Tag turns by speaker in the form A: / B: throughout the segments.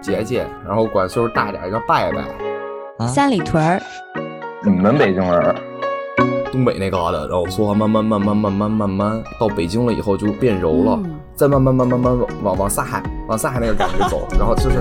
A: 节气，然后管岁数大点儿叫拜拜。
B: 三里屯儿，
C: 你们北京人
A: 东北那旮瘩，然后说话慢慢慢慢慢慢慢慢到北京了以后就变柔了，
B: 嗯
A: 再慢慢慢慢慢慢往往往上海往上海那个感觉走，然后就是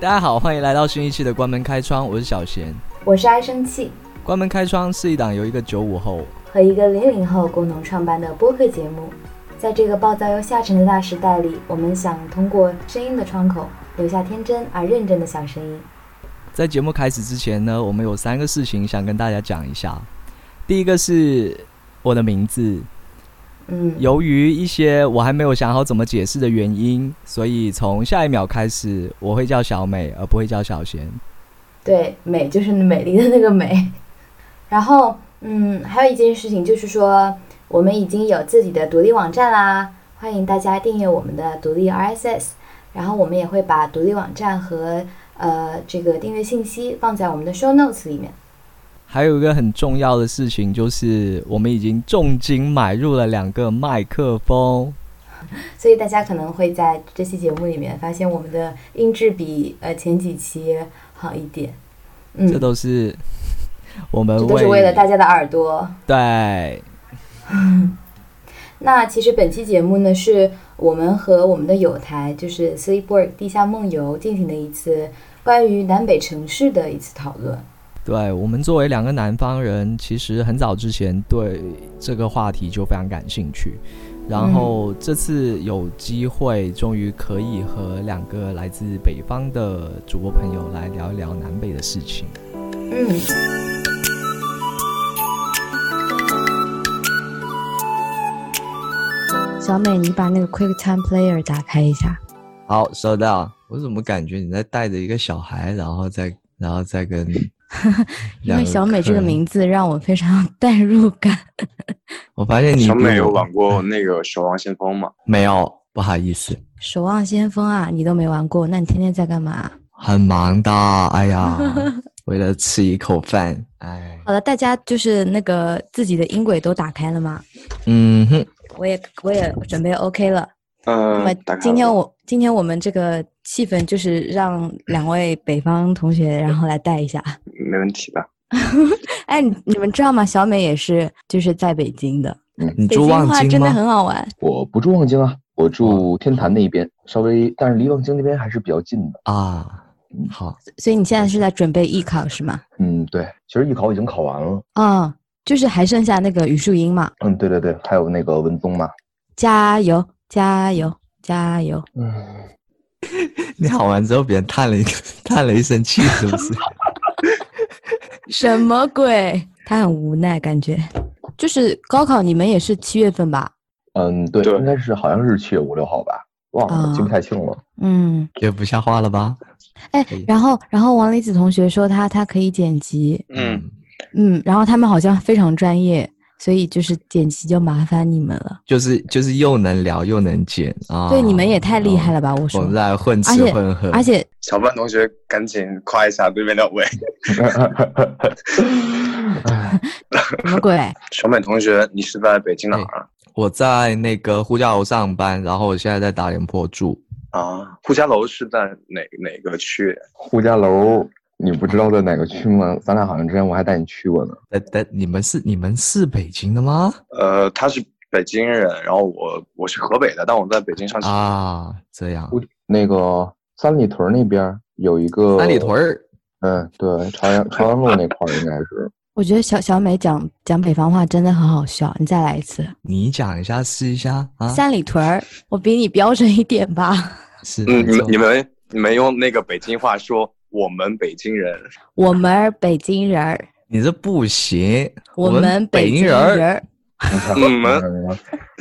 D: 大家好，欢迎来到新一期的关门开窗，我是小贤。
E: 我是爱生气
D: 关门开窗是一档由一个九五后，
E: 和一个零零后共同创办的播客节目。在这个暴躁又下沉的大时代里，我们想通过声音的窗口，留下天真而认真的小声音。
D: 在节目开始之前呢，我们有三个事情想跟大家讲一下。第一个是我的名字，
E: 嗯，
D: 由于一些我还没有想好怎么解释的原因，所以从下一秒开始，我会叫小美，而不会叫小贤。
E: 对，美就是美丽的那个美。 然后，嗯，还有一件事情就是说，我们已经有自己的独立网站啦，欢迎大家订阅我们的独立 RSS。然后我们也会把独立网站和呃这个订阅信息放在我们的 show notes 里面。
D: 还有一个很重要的事情就是，我们已经重金买入了两个麦克风。
E: 所以大家可能会在这期节目里面发现我们的音质比呃前几期好一点，嗯，
D: 这都是我们
E: 这都是为了大家的耳朵。
D: 对
E: 那其实本期节目呢，是我们和我们的友台，就是 Sleepwork 地下梦游进行的一次关于南北城市的一次讨论。
D: 对，我们作为两个南方人，其实很早之前对这个话题就非常感兴趣。然后这次有机会，终于可以和两个来自北方的主播朋友来聊一聊南北的事情。
E: 嗯，
B: 小美，你把那个 QuickTime Player 打开一下。
D: 好，收到。我怎么感觉你在带着一个小孩，然后再然后再 跟
B: 因为小美这个名
D: 字，
B: 字让我非常有代入感。
D: 我发现你
C: 小美有玩过那个《守望先锋》吗？
D: 没有？不好意思，
B: 守望先锋啊，你都没玩过，那你天天在干嘛？
D: 很忙的，哎 呀，为了吃一口饭，哎，
B: 好了，大家就是那个自己的音轨都打开了吗？
D: 嗯哼，
B: 我也我也准备 OK 了。那
C: 嗯
B: 么，
C: 打开
B: 今天
C: 了
B: 我今天我们这个气氛就是让两位北方同学然后来带一下。
C: 没问题的。
B: 哎，你你们知道吗？小美也是就是在北京的，
D: 你
B: 北
D: 住
B: 京
D: 望
B: 话
D: 京
B: 真的
D: 吗？
B: 很好玩。
F: 我不住望京啊，我住天坛那一边，稍微，但是离望京那边还是比较近的。
D: 啊，
B: 嗯
D: 好，
B: 所以你现在是在准备艺考是吗？
F: 嗯，对，其实艺考已经考完了。
B: 嗯，就是还剩下那个语数英嘛。
F: 嗯，对对对，还有那个文综嘛。
B: 加油，加油，加油！
F: 嗯，
D: 你好完之后，别人叹了一个 叹了一声气，是不是？
B: 什么鬼？ 他很无奈，感觉。就是高考，你们也是七月份吧？
F: 嗯，对，
C: 对
F: 应该是好像是七月五六号吧，忘
B: 啊
F: 了，记不太清了。
B: 嗯，
D: 也不像话了吧？
B: 哎
D: 可以，
B: 然后，然后王离子同学说他他可以剪辑，
C: 嗯，
B: 嗯，然后他们好像非常专业，所以就是剪辑就麻烦你们了。
D: 就是就是又能聊又能剪啊，
B: 对，你们也太厉害了
D: 吧？
B: 吧！我
D: 我
B: 说
D: 们，在混
B: 而
D: 吃
B: 且
D: 混喝，
B: 而且
C: 小范同学，赶紧夸一下对面那位。
B: 什么鬼？
C: 小美同学，你是在北京哪儿
D: 我在那个呼叫楼上班，然后我现在在打脸坡住。
C: 啊？啊，呼家楼是在哪哪个区？
F: 呼家楼，你不知道在哪个区吗？咱俩好像之前我还带你去过呢。
D: 呃，等你们是你们是北京的吗？
C: 呃，他是北京人，然后我我是河北的，但我在北京上学。
D: 啊，这样，
F: 那个三里屯那 边有一个
D: 三里屯，儿。
F: 嗯，对，朝阳朝阳路那块儿应该是。
B: 我觉得小小美讲讲北方话真的很好笑，你再来一次。
D: 你讲一下，试一下啊。
B: 三里屯儿，我比你标准一点吧。
D: 是，
C: 嗯，
D: 没
C: 你
D: 错
C: 们你们你们用那个北京话说我们北京人，
B: 我们儿北京人儿，
D: 你这不行。
B: 们北
D: 北京
B: 人
D: 儿，
B: 儿，
C: 你们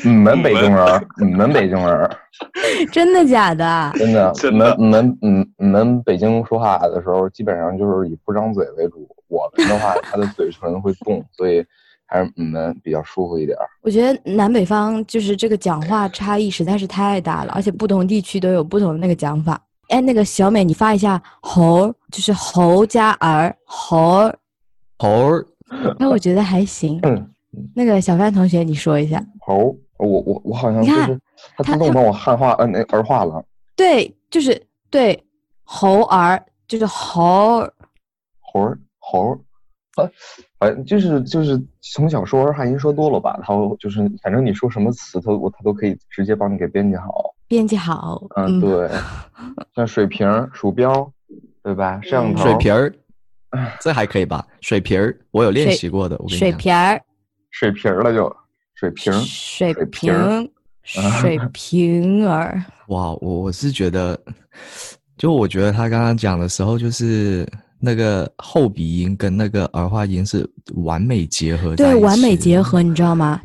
F: 你们嗯北京人，你们北京人，
B: 真的假的？
F: 真的，
C: 真
F: 你们
C: 的
F: 你们嗯你们北京说话的时候，基本上就是以不张嘴为主。我们的话，他的嘴唇会动，所以还是你们比较舒服一点儿。
B: 我觉得南北方就是这个讲话差异实在是太大了，而且不同地区都有不同的那个讲法。哎，那个小美，你发一下猴儿，就是猴加儿猴儿，
D: 猴儿
B: 哎，我觉得还行。
F: 嗯
B: 那个小范同学，你说一下，
F: 猴
G: 我我我好像
B: 你
G: 就
B: 看
G: 是他
B: 他
G: 自动
B: 他
G: 帮我汉化呃那儿化了，
B: 对，就是对，猴儿就是猴儿，
G: 猴儿猴儿，啊，反正就是就是从小说儿汉音说多了吧，他就是反正你说什么词，他我他都可以直接帮你给编辑好。
B: 编辑好，
G: 嗯，对，像水瓶儿、鼠标，对吧？摄像
H: 嗯
G: 头
D: 水
G: 儿、
D: 瓶儿，这还可以吧？水瓶儿，我有练习过的，我跟你
B: 水
D: 讲。
B: 瓶儿，
G: 水瓶儿了就水瓶儿，
B: 水
G: 水瓶
B: 瓶
G: 儿
B: 儿，水瓶儿，
D: 哇，我我是觉得，就我觉得他刚刚讲的时候，就是那个后鼻音跟那个儿化音是完美结合在
B: 对，
D: 一起
B: 完美
D: 的
B: 结合，你知道吗？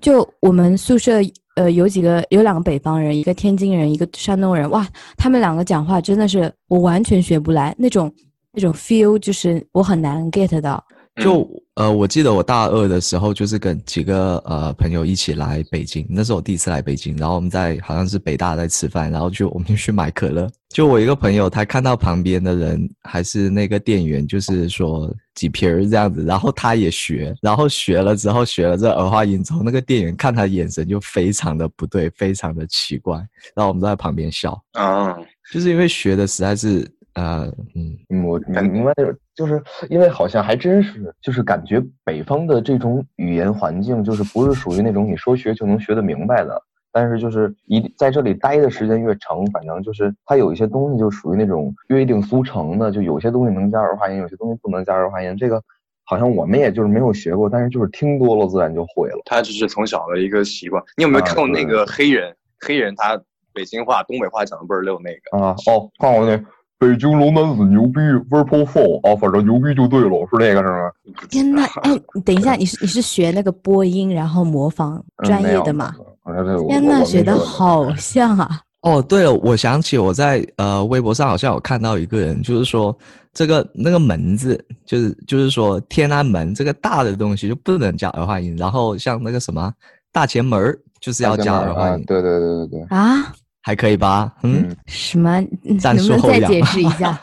B: 就我们宿舍呃有几个有两个北方人，一个天津人，一个山东人，哇，他们两个讲话真的是我完全学不来那种那种 feel，就是我很难 get 到。
D: 就呃，我记得我大二的时候，就是跟几个呃朋友一起来北京，那是我第一次来北京，然后我们在好像是北大在吃饭，然后就我们就去买可乐。就我一个朋友，他看到旁边的人还是那个店员，就是说几瓶儿这样子，然后他也学，然后学了之后学了这儿化音之后，那个店员看他眼神就非常的不对，非常的奇怪，然后我们都在旁边笑，
C: 啊，
D: 就是因为学的实在是呃嗯
G: 嗯，我明明白就是，就是因为好像还真是，就是感觉北方的这种语言环境，就是不是属于那种你说学就能学得明白的，但是就是一在这里待的时间越长，反正就是它有一些东西就属于那种约定俗成的，就有些东西能加儿化音，有些东西不能加儿化音。这个好像我们也就是没有学过，但是就是听多了自然就会了。
C: 他这是从小的一个习惯。你有没有
G: 啊
C: 看过那
G: 对
C: 个黑人？黑人他北京话、东北话讲的倍儿溜那个。
G: 啊，哦，看我那北京龙男子牛逼 v e r p o f o 啊，反正牛逼就对了，是这个是吗？
B: 天呐，
G: 啊
B: 哎，你等一下，你是你是学那个播音，然后模仿
G: 嗯
B: 专
G: 没
B: 业
G: 有
B: 的吗？
G: 啊这我
B: 天
G: 我我
B: 呐，
G: 没
B: 学的
G: 学过
B: 好像啊！
D: 哦，对了，我想起我在呃微博上好像有看到一个人，就是说这个那个门字，就是就是说天安门这个大的东西就不能加儿化音，然后像那个什么大前门儿就是要加
G: 大家
D: 儿
G: 门
D: 化
G: 啊
D: 音，
G: 对对对对对，
B: 啊，
D: 还可以吧？嗯，
G: 嗯，
B: 什么？嗯
D: 战
B: 能
D: 术
B: 不能
D: 后
B: 再
D: 仰
B: 解释一下？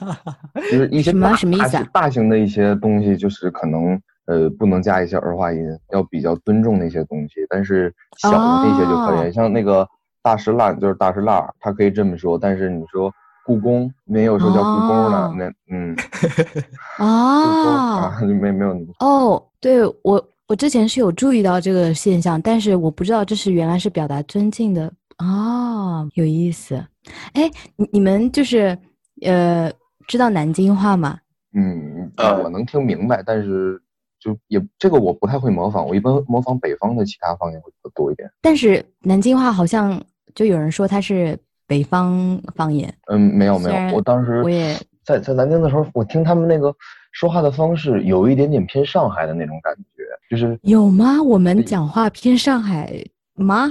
G: 就是一些
B: 什么
G: 大
B: 什么意思啊
G: 大型的一些东西，就是可能呃不能加一些儿化音，要比较尊重那些东西，但是小的那些就
B: 哦
G: 可以，像那个大石烂就是大石烂儿，它可以这么说，但是你说。故宫没有说叫故宫的，
B: 哦
G: 那嗯，故宫
B: 哦
G: 啊，就没没有那么
B: 哦，对，我我之前是有注意到这个现象，但是我不知道这是原来是表达尊敬的哦，有意思。哎，你你们就是呃，知道南京话吗？
G: 嗯，
C: 呃
G: 我能听明白，但是就也这个我不太会模仿，我一般模仿北方的其他方言会多一点。
B: 但是南京话好像就有人说它是北方方言，
G: 嗯，没有没
B: 虽然
G: 有，我当时
B: 我也
G: 在在南京的时候，我听他们那个说话的方式有一点点偏上海的那种感觉，就是
B: 有吗？我们
G: 对
B: 讲话偏上海吗？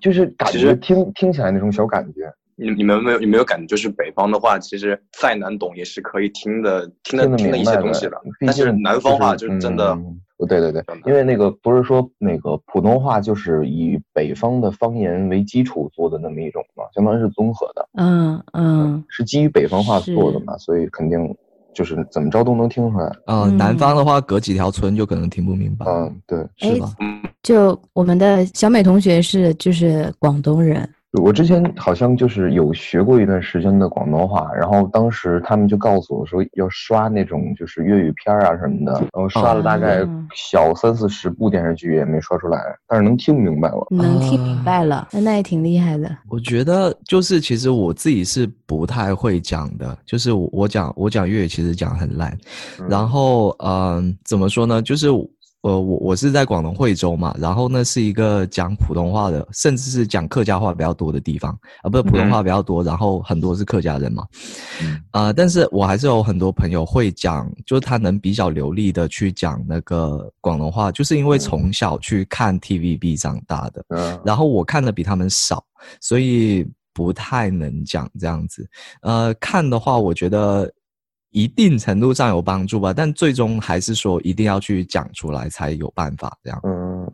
G: 就是感
C: 其
G: 觉
C: 实
G: 听听起来那种小感觉，
C: 你你们有没有有没有感觉，就是北方的话，其实再难懂也是可以听的，听得
G: 听得
C: 听得一
G: 明
C: 些
G: 白
C: 东
G: 的
C: 西的。
G: 毕
C: 但是
G: 竟
C: 南方话就是真的
G: 嗯对对对
C: 真，的
G: 因为那个不是说那个普通话就是以北方的方言为基础做的那么一种嘛，相当于是综合的。
B: 嗯嗯，
G: 是基于北方话做的
B: 是
G: 嘛，所以肯定就是怎么着都能听出来。
D: 呃，
B: 嗯
D: 南方的话隔几条村就可能听不明白，
G: 嗯，对，
D: 是
B: 哎
D: 吧？
C: 嗯，
B: 就我们的小美同学是就是广东人，
G: 我之前好像就是有学过一段时间的广东话，然后当时他们就告诉我说要刷那种就是粤语片儿啊什么的，然
D: 哦
G: 后刷了大概
B: 嗯
G: 小三四十部电视剧也没刷出来，但是能听明白了。
B: 能听
D: 啊
B: 明白了，那那也挺厉害的。
D: 我觉得就是，其实我自己是不太会讲的，就是我我讲我讲粤语其实讲很烂，
G: 嗯
D: 然后嗯、怎么说呢？就是我呃我我是在广东惠州嘛，然后呢是一个讲普通话的，甚至是讲客家话比较多的地方啊，不是普通话比较多，然后很多是客家人嘛，啊、但是我还是有很多朋友会讲，就是他能比较流利的去讲那个广东话，就是因为从小去看 TVB 长大的。
G: 嗯，
D: 然后我看的比他们少，所以不太能讲这样子。呃，看的话，我觉得一定程度上有帮助吧，但最终还是说一定要去讲出来才有办法这样。
G: 嗯，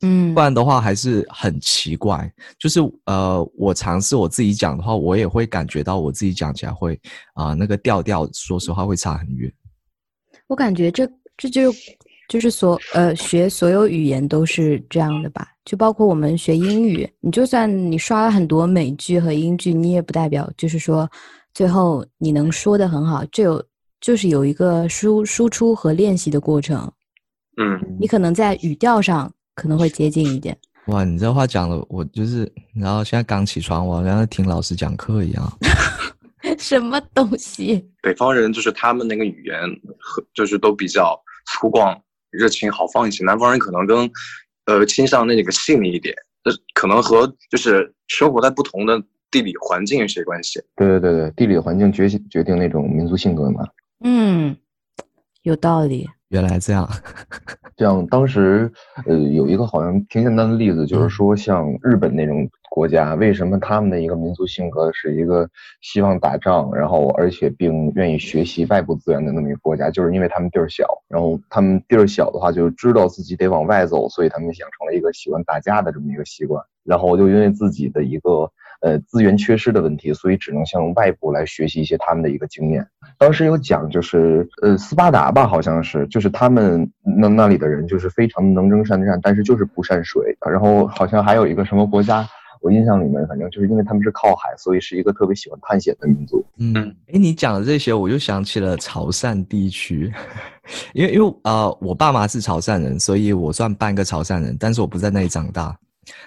B: 嗯
D: 不，然的话还是很奇怪，就是呃，我尝试我自己讲的话，我也会感觉到我自己讲起来会啊、那个调调，说实话会差很远。
B: 我感觉这这就就是所呃学所有语言都是这样的吧，就包括我们学英语，你就算你刷了很多美剧和英剧，你也不代表就是说最后你能说的很好，这有就是有一个输输出和练习的过程，
I: 嗯，
B: 你可能在语调上可能会接近一点。
D: 哇，你这话讲了，我就是，然后现在刚起床，我好像在听老师讲课一样。
B: 什么东西？
I: 北方人就是他们那个语言和就是都比较粗犷、热情、豪放一些，南方人可能更呃倾向那个细腻一点，这可能和就是生活在不同的地理环境有些关系。
G: 对对对对，地理环境决决定那种民族性格嘛。
B: 嗯，有道理。
D: 原来这样，
G: 像当时，呃，有一个好像挺简单的例子，就是说像日本那种国家，为什么他们的一个民族性格是一个希望打仗，然后而且并愿意学习外部资源的那么一个国家，就是因为他们地儿小，然后他们地儿小的话，就知道自己得往外走，所以他们养成了一个喜欢打架的这么一个习惯，然后又因为自己的一个呃资源缺失的问题，所以只能向外部来学习一些他们的一个经验。当时有讲，就是呃，斯巴达吧，好像是，就是他们那那里的人就是非常能征善战，但是就是不善水。然后好像还有一个什么国家，我印象里面反正就是因为他们是靠海，所以是一个特别喜欢探险的民族。
D: 嗯，哎，你讲的这些，我就想起了潮汕地区， 因为因为呃，我爸妈是潮汕人，所以我算半个潮汕人，但是我不在那里长大。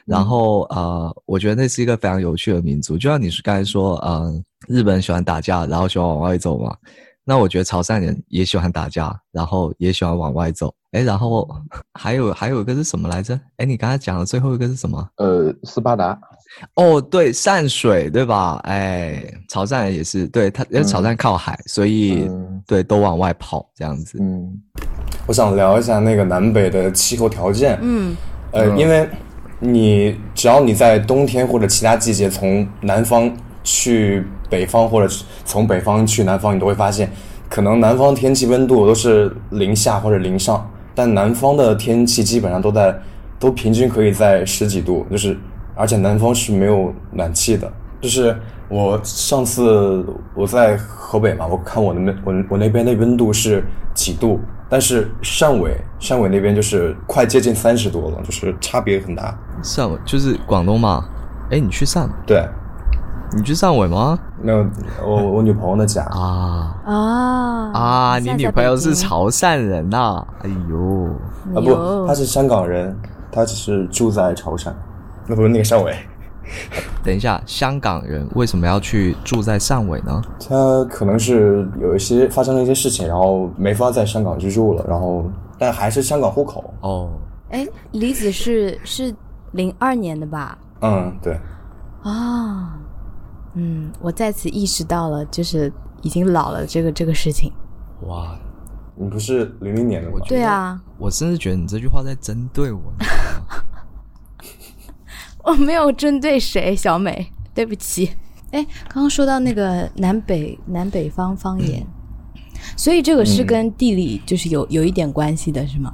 D: 然后呃，我觉得那是一个非常有趣的民族，就像你是刚才说，呃，日本人喜欢打架，然后喜欢往外走嘛。那我觉得潮汕人也喜欢打架，然后也喜欢往外走。哎，然后还有还有一个是什么来着？哎，你刚才讲的最后一个是什么？
G: 呃，斯巴达，
D: 哦，对，善水对吧？哎，潮汕人也是，对他，因为潮汕靠海，所以、
G: 嗯
D: 对都往外跑这样子。
G: 嗯，
C: 我想聊一下那个南北的气候条件。
B: 嗯，
C: 呃，因为你只要你在冬天或者其他季节从南方去北方，或者是从北方去南方，你都会发现，可能南方天气温度都是零下或者零上，但南方的天气基本上都在都平均可以在十几度，就是而且南方是没有暖气的。就是我上次我在河北嘛，我看我那我我那边的温度是几度，但是汕尾汕尾那边就是快接近三十度了，就是差别很大。
D: 汕尾就是广东嘛？哎，你去汕，
C: 对，
D: 你去汕尾吗？
C: 那我我女朋友的家，
D: 啊
B: 啊
D: 啊，
B: 现
D: 你
B: 在
D: 女
B: 在
D: 朋友
B: 北
D: 是
B: 京
D: 潮汕人呐、哎呦，
B: 嗯
C: 啊不，她是香港人，她只是住在潮汕，那不是那个汕尾。
D: 等一下，香港人为什么要去住在汕尾呢？
C: 她可能是有一些发生了一些事情，然后没法在香港居住了，然后但还是香港户口。
D: 哦，
B: 哎，李子是是零二年的吧？
C: 嗯，对，
B: 啊，嗯，我在此意识到了，就是已经老了这个这个事情。
D: 哇，
C: 你不是零零年的吗？
B: 对啊，
D: 我甚至觉得你这句话在针对我，你知道吗
B: 我哦没有针对谁，小美，对不起。哎，刚刚说到那个南北南北方方言，嗯所以这个是跟地理就是有有一点关系的，是吗？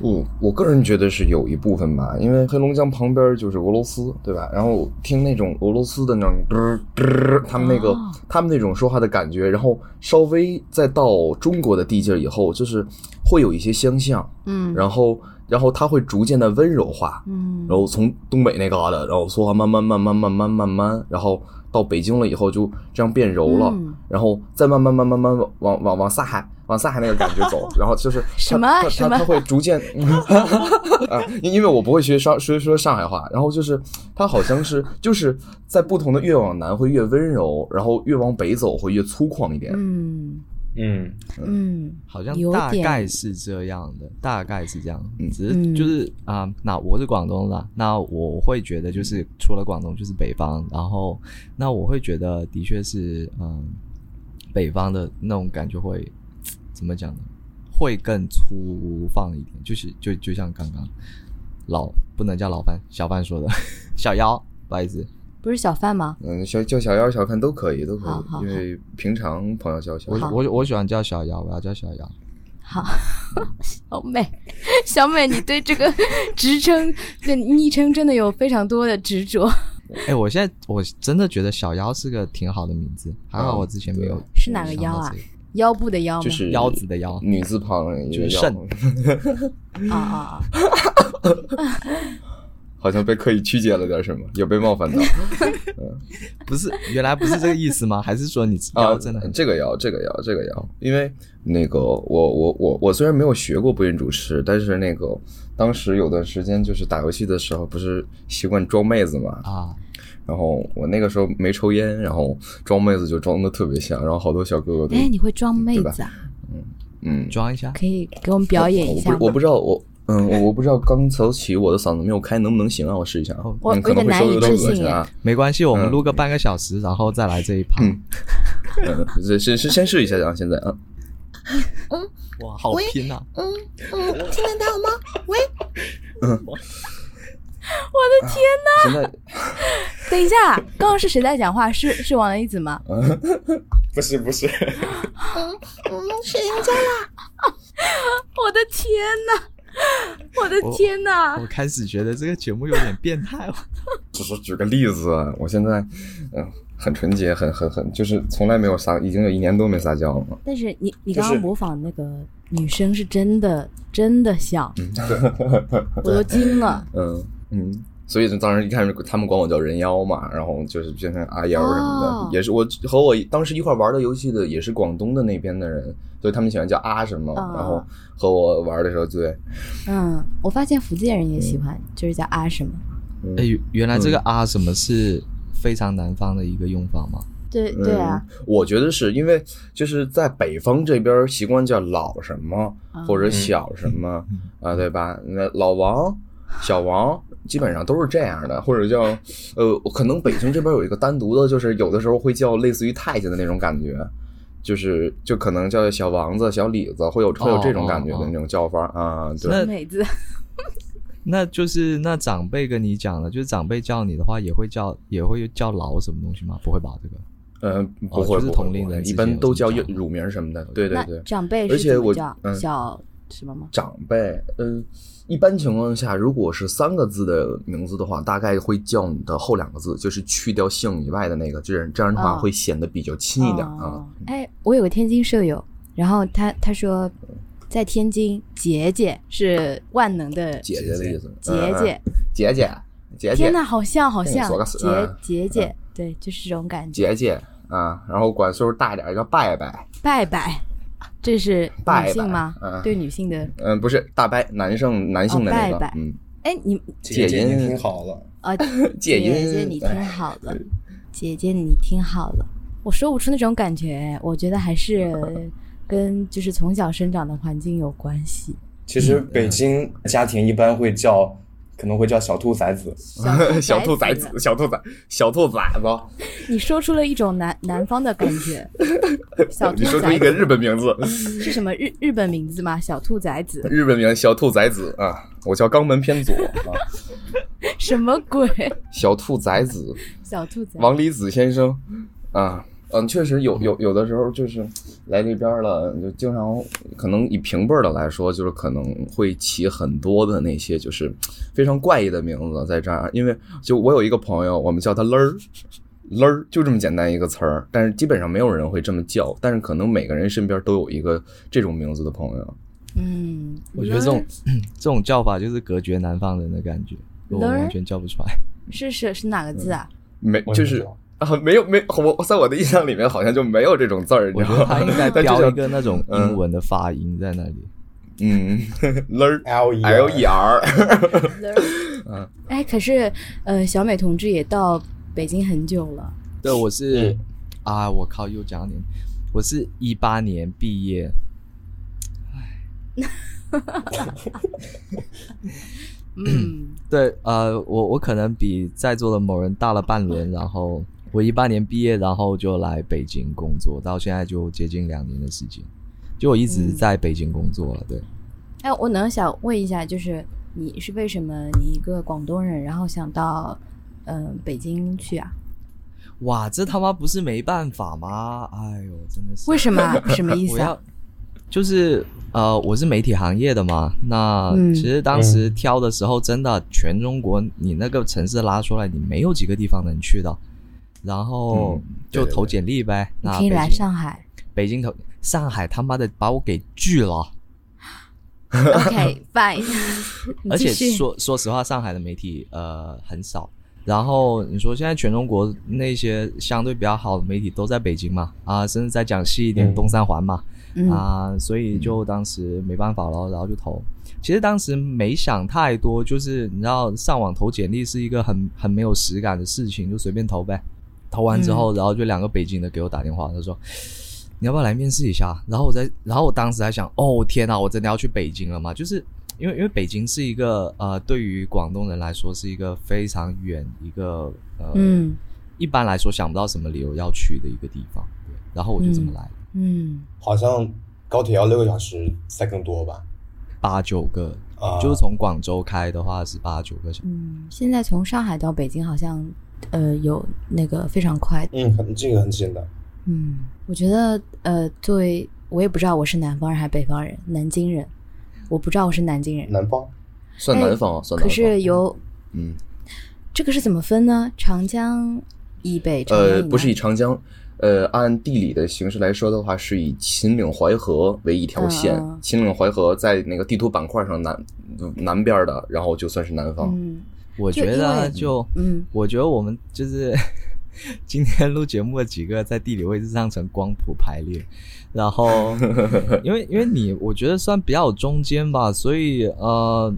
F: 我我个人觉得是有一部分吧，因为黑龙江旁边就是俄罗斯，对吧？然后听那种俄罗斯的那种嘚儿嘚儿，他们那个、
B: 哦
F: 他们那种说话的感觉，然后稍微再到中国的地界儿以后，就是会有一些相像，
B: 嗯
F: 然后然后它会逐渐的温柔化，
B: 嗯
F: 然后从东北那旮瘩，然后说话慢慢慢慢慢慢慢慢，然后到北京了以后就这样变柔了，
B: 嗯
F: 然后再慢慢慢慢慢慢往往往撒海往撒海那个感觉走，然后就是
B: 什
F: 它
B: 么
F: 它
B: 什
F: 它
B: 么
F: 它会逐渐，啊，因因为我不会学上说说上海话，然后就是它好像是就是在不同的越往南会越温柔，然后越往北走会越粗犷一点，
B: 嗯
C: 嗯，
B: 嗯，
D: 好像
B: 有
D: 大
B: 点
D: 概是这样的，大概是这样，
F: 嗯
D: 只是就是啊、那我是广东啦，那我会觉得就是除了广东就是北方，然后那我会觉得的确是嗯，北方的那种感觉会怎么讲呢？会更粗放一点，就是就就像刚刚老不能叫老范小范说的 小妖，不好意思，
B: 不是小范吗？
F: 嗯，小叫小妖小看都可以都可
B: 好好好
F: 以，因为平常朋友叫小
D: 我
F: 妖。
D: 我我喜欢叫小妖，我要叫小妖。
B: 好，小美，哦 小美，你对这个职称、对昵称真的有非常多的执着，
D: 哎、我现在我真的觉得小妖是个挺好的名字，还
F: 哦
D: 好我之前没有。
B: 是哪个妖啊
D: 想到这个？
B: 腰部的腰吗？
F: 就是
D: 腰子的腰
F: 女字旁一个
D: 就是
F: 腰
D: 肾
B: 啊啊啊！
F: 好像被刻意曲解了点什么，有被冒犯 到。
D: 不是原来不是这个意思吗？ 还是说你
F: 啊
D: 腰，真的很
F: 这个要，这个要，这个要，因为那个我我我我虽然没有学过播音主持，但是那个当时有段时间就是打游戏的时候，不是习惯装妹子嘛，
D: 啊？
F: 然后我那个时候没抽烟，然后装妹子就装的特别像，然后好多小哥哥都
J: 嗯
B: 哎，你会装妹
F: 对吧
B: 子啊？
F: 嗯，
D: 装一下
B: 可以给我们表演一
F: 我
B: 下吗？
F: 不我不知道我。嗯，我我不知道刚才起我的嗓子没有开，能不能行啊？我试一下啊，
B: 我
F: 嗯、可能会稍微有点恶心啊。
D: 没关系，我们
F: 嗯
D: 录个半个小时，然后再来这一趴。
F: 嗯，是是是，先试一下啊，现在啊，
D: 哇，好拼啊呐！
J: 听得到吗？
F: 现在
B: 等一下，刚刚是谁在讲话？是 是王的一 子吗？
C: 不是不是，
J: 嗯，是人家
B: 我的天呐！我的天呐！
D: 我开始觉得这个节目有点变态哦了。
F: 只是举个例子啊，我现在嗯很纯洁，很很很，就是从来没有撒，已经有一年多没撒娇了。
B: 但是你你
C: 就
B: 刚刚
C: 是
B: 模仿那个女生是真的真的像， 我都惊了。
F: 嗯嗯，所以就当时一开始他们管我叫人妖嘛，然后就是变成阿妖什么的，
B: 哦
F: 也是我和我当时一块玩的游戏的也是广东的那边的人，所以他们喜欢叫阿什么，
B: 哦
F: 然后和我玩的时候对，
B: 嗯，我发现福建人也喜欢，就是叫啊什么。
F: 嗯
D: 哎，原来这个啊什么是非常南方的一个用法吗？
B: 对对啊，
F: 嗯，我觉得是因为就是在北方这边习惯叫老什么
B: 啊嗯
F: 或
D: 嗯
F: 者小什么啊，对吧？那老王、小王基本上都是这样的，或者叫呃，可能北京这边有一个单独的，就是有的时候会叫类似于太监的那种感觉。就是就可能叫小王子、小李子，会有会有这种感觉
D: 哦哦
F: 的
D: 哦
F: 那种叫法啊，对。
D: 那
B: 妹子，
D: 那就是那长辈跟你讲了，就是长辈叫你的话，也会叫也会叫老什么东西吗？不会吧？这个
F: 嗯，不
D: 哦
F: 会，
D: 就是
F: 不会
D: 同龄
F: 不会
D: 人之
F: 一
D: 间有
F: 般都
D: 这
F: 叫
D: 么叫
F: 乳名什么的，对对对
B: 那。长辈
F: 而
B: 是
F: 且
B: 怎么
F: 我
B: 叫？
F: 嗯
B: 小什么吗？
F: 长辈，嗯，一般情况下，如果是三个字的名字的话，大概会叫你的后两个字，就是去掉姓以外的那个，这样这样的话
B: 哦
F: 会显得比较亲一点啊
B: 哦。哎，我有个天津舍友，然后他他说，在天津姐姐是万能的
F: 姐姐的意思，
B: 姐
F: 嗯
B: 姐，
F: 嗯姐姐，姐姐，
B: 天呐，好像好
F: 呃跟你
B: 像
F: 说个事
B: 姐
F: 嗯
B: 姐姐，对，就是这种感觉。
F: 姐姐啊，然后管岁数大一点叫拜拜，
B: 拜拜，这是
F: 拜
B: 女性
F: 拜
B: 吗？
F: 嗯
B: 对女性的。
F: 嗯，不是大伯，男生男性的那
B: 哦拜
F: 个
B: 拜，
F: 嗯，
B: 哎，你
F: 戒
C: 姐你
F: 烟
C: 听好了，
B: 啊，
F: 戒
B: 姐
F: 烟
B: 姐 你听
F: 哎
B: 好了，姐姐你听好了，我说不出那种感觉，哎我觉得 还是跟就是从小生长的环境有关 系。
C: 其实北京家庭一般会叫，可能会叫小兔崽子，
F: 小兔崽
B: 子
F: 子，，小兔崽，小兔崽子，
B: 你说出了一种南南方的感 觉。小兔
F: 你说出
B: 崽
F: 一个
B: 子
F: 日本名字，
B: 是什么日日本名字吗？小兔崽子
F: 日本名小兔崽子啊，我叫肛门偏左啊。
B: 什么鬼？
F: 小兔崽子
B: 小兔崽
F: 王离子先生啊，嗯，确实有有有的时候就是来这边了，就经常可能以平辈儿的来说，就是可能会起很多的那些就是非常怪异的名字在这儿，因为就我有一个朋友，我们叫他勒儿。勒儿就这么简单一个词儿，但是基本上没有人会这么叫，但是可能每个人身边都有一个这种名字的朋友。
B: 嗯，
D: 我觉得这种 这种叫法就是隔绝南方人的感觉，我
B: 哪儿
D: 完全叫不出来。
B: 是是是哪个字啊？
F: 没
C: 我
F: 就
C: 也不知
F: 是
C: 道
F: 啊，没有没我在我的印象里面好像就没有这种字儿，你
D: 我
F: 知
D: 觉
F: 道
D: 得
F: 吗？
D: 他应该
F: 但就
D: 标
F: 像
D: 一个那种英文的发音在那里。
F: 嗯 ，ler
C: L E R
F: l e r，
B: 哎，可是呃，小美同志也到北京很久了，
D: 对，我是
C: 嗯
D: 啊，我靠，又讲年，我是一八年毕业，
B: 嗯，
D: 对，呃，我我可能比在座的某人大了半轮，然后我一八年毕业，然后就来北京工作，到现在就接近两年的时间，就我一直
B: 嗯
D: 在北京工作了。对，
B: 哎，我能想问一下，就是你是为什么你一个广东人，然后想到嗯、呃北京去啊？
D: 哇，这他妈不是没办法吗？哎呦，真的是
B: 为什么啊？ 什么意
D: 我
B: 思啊
D: 要？就是呃，我是媒体行业的嘛，那
B: 嗯
D: 其实当时挑的时候，真的全中国你那个城市拉出来，你没有几个地方能去的，然后
F: 嗯对
D: 就
F: 对
D: 投
F: 对
D: 简历呗。
B: 你
D: 那
B: 可以
D: 北
B: 来
D: 京
B: 上海，
D: 北京投上海他妈的把我给拒了，
A: OK，拜。你
D: 而且
A: 继续
D: 说说实话，上海的媒体呃很少。然后你说现在全中国那些相对比较好的媒体都在北京嘛，啊，甚至再讲细一点，
C: 嗯
D: 东三环嘛，
A: 嗯
D: 啊，所以
B: 嗯
D: 就当时没办法了，然后就投。其实当时没想太多，就是你知道上网投简历是一个很很没有实感的事情，就随便投呗。投完之
B: 嗯
D: 后，然后就两个北京的给我打电话，他说你要不要来面试一下？然后我在，然后我当时还想，哦天哪，我真的要去北京了吗？就是因为因为北京是一个呃，对于广东人来说是一个非常远一个呃，
B: 嗯
D: 一般来说想不到什么理由要去的一个地方。对然后我就这么来了，
B: 嗯，
C: 好像高铁要六个小时，再更多吧？
D: 八九个，
C: 啊
D: 就是从广州开的话是八九个小时。
A: 嗯，现在从上海到北京好像呃有那个非常快，
C: 嗯，很这个很简单。
A: 嗯，
B: 我觉得呃，作为我也不知道我是南方人还是北方人，南京
A: 嗯
B: 人，我不知道我是南京
F: 嗯
B: 人，
C: 南方
F: 算南方啊，算南
B: 哎可
F: 方。
B: 是有
F: 嗯
B: 这个是怎么分呢？长江以北，长江以
F: 呃，
B: 南
F: 不是以长江，呃，按地理的形式来说的话，是以秦岭淮河为一条线
B: 嗯嗯，
F: 秦岭淮河在那个地图板块上南嗯南边的，然后就算是南方。
B: 嗯
D: 我
B: 就
D: 觉得啊
B: 因为
D: 就
B: 嗯
D: 我觉得我们就是 今天录节目的几个在地理位置上呈光谱排列，然后因为因为你我觉得算比较中间吧，所以呃，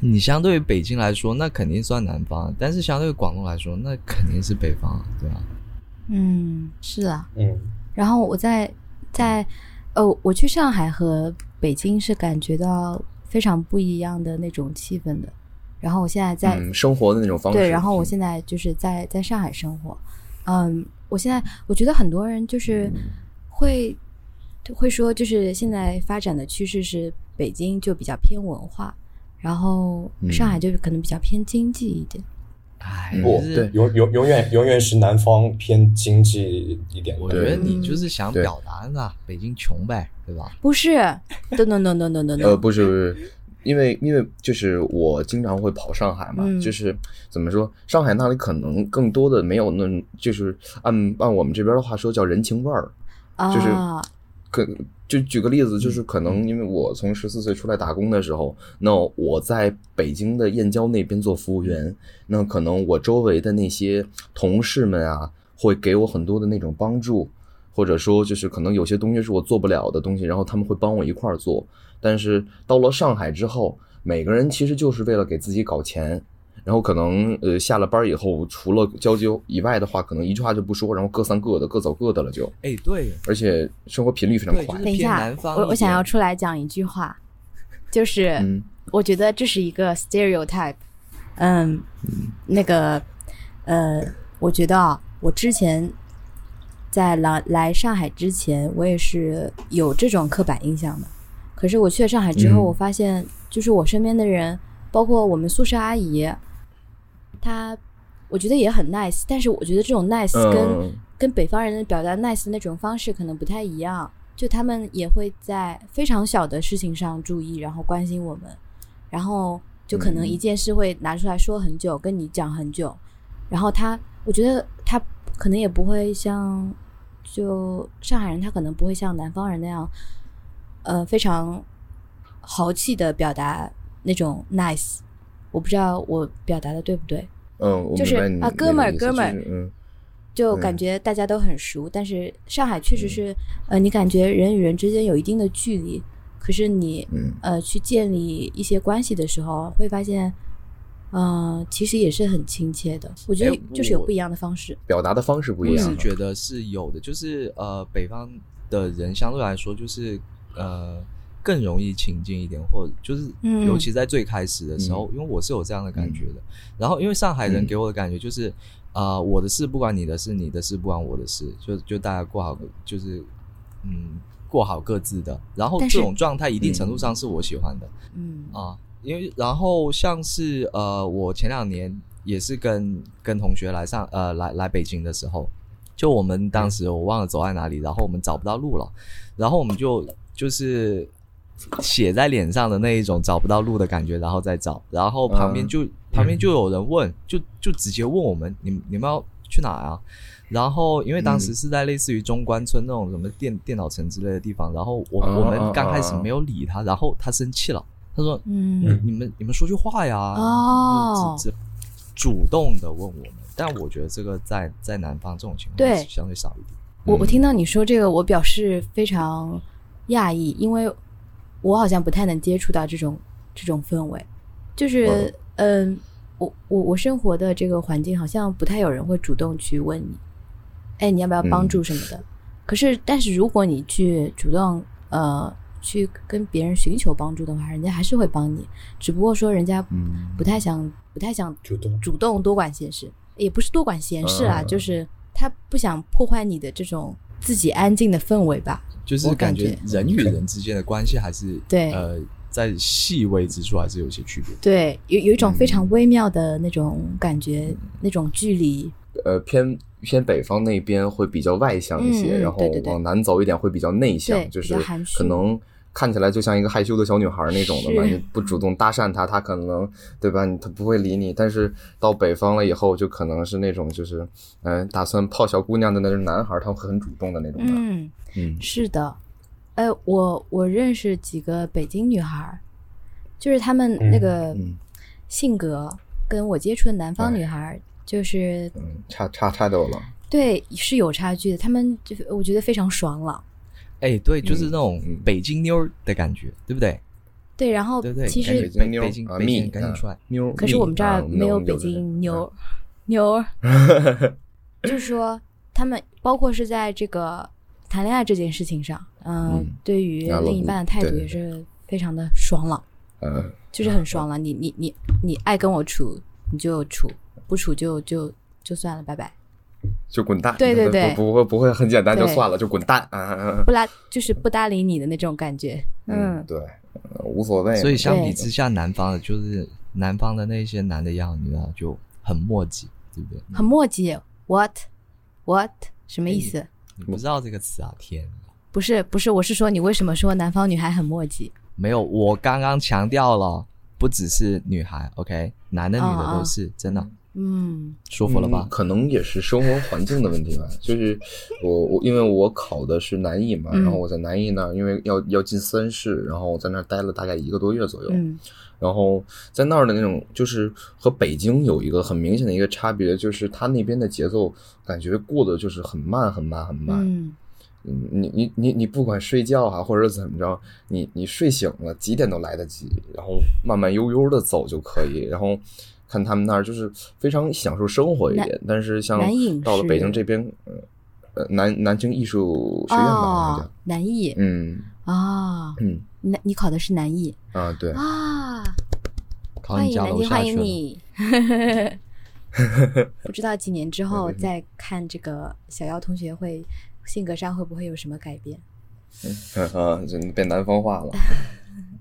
D: 你相对于北京来说，那肯定算南方，但是相对于广东来说，那肯定是北方啊，对吧、
B: 嗯，是啊。
C: 嗯，
B: 然后我在在哦，我去上海和北京是感觉到非常不一样的那种气氛的。然后我现在在、
F: 嗯，生活的那种方式。嗯
B: 对，然后我现在就是在在上海生活，嗯，我现在我觉得很多人就是会会说，就是现在发展的趋势是北京就比较偏文化，然后上海就可能比较偏经济一点。
D: 哎，
F: 嗯
D: 就
C: 不
D: 是，
C: 永永永远永远是南方偏经济一点
D: 我
C: 的。
D: 觉得
F: 对
D: 你就是想
F: 对
D: 表达的啊，北京穷呗，对吧？
B: 不是，no no no no no no，
F: 呃，不是不是，因为因为就是我经常会跑上海嘛，
B: 嗯
F: 就是怎么说，上海那里可能更多的没有那种，就是按按我们这边的话说叫人情味儿，呃就是
B: 啊，
F: 可就举个例子，就是
B: 嗯
F: 可能因为我从十四岁出来打工的时候，那我在北京的燕郊那边做服务员，那可能我周围的那些同事们啊，会给我很多的那种帮助，或者说就是可能有些东西是我做不了的东西，然后他们会帮我一块儿做。但是到了上海之后，每个人其实就是为了给自己搞钱，然后可能呃下了班以后，除了交接以外的话，可能一句话就不说，然后各散各的，各走各的了就。
D: 哎，对，
F: 而且生活频率非常
D: 对，就
F: 快
D: 是。
B: 等一
D: 偏
B: 下
D: 南方
B: 我
D: 一
B: 我想
D: 点啊
B: 要出来讲一句话，就是
F: 嗯
B: 我觉得这是一个 stereotype，嗯，那个呃，我觉得啊，我之前在来来上海之前，我也是有这种刻板印象的。可是我去了上海之后，
F: 嗯
B: 我发现就是我身边的人，包括我们宿舍阿姨，她我觉得也很 nice，但是我觉得这种 nice 跟、
F: 嗯，
B: 跟北方人的表达 nice 的那种方式可能不太一样，就他们也会在非常小的事情上注意，然后关心我们，然后就可能
F: 嗯
B: 一件事会拿出来说很久，跟你讲很久，然后他，我觉得他可能也不会像就上海人，他可能不会像南方人那样，呃，非常豪气的表达那种 nice，我不知道我表达的对不对。
F: 嗯，我
B: 就是
F: 明白你
B: 啊
F: 那
B: 哥们儿
F: 个意思
B: 哥们儿
F: 就是嗯，
B: 就感
F: 嗯
B: 觉大家都很熟，但是上海确实是，呃，你感觉人与人之间有一定的距离，可是你，
F: 嗯
B: 呃，去建立一些关系的时候，会发现，呃，其实也是很亲切的。我觉得
D: 哎
B: 就是有
D: 我
B: 不一样的方式。
F: 表达的方式不一
D: 我
F: 样
D: 是
F: 了。
D: 觉得是有的，就是呃，北方的人相对来说就是呃更容易亲近一点，或就是
B: 嗯
D: 尤其在最开始的时候，因为我是有这样的感觉的。然后因为上海人
F: 嗯
D: 给我的感觉就是啊、呃我的事不关你的事，你的事不关我的事，就就大家过好就是嗯过好各自的。然后
B: 但是
D: 这种状态一定程度上是我喜欢的。
B: 嗯
D: 啊，因为然后像是呃，我前两年也是跟跟同学来上呃来来北京的时候，就我们当时我忘了走在哪里，然后我们找不到路了，然后我们就就是写在脸上的那一种找不到路的感觉，然后再找，然后旁边
F: 嗯
D: 就、旁边就有人问，就就直接问我们你们你们要。去哪啊？然后因为当
F: 嗯
D: 时是在类似于中关村那种什么电电脑城之类的地方，然后我
F: 啊
D: 我们刚开始没有理他，然后他生气了，他说：“
B: 嗯
D: 你们你们说句话呀！”
B: 哦
D: 就是只主动的问我们，但我觉得这个在在南方这种情况
B: 对
D: 是相对少一点。
B: 我我听到你说这个，我表示非常讶异，因为我好像不太能接触到这种这种氛围，就是嗯、我我我生活的这个环境好像不太有人会主动去问你，哎，你要不要帮助什么的。可是，但是如果你去主动呃去跟别人寻求帮助的话，人家还是会帮你，只不过说人家
F: 嗯
B: 不太想、不太想
C: 主动
B: 主动多管闲事，也不是多管闲事啊，
F: 嗯
B: 就是他不想破坏你的这种自己安静的氛围吧。
D: 就是
B: 我
D: 感
B: 感
D: 觉
B: 觉
D: 人与人之间的关系还是
B: 对
D: 呃，在细微之处还是有些区别。
B: 对，有有
F: 嗯
B: 一种非常微妙的那种感觉，那种距离。
F: 呃偏偏北方那边会比较外向一些，
B: 嗯嗯
F: 然后
B: 对对对
F: 往南走一点会比较内向，
B: 对
F: 就是
B: 比较含蓄
F: 可能。看起来就像一个害羞的小女孩那种的嘛，
B: 是
F: 你不主动搭讪她，她可能对吧？你她不会理你。但是到北方了以后，就可能是那种就是，嗯、打算泡小姑娘的那种男孩，他会很主动的那种的。
B: 嗯，
F: 嗯
B: 是的。哎，我我认识几个北京女孩儿，就是她们那个
F: 嗯
B: 性格跟我接触的南方
F: 哎
B: 女孩儿，就是
F: 嗯，差差差多了。
B: 对是有差距的。她们就我觉得非常爽朗。
D: 哎，对，就是那种
F: 嗯嗯
D: 北京妞儿的感觉，对不对？
B: 对，然后
D: 对对
B: 其
D: 感
B: 实
D: 觉
F: 北京
D: 北
F: 妞
D: 北京
F: 啊
D: 北京
F: 蜜
D: 赶紧
F: 啊
D: 出来
F: 妞儿
B: 可是我们这儿
F: 蜜啊
B: 没有
F: 我们
B: 北
F: 这边
B: 京
F: 啊
B: 妞儿，妞儿，就是说他们包括是在这个谈恋爱这件事情上，嗯
F: 嗯，
B: 对于
F: 啊
B: 另一半的态
F: 对
B: 度
F: 对
B: 也
F: 对
B: 是非常的爽朗，
F: 嗯，
B: 就是很爽朗。你你你你爱跟我处你就处，不处就就就算了，拜拜。
F: 就滚蛋。
B: 对对对
F: 不不会不会很简单就
B: 对
F: 算了，就滚蛋啊啊！啊
B: 不拉就是不搭理你的那种感觉，嗯，
F: 对，呃无所谓嘛。
D: 所以相比
B: 对
D: 之下，南方的就是南方的那些男的样，你知道就很墨迹，对不对？
B: 很墨迹。What what 什么意
D: 哎
B: 思？
D: 你不知道这个词啊，天哪！
B: 不是不是，我是说你为什么说南方女孩很墨迹？
D: 没有，我刚刚强调了，不只是女孩，OK，男的女的
B: 哦
D: 都
B: 哦
D: 是，真的
B: 嗯
D: 舒服了吧
F: 嗯？可能也是生活环境的问题吧。就是我我因为我考的是南艺嘛，
B: 嗯
F: 然后我在南艺那儿，因为要要进三试，然后我在那儿待了大概一个多月左右。
B: 嗯
F: 然后在那儿的那种，就是和北京有一个很明显的一个差别，就是他那边的节奏感觉过得就是很慢很慢很慢。
B: 嗯，
F: 嗯，你你你你不管睡觉啊，或者怎么着，你你睡醒了几点都来得及，然后慢慢悠悠的走就可以。然后看他们那儿就是非常享受生活一点，但是像
B: 南影
F: 到了北京
B: 是
F: 这边，呃呃，南南京艺术学院吧，好像
B: 哦
F: 叫，
B: 南艺
F: 嗯
B: 啊，
F: 嗯
B: 南你考的是南艺
F: 啊，对，
B: 啊，
D: 靠
B: 欢
D: 你
B: 迎
D: 家
B: 南
D: 楼
B: 京，
D: 下
B: 欢
D: 去
B: 迎
D: 了。
B: 你。 不知道几年 之后再看这个小妖同学会性格上会不会有什么改变？
F: 啊，真的变南方话了，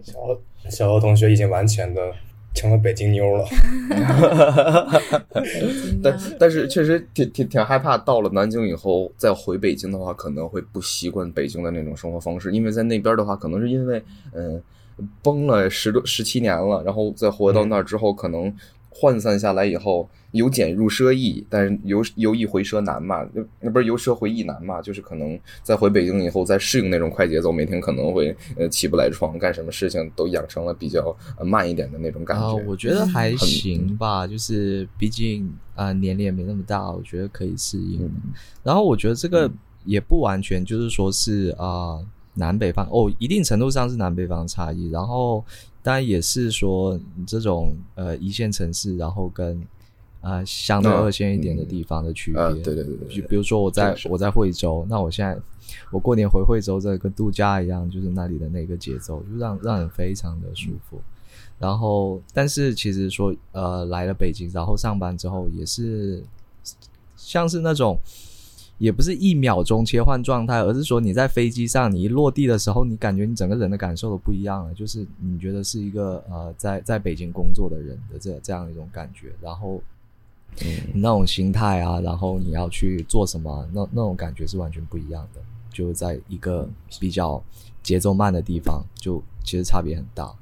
C: 小小欧同学已经完全的成了北京妞了。
B: 北京
F: 但
B: 呢？
F: 但是确实挺挺挺害怕，到了南京以后再回北京的话，可能会不习惯北京的那种生活方式，因为在那边的话，可能是因为嗯、崩了十多十七年了，然后再回
D: 嗯
F: 到那儿之后，可能涣散下来以后，由俭入奢易，但是由由易回奢难嘛，那那不是由奢回易难嘛，就是可能再回北京以后，再适应那种快节奏，每天可能会呃起不来床，干什么事情都养成了比较、呃慢一点的那种感
D: 啊、
F: 觉。嗯
D: 我觉得还
F: 很
D: 行吧，就是毕竟啊、呃年龄也没那么大，我觉得可以适应。
F: 嗯
D: 然后我觉得这个也不完全就是说是啊、呃南北方哦，一定程度上是南北方差异。然后当然也是说你这种呃一线城市，然后跟呃相对
F: 啊
D: 二线一点的
F: 嗯
D: 地方的区别。
F: 啊对对对对对
D: 就比如说我在
F: 这个是
D: 我在惠州，那我现在我过年回惠州，这跟度假一样，就是那里的那个节奏，就让让人非常的舒服。然后，但是其实说，呃，来了北京，然后上班之后也是，像是那种，也不是一秒钟切换状态，而是说你在飞机上，你一落地的时候，你感觉你整个人的感受都不一样了，就是你觉得是一个呃，在在北京工作的人的这这样一种感觉，然后
F: 嗯
D: 你那种心态啊，然后你要去做什么，那那种感觉是完全不一样的，就在一个比较节奏慢的地方，就其实差别很大。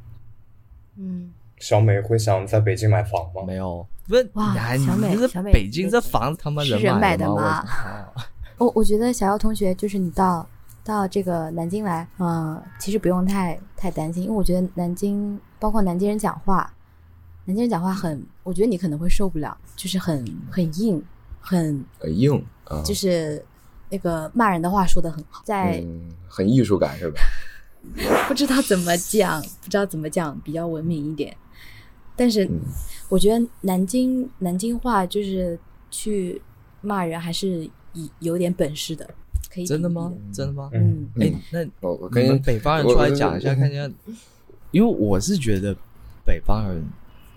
B: 嗯，
C: 小美会想在北京买房吗？
D: 没有，不是
B: 哇
D: 哎
B: 小美
D: 你这
B: 小美
D: 北京
B: 北
D: 这
B: 京
D: 房子他妈
B: 是
D: 人
B: 人买的
D: 的吗
B: 吗？
D: 我操
B: 我我觉得小姚同学，就是你到到这个南京来，嗯，其实不用太太担心，因为我觉得南京，包括南京人讲话，南京人讲话很，我觉得你可能会受不了，就是很很硬，很
F: 很硬啊，
B: 就是那个骂人的话说的很好，在
F: 嗯，很艺术感是吧？
B: 不知道怎么讲，不知道怎么讲比较文明一点，但是
F: 嗯
B: 我觉得南京南京话就是去骂人还是以有点本事的，可以
D: 真的
B: 比
D: 吗
B: 拟的？
D: 真的吗？
B: 嗯。
D: 哎，那
F: 哦我我
D: 你
F: 跟
D: 们北方人出来讲一下，看一下，因为我是觉得北方人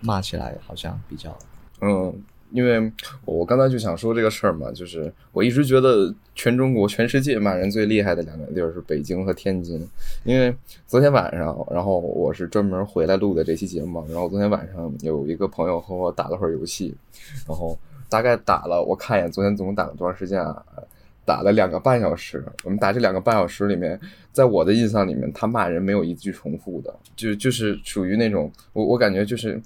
D: 骂起来好像比较
F: 嗯，因为我刚才就想说这个事儿嘛，就是我一直觉得全中国、全世界骂人最厉害的两个地儿是北京和天津。因为昨天晚上，然后我是专门回来录的这期节目，然后昨天晚上有一个朋友和我打了会儿游戏，然后大概打了，我看一眼昨天总共打了多长时间啊？打了两个半小时。我们打这两个半小时里面，在我的印象里面，他骂人没有一句重复的，就就是属于那种我我感觉就是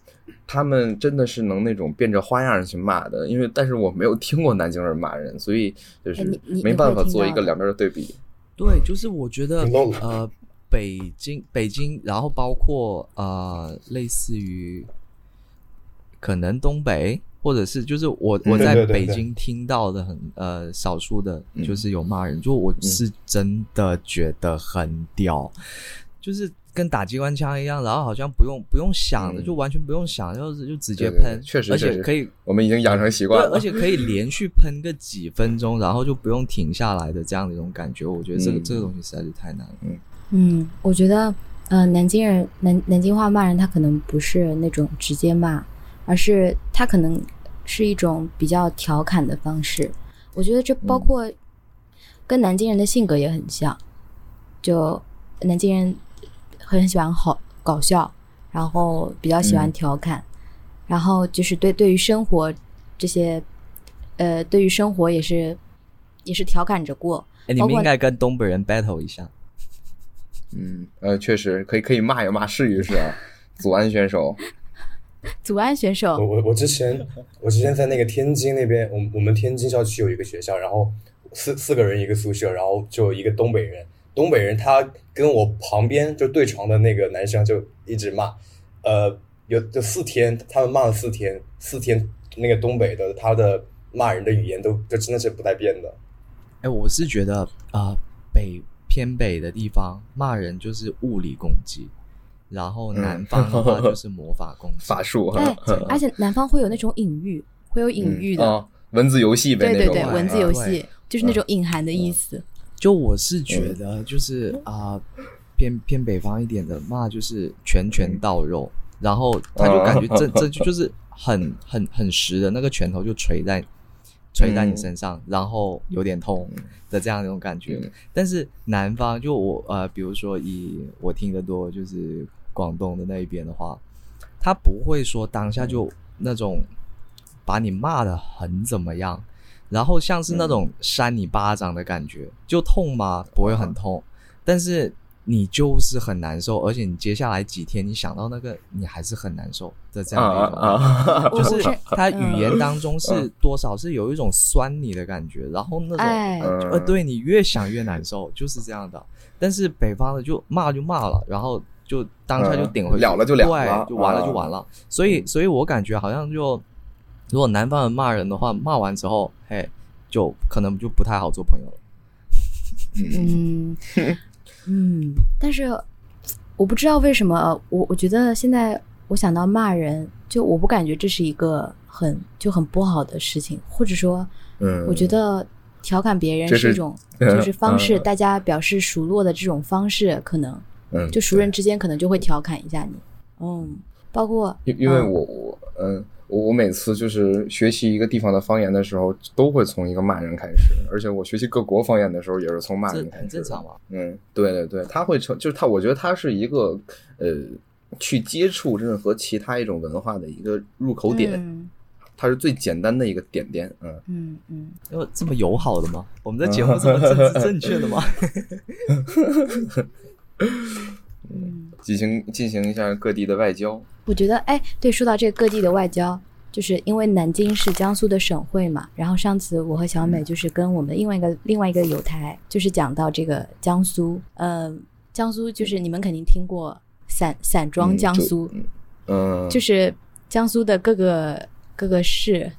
F: 他们真的是能那种变着花样儿去骂的，因为但是我没有听过南京人骂人，所以就
B: 哎
F: 是
B: 你你
F: 没
B: 你
F: 办
B: 会
F: 法
B: 听
F: 做一
B: 到
F: 个
B: 的
F: 两边儿的对比。
D: 对，就是我觉得
C: 挺逗的
D: 呃，北京北京，然后包括呃，类似于可能东北，或者是就是我我
C: 对
D: 在
C: 嗯对对
D: 北
C: 对
D: 京听到的很呃少数的，
F: 嗯
D: 就是有骂人，就我是真的觉得很屌，就是跟打机关枪一样，然后好像不用不用想的，
F: 嗯
D: 就完全不用想，就是就直接
F: 对对对
D: 喷，
F: 确实
D: 而
F: 确
D: 且
F: 实
D: 可以
F: 我们已经养成习惯
D: 对，
F: 了
D: 而。且可以连续喷个几分钟，然后就不用停下来的这样的一种感觉，我觉得这个、
F: 嗯
D: 这个东西实在是太难了。
B: 嗯，我觉得，呃，南京人南南京话骂人，他可能不是那种直接骂，而是他可能是一种比较调侃的方式。我觉得这包括跟南京人的性格也很像，就南京人很喜欢好搞笑，然后比较喜欢
F: 嗯
B: 调侃，然后就是对对于生活这些，呃，对于生活也是也是调侃着过。
D: 哎，你
B: 包
D: 们
B: 括
D: 应该跟东北人 battle 一下。
F: 嗯，呃，确实可以可以骂一骂，试一试 啊。祖安选手，
B: 祖安选手，
C: 我我我之前我之前在那个天津那边，我们我们天津校区有一个学校，然后四四个人一个宿舍，然后就有一个东北人，东北人他跟我旁边就对床的那个男生就一直骂，呃，有就四天，他们骂了四天，四天那个东北的他的骂人的语言都就真的是不带变的，
D: 哎，我是觉得啊、呃北偏北的地方骂人就是物理攻击，然后
F: 嗯
D: 南方的话就是魔法攻击。
F: 法术哈
B: 对，而且南方会有那种隐喻，会哎有隐喻的，
F: 嗯啊，文字游戏呗
B: 对
F: 那
B: 对
F: 种嗯
B: 对，
F: 啊，
B: 文字游戏
D: 对
B: 就是那种隐含的意思。
D: 就我是觉得，就是啊、偏偏北方一点的骂就是拳拳到肉，然后他就感觉这这就就是很很很实的那个拳头就捶在捶在你身上，然后有点痛的这样一种感觉。
F: 嗯
D: 但是南方就我呃，比如说以我听得多就是广东的那一边的话，他不会说当下就那种把你骂的很怎么样，然后像是那种扇你巴掌的感觉，就痛吗？不会很痛，但是你就是很难受，而且你接下来几天你想到那个，你还是很难受的这
F: 啊
D: 样的一种。
F: 啊啊！
B: 我
D: 就是
B: 我是
D: 他语言当中是多少是有一种酸你的感觉，然后那种
B: 哎，
F: 嗯
D: 呃，对你越想越难受，就是这样的。但是北方的就骂就骂了，然后就当下就顶回去，
F: 嗯了了就了了啊嗯
D: 对，就完了就完了。所以，所以我感觉好像就，如果南方人骂人的话，骂完之后，嘿，就可能就不太好做朋友了。
B: 嗯嗯，但是我不知道为什么，我我觉得现在我想到骂人，就我不感觉这是一个很就很不好的事情，或者说，
F: 嗯
B: 我觉得调侃别
F: 这
B: 人
F: 是
B: 是一种 就是方式，
F: 嗯
B: 大家表示熟络的这种方式，可能
F: 嗯，
B: 就熟人之间可能就会调侃一下你，嗯，包括
F: 因因为
B: 嗯
F: 我我嗯，我我每次就是学习一个地方的方言的时候，都会从一个骂人开始，而且我学习各国方言的时候也是从骂
D: 这
F: 人开始，
D: 很正常嘛。
F: 嗯，对对对，他会成，就是他，我觉得他是一个呃，去接触任何其他一种文化的一个入口点，
B: 嗯
F: 它是最简单的一个点点，嗯，
B: 嗯嗯，
D: 因为这么友好的吗？我们在节目 这么政治正确的吗？
B: 嗯
F: 进行进行一下各地的外交，
B: 我觉得，哎，对，说到这个各地的外交，就是因为南京是江苏的省会嘛。然后上次我和小美就是跟我们另外一个另外一个友台，就是讲到这个江苏，呃，江苏就是你们肯定听过散散装江苏，
F: 嗯，
B: 就是江苏的各个各个市，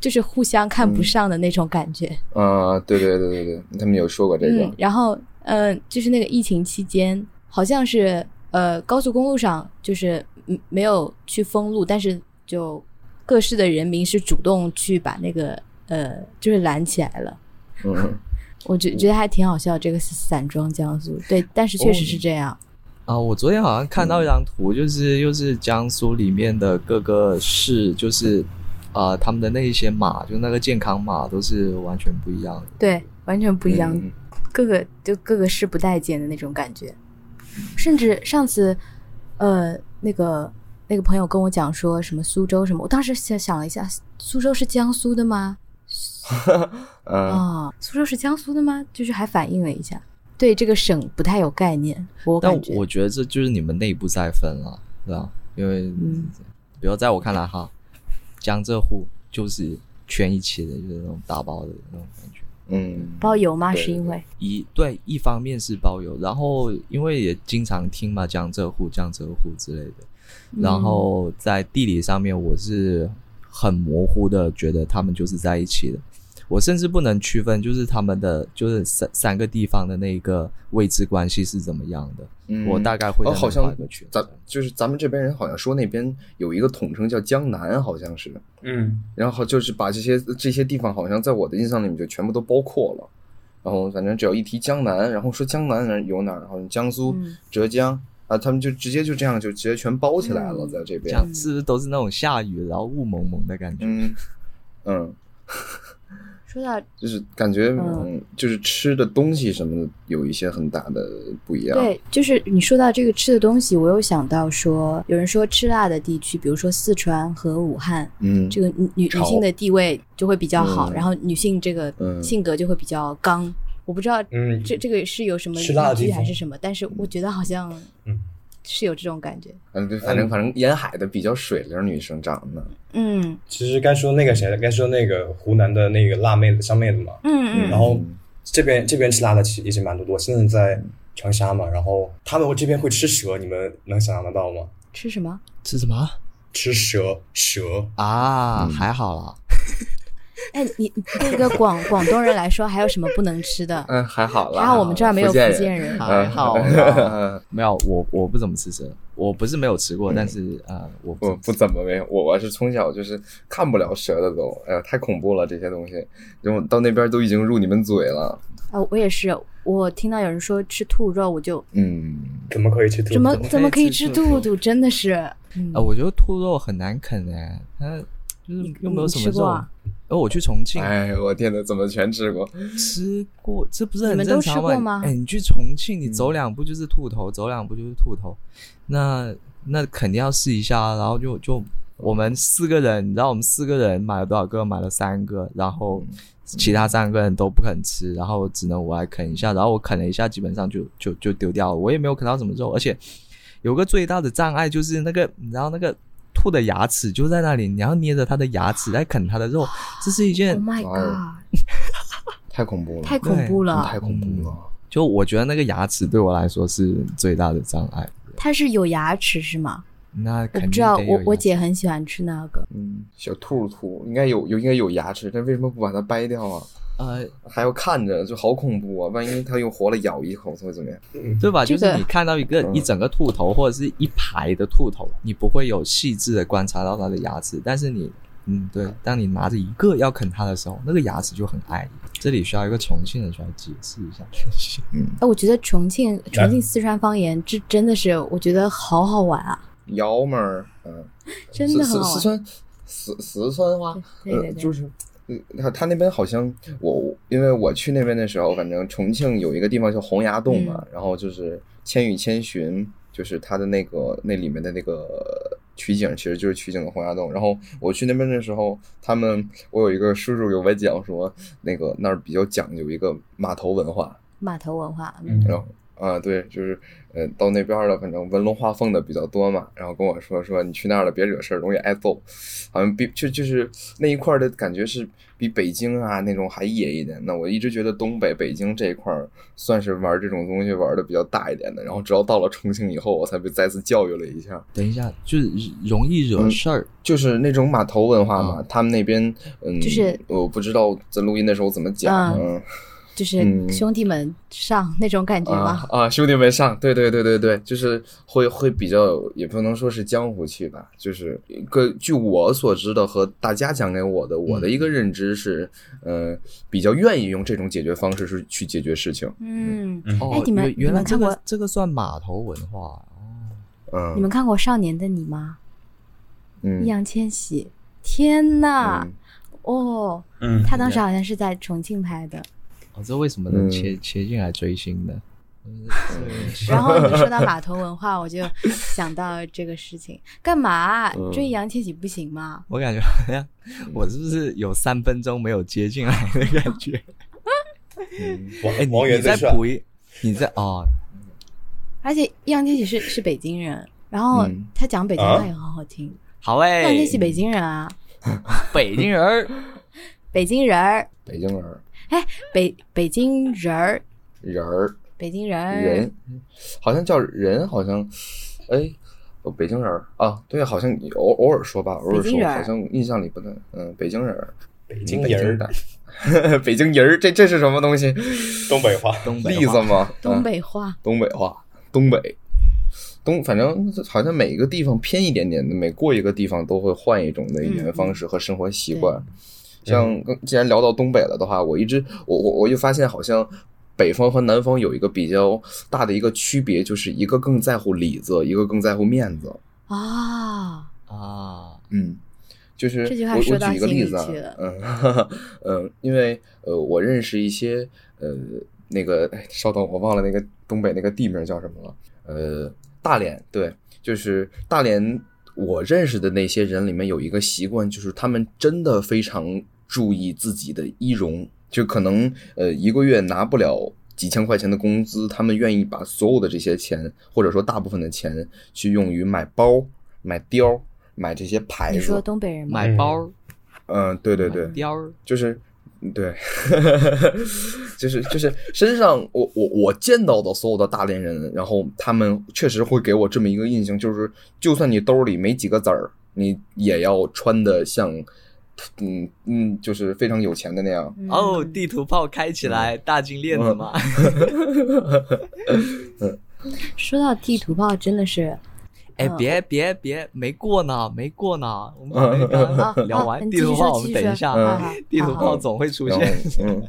B: 就是互相看不上的那种感觉。
F: 啊，对对对对对，他们有说过这个，
B: 嗯，然后呃，就是那个疫情期间，好像是呃高速公路上就是嗯没有去封路，但是就各市的人民是主动去把那个呃就是拦起来了。
F: 嗯，
B: 我觉觉得还挺好笑，这个是散装江苏，对，但是确实
F: 哦
B: 是这样。
D: 啊，我昨天好像看到一张图，就是又是江苏里面的各个市，就是啊、他们的那一些码，就那个健康码都是完全不一样的。
B: 对，完全不一样，
F: 嗯
B: 各个就各个是不待见的那种感觉。甚至上次，呃，那个那个朋友跟我讲说什么苏州什么，我当时想想了一下，苏州是江苏的吗？啊、
F: 嗯，
B: 苏州是江苏的吗？就是还反映了一下，对这个省不太有概念，我
D: 但
B: 感觉
D: 我觉得这就是你们内部在分了，对吧？因为，
B: 嗯
D: 比如在我看来哈，江浙沪就是圈一起的，就是那种打包的那种感觉。
F: 嗯，
B: 包邮吗？
F: 对
B: 是因为
D: 一对，一方面是包邮，然后因为也经常听嘛，江浙沪、江浙沪之类的。然后在地理上面，我是很模糊的，觉得他们就是在一起的。我甚至不能区分，就是他们的就是三三个地方的那个位置关系是怎么样的。
F: 嗯
D: 我大概会在
F: 哦，
D: 那
F: 好像
D: 画一个圈
F: 咱就是咱们这边人好像说那边有一个统称叫江南，好像是，
C: 嗯，
F: 然后就是把这些这些地方好像在我的印象里面就全部都包括了。然后反正只要一提江南，然后说江南人有哪儿，然后江苏、
B: 嗯
F: 浙江啊，他们就直接就这样就直接全包起来了，
B: 嗯
F: 在这边
D: 这。样是不是都是那种下雨然后雾蒙蒙的感觉？
F: 嗯嗯，
B: 说到
F: 就是感觉
B: 嗯
F: 嗯，就是吃的东西什么的有一些很大的不一样。
B: 对，就是你说到这个吃的东西，我有想到说，有人说吃辣的地区，比如说四川和武汉，
F: 嗯，
B: 这个女女女
F: 潮
B: 性的地位就会比较好，
F: 嗯
B: 然后女性这个
F: 嗯
B: 性格就会比较刚。我不知道，
C: 嗯
B: 这这个是有什么
C: 吃辣的
B: 依据
C: 地方
B: 还是什么，但是我觉得好像，
C: 嗯，
B: 是有这种感觉。
F: 嗯，对，反正
C: 嗯
F: 反正沿海的比较水灵女生长的，
B: 嗯
C: 其实该说那个谁的，该说那个湖南的那个辣妹子、湘妹子嘛。
B: 嗯
C: 然后这边这边吃辣的其实也是蛮多的，我现在在长沙嘛，然后他们这边会吃蛇，你们能想象得到吗？
B: 吃什么？
D: 吃什么
C: 吃蛇蛇，
D: 啊？
F: 嗯
D: 还好啦，
B: 哎，你你对一个广广东人来说，还有什么不能吃的？
F: 嗯，还好啦。
B: 还好我们这儿没有
F: 福
B: 福
F: 建
B: 建人
F: 嗯
D: 还好啦没有我我不怎么吃蛇，我不是没有吃
B: 嗯
D: 过，但是呃我不
F: 我不怎么没有，我我是从小就是看不了蛇的都，哎呀，太恐怖了这些东西，然后到那边都已经入你们嘴了，
B: 啊，我也是，我听到有人说吃兔肉，我就
F: 嗯，
C: 哎怎么可以吃兔
B: 怎么
C: 子？
B: 怎么可以吃
D: 怎么可以吃兔
B: 兔兔？真的是，嗯
D: 啊，我觉得兔肉很难啃哎，它就是又没有什么
B: 你吃
D: 肉
B: 过啊。
D: 而我去重庆啊
F: 哎呦，我天呐，怎么全吃过？
D: 吃过，这不是
B: 你
D: 很
B: 们
D: 正
B: 都吃
D: 常
B: 过吗
D: 哎，你去重庆，你走两步就是兔头，走两步就是兔头，那那肯定要试一下。啊然后就就我们四个人，你知道我们四个人买了多少个？买了三个，然后其他三个人都不肯吃，然后只能我来啃一下。然后我啃了一下，基本上就就就丢掉了，我也没有啃到什么肉，而且有个最大的障碍就是那个，你知道那个。兔的牙齿就在那里，你要捏着它的牙齿来啃它的肉，这是一件
B: ，Oh my
F: 哇哦
B: god，
F: 太恐怖了，
B: 太恐怖
F: 真的
B: 了
F: 太！恐怖了。
D: 就我觉得那个牙齿对我来说是最大的障碍。
B: 它是有牙齿是吗？
D: 那
B: 我
D: 嗯肯
B: 不
D: 定
B: 知道，
D: 得有
B: 我我
D: 牙齿
B: 姐很喜欢吃那个，
F: 嗯，小兔兔应该有有应该有牙齿，但为什么不把它掰掉啊？
D: 呃，
F: 还要看着，就好恐怖啊！万一它又活了咬一口，它会怎么样？
D: 对吧？
B: 这
D: 就
B: 个
D: 是你看到一个
F: 嗯
D: 一整个兔头或者是一排的兔头，你不会有细致的观察到它的牙齿，但是你，嗯，对，当你拿着一个要啃它的时候，那个牙齿就很碍眼。这里需要一个重庆人出来解释一下。
B: 哎，我觉得重庆重庆四川方言这真的是，我觉得好好玩啊，
F: 幺妹儿，嗯，
B: 真的
F: 四四
B: 很好
F: 四川
B: 玩。
F: 四四川话，
B: 对对对
F: 呃，
B: 对
F: 就是。呃他他那边好像我，因为我去那边的时候，反正重庆有一个地方叫洪崖洞嘛，
B: 嗯
F: 然后就是《千与千寻》，就是它的那个那里面的那个取景，其实就是取景的洪崖洞。然后我去那边的时候，他们我有一个叔叔给我讲说，那个那儿比较讲究一个码头文化，
B: 码头文化，嗯
C: 嗯
F: 然后啊，对，就是呃到那边了，反正文龙画凤的比较多嘛，然后跟我说说你去那儿了别惹事儿，容易挨揍，好像比就就是那一块儿的感觉是比北京啊那种还野一点。那我一直觉得东北北京这一块儿算是玩这种东西玩的比较大一点的，然后直到到了重庆以后，我才被再次教育了一下。
D: 等一下，就是容易惹事儿、
F: 就是那种码头文化嘛，他们那边，嗯，
B: 就是
F: 我不知道在录音的时候怎么讲，
B: 嗯
F: 嗯
B: 就是
F: 嗯
B: 兄弟
D: 呃
B: 们上那 种感觉
F: 啊
B: 吗？
F: 啊，兄弟们上，对对对对对，就是会会比较，也不能说是江湖气吧，就是个据我所知的和大家讲给我的，我的一
B: 嗯
F: 个认知是，呃，比较愿意用这种解决方式是去解决事情，
B: 嗯，
D: 哦
B: 哎，你们
D: 原原来
B: 你们
D: 这
B: 看过
D: 个这个算码头文化哦，
F: 嗯，
B: 你们看过《少年的你》吗？
F: 嗯
B: 易烊千玺，天呐，
F: 嗯
B: 哦，
C: 嗯，
B: 他当时好像是在重庆拍 的。
D: 哦，这为什么能
F: 嗯
D: 切、切进来追星呢？
B: 然后你说到码头文化，我就想到这个事情，干嘛
F: 嗯
B: 追易烊千玺不行吗？
D: 我感觉好像我是不是有三分钟没有接进来的感觉？
C: 王
D: 哎，你
C: 王源
D: 你再
C: 最帅，
D: 补一，你再哦，
B: 而且易烊千玺是是北京人，然后
F: 嗯
B: 他讲北京
C: 啊
B: 话也很好听。
D: 好
B: 易
D: 哎、
B: 烊千玺北京人啊，
D: 北京人儿，
B: 北京人儿，
F: 北京人儿
B: 北北京人儿，
F: 人儿
B: 北京人儿，
F: 人，好像叫人，好像，哎。哦北京人儿啊，对，好像偶偶尔说吧，偶尔
B: 北京
F: 说，
B: 人儿
F: 好像印象里不太，嗯，北京人儿，
C: 北
F: 北
C: 京人儿，
F: 的，北京人儿， 这这是什么东西？
C: 东北话，
D: 东北
F: 栗
D: 话
F: 子吗？
B: 东
F: 啊、
B: 北话。
F: 东北话，东北，东，反正好像每一个地方偏一点点的，每过一个地方都会换一种的语言方式和生活习惯。像刚既然聊到东北了的话，我一直我我我就发现好像。北方和南方有一个比较大的一个区别，就是一个更在乎里子，一个更在乎面子。
B: 啊，
D: 啊，
F: 嗯，就是
B: 这句话
F: 我
B: 说
F: 我
B: 到
F: 举一个
B: 心
F: 例
B: 里
F: 子啊
B: 去 了，
F: 嗯嗯，因为呃，我认识一些呃那个，哎稍等，我忘了那个东北那个地名叫什么了，呃，大连，对，就是大连。我认识的那些人里面有一个习惯，就是他们真的非常注意自己的仪容，就可能呃一个月拿不了几千块钱的工资，他们愿意把所有的这些钱，或者说大部分的钱，去用于买包、买貂、买这些牌
B: 你说
F: 子。
B: 东北人吗？
D: 买包儿，
F: 嗯，对对对
D: 买，貂儿，
F: 就是，嗯对，就是就是身上我我我见到的所有的大连人，然后他们确实会给我这么一个印象，就是就算你兜里没几个子儿，你也要穿的像，嗯嗯，就是非常有钱的那样。
B: 嗯
D: 哦，地图炮开起来，大金链子嘛。
B: 说到地图炮，真的是
D: 哎，
B: 嗯
D: 别别别，没过呢，没过呢，我们还没
B: 啊
D: 刚聊
B: 啊
D: 完
B: 你
D: 地
B: 继
D: 图
B: 续
D: 炮，
B: 说
D: 我们
B: 继续
D: 等一
B: 说
D: 下
B: 好好好，
D: 地图
B: 好
D: 炮总会出
F: 然后
D: 现。
F: 嗯。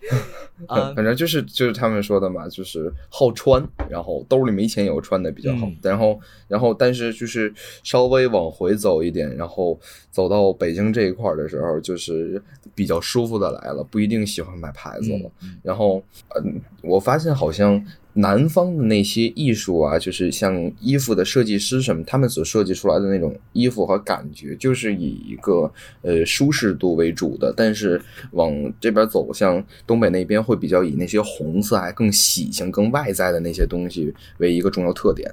D: 啊
F: 反反正就是就是他们说的嘛，就是好穿，然后兜里没钱也有穿的比较好。
D: 嗯
F: 然后然后但是就是稍微往回走一点，然后走到北京这一块儿的时候，就是比较舒服的来了，不一定喜欢买牌 子了。然后，嗯，我发现好像南方的那些艺术啊，就是像衣服的设计师什么，他们所设计出来的那种衣服和感觉，就是以一个呃舒适度为主的。但是往这边走，像东北那边会比较以那些红色啊、更喜庆、更外在的那些东西为一个重要特点。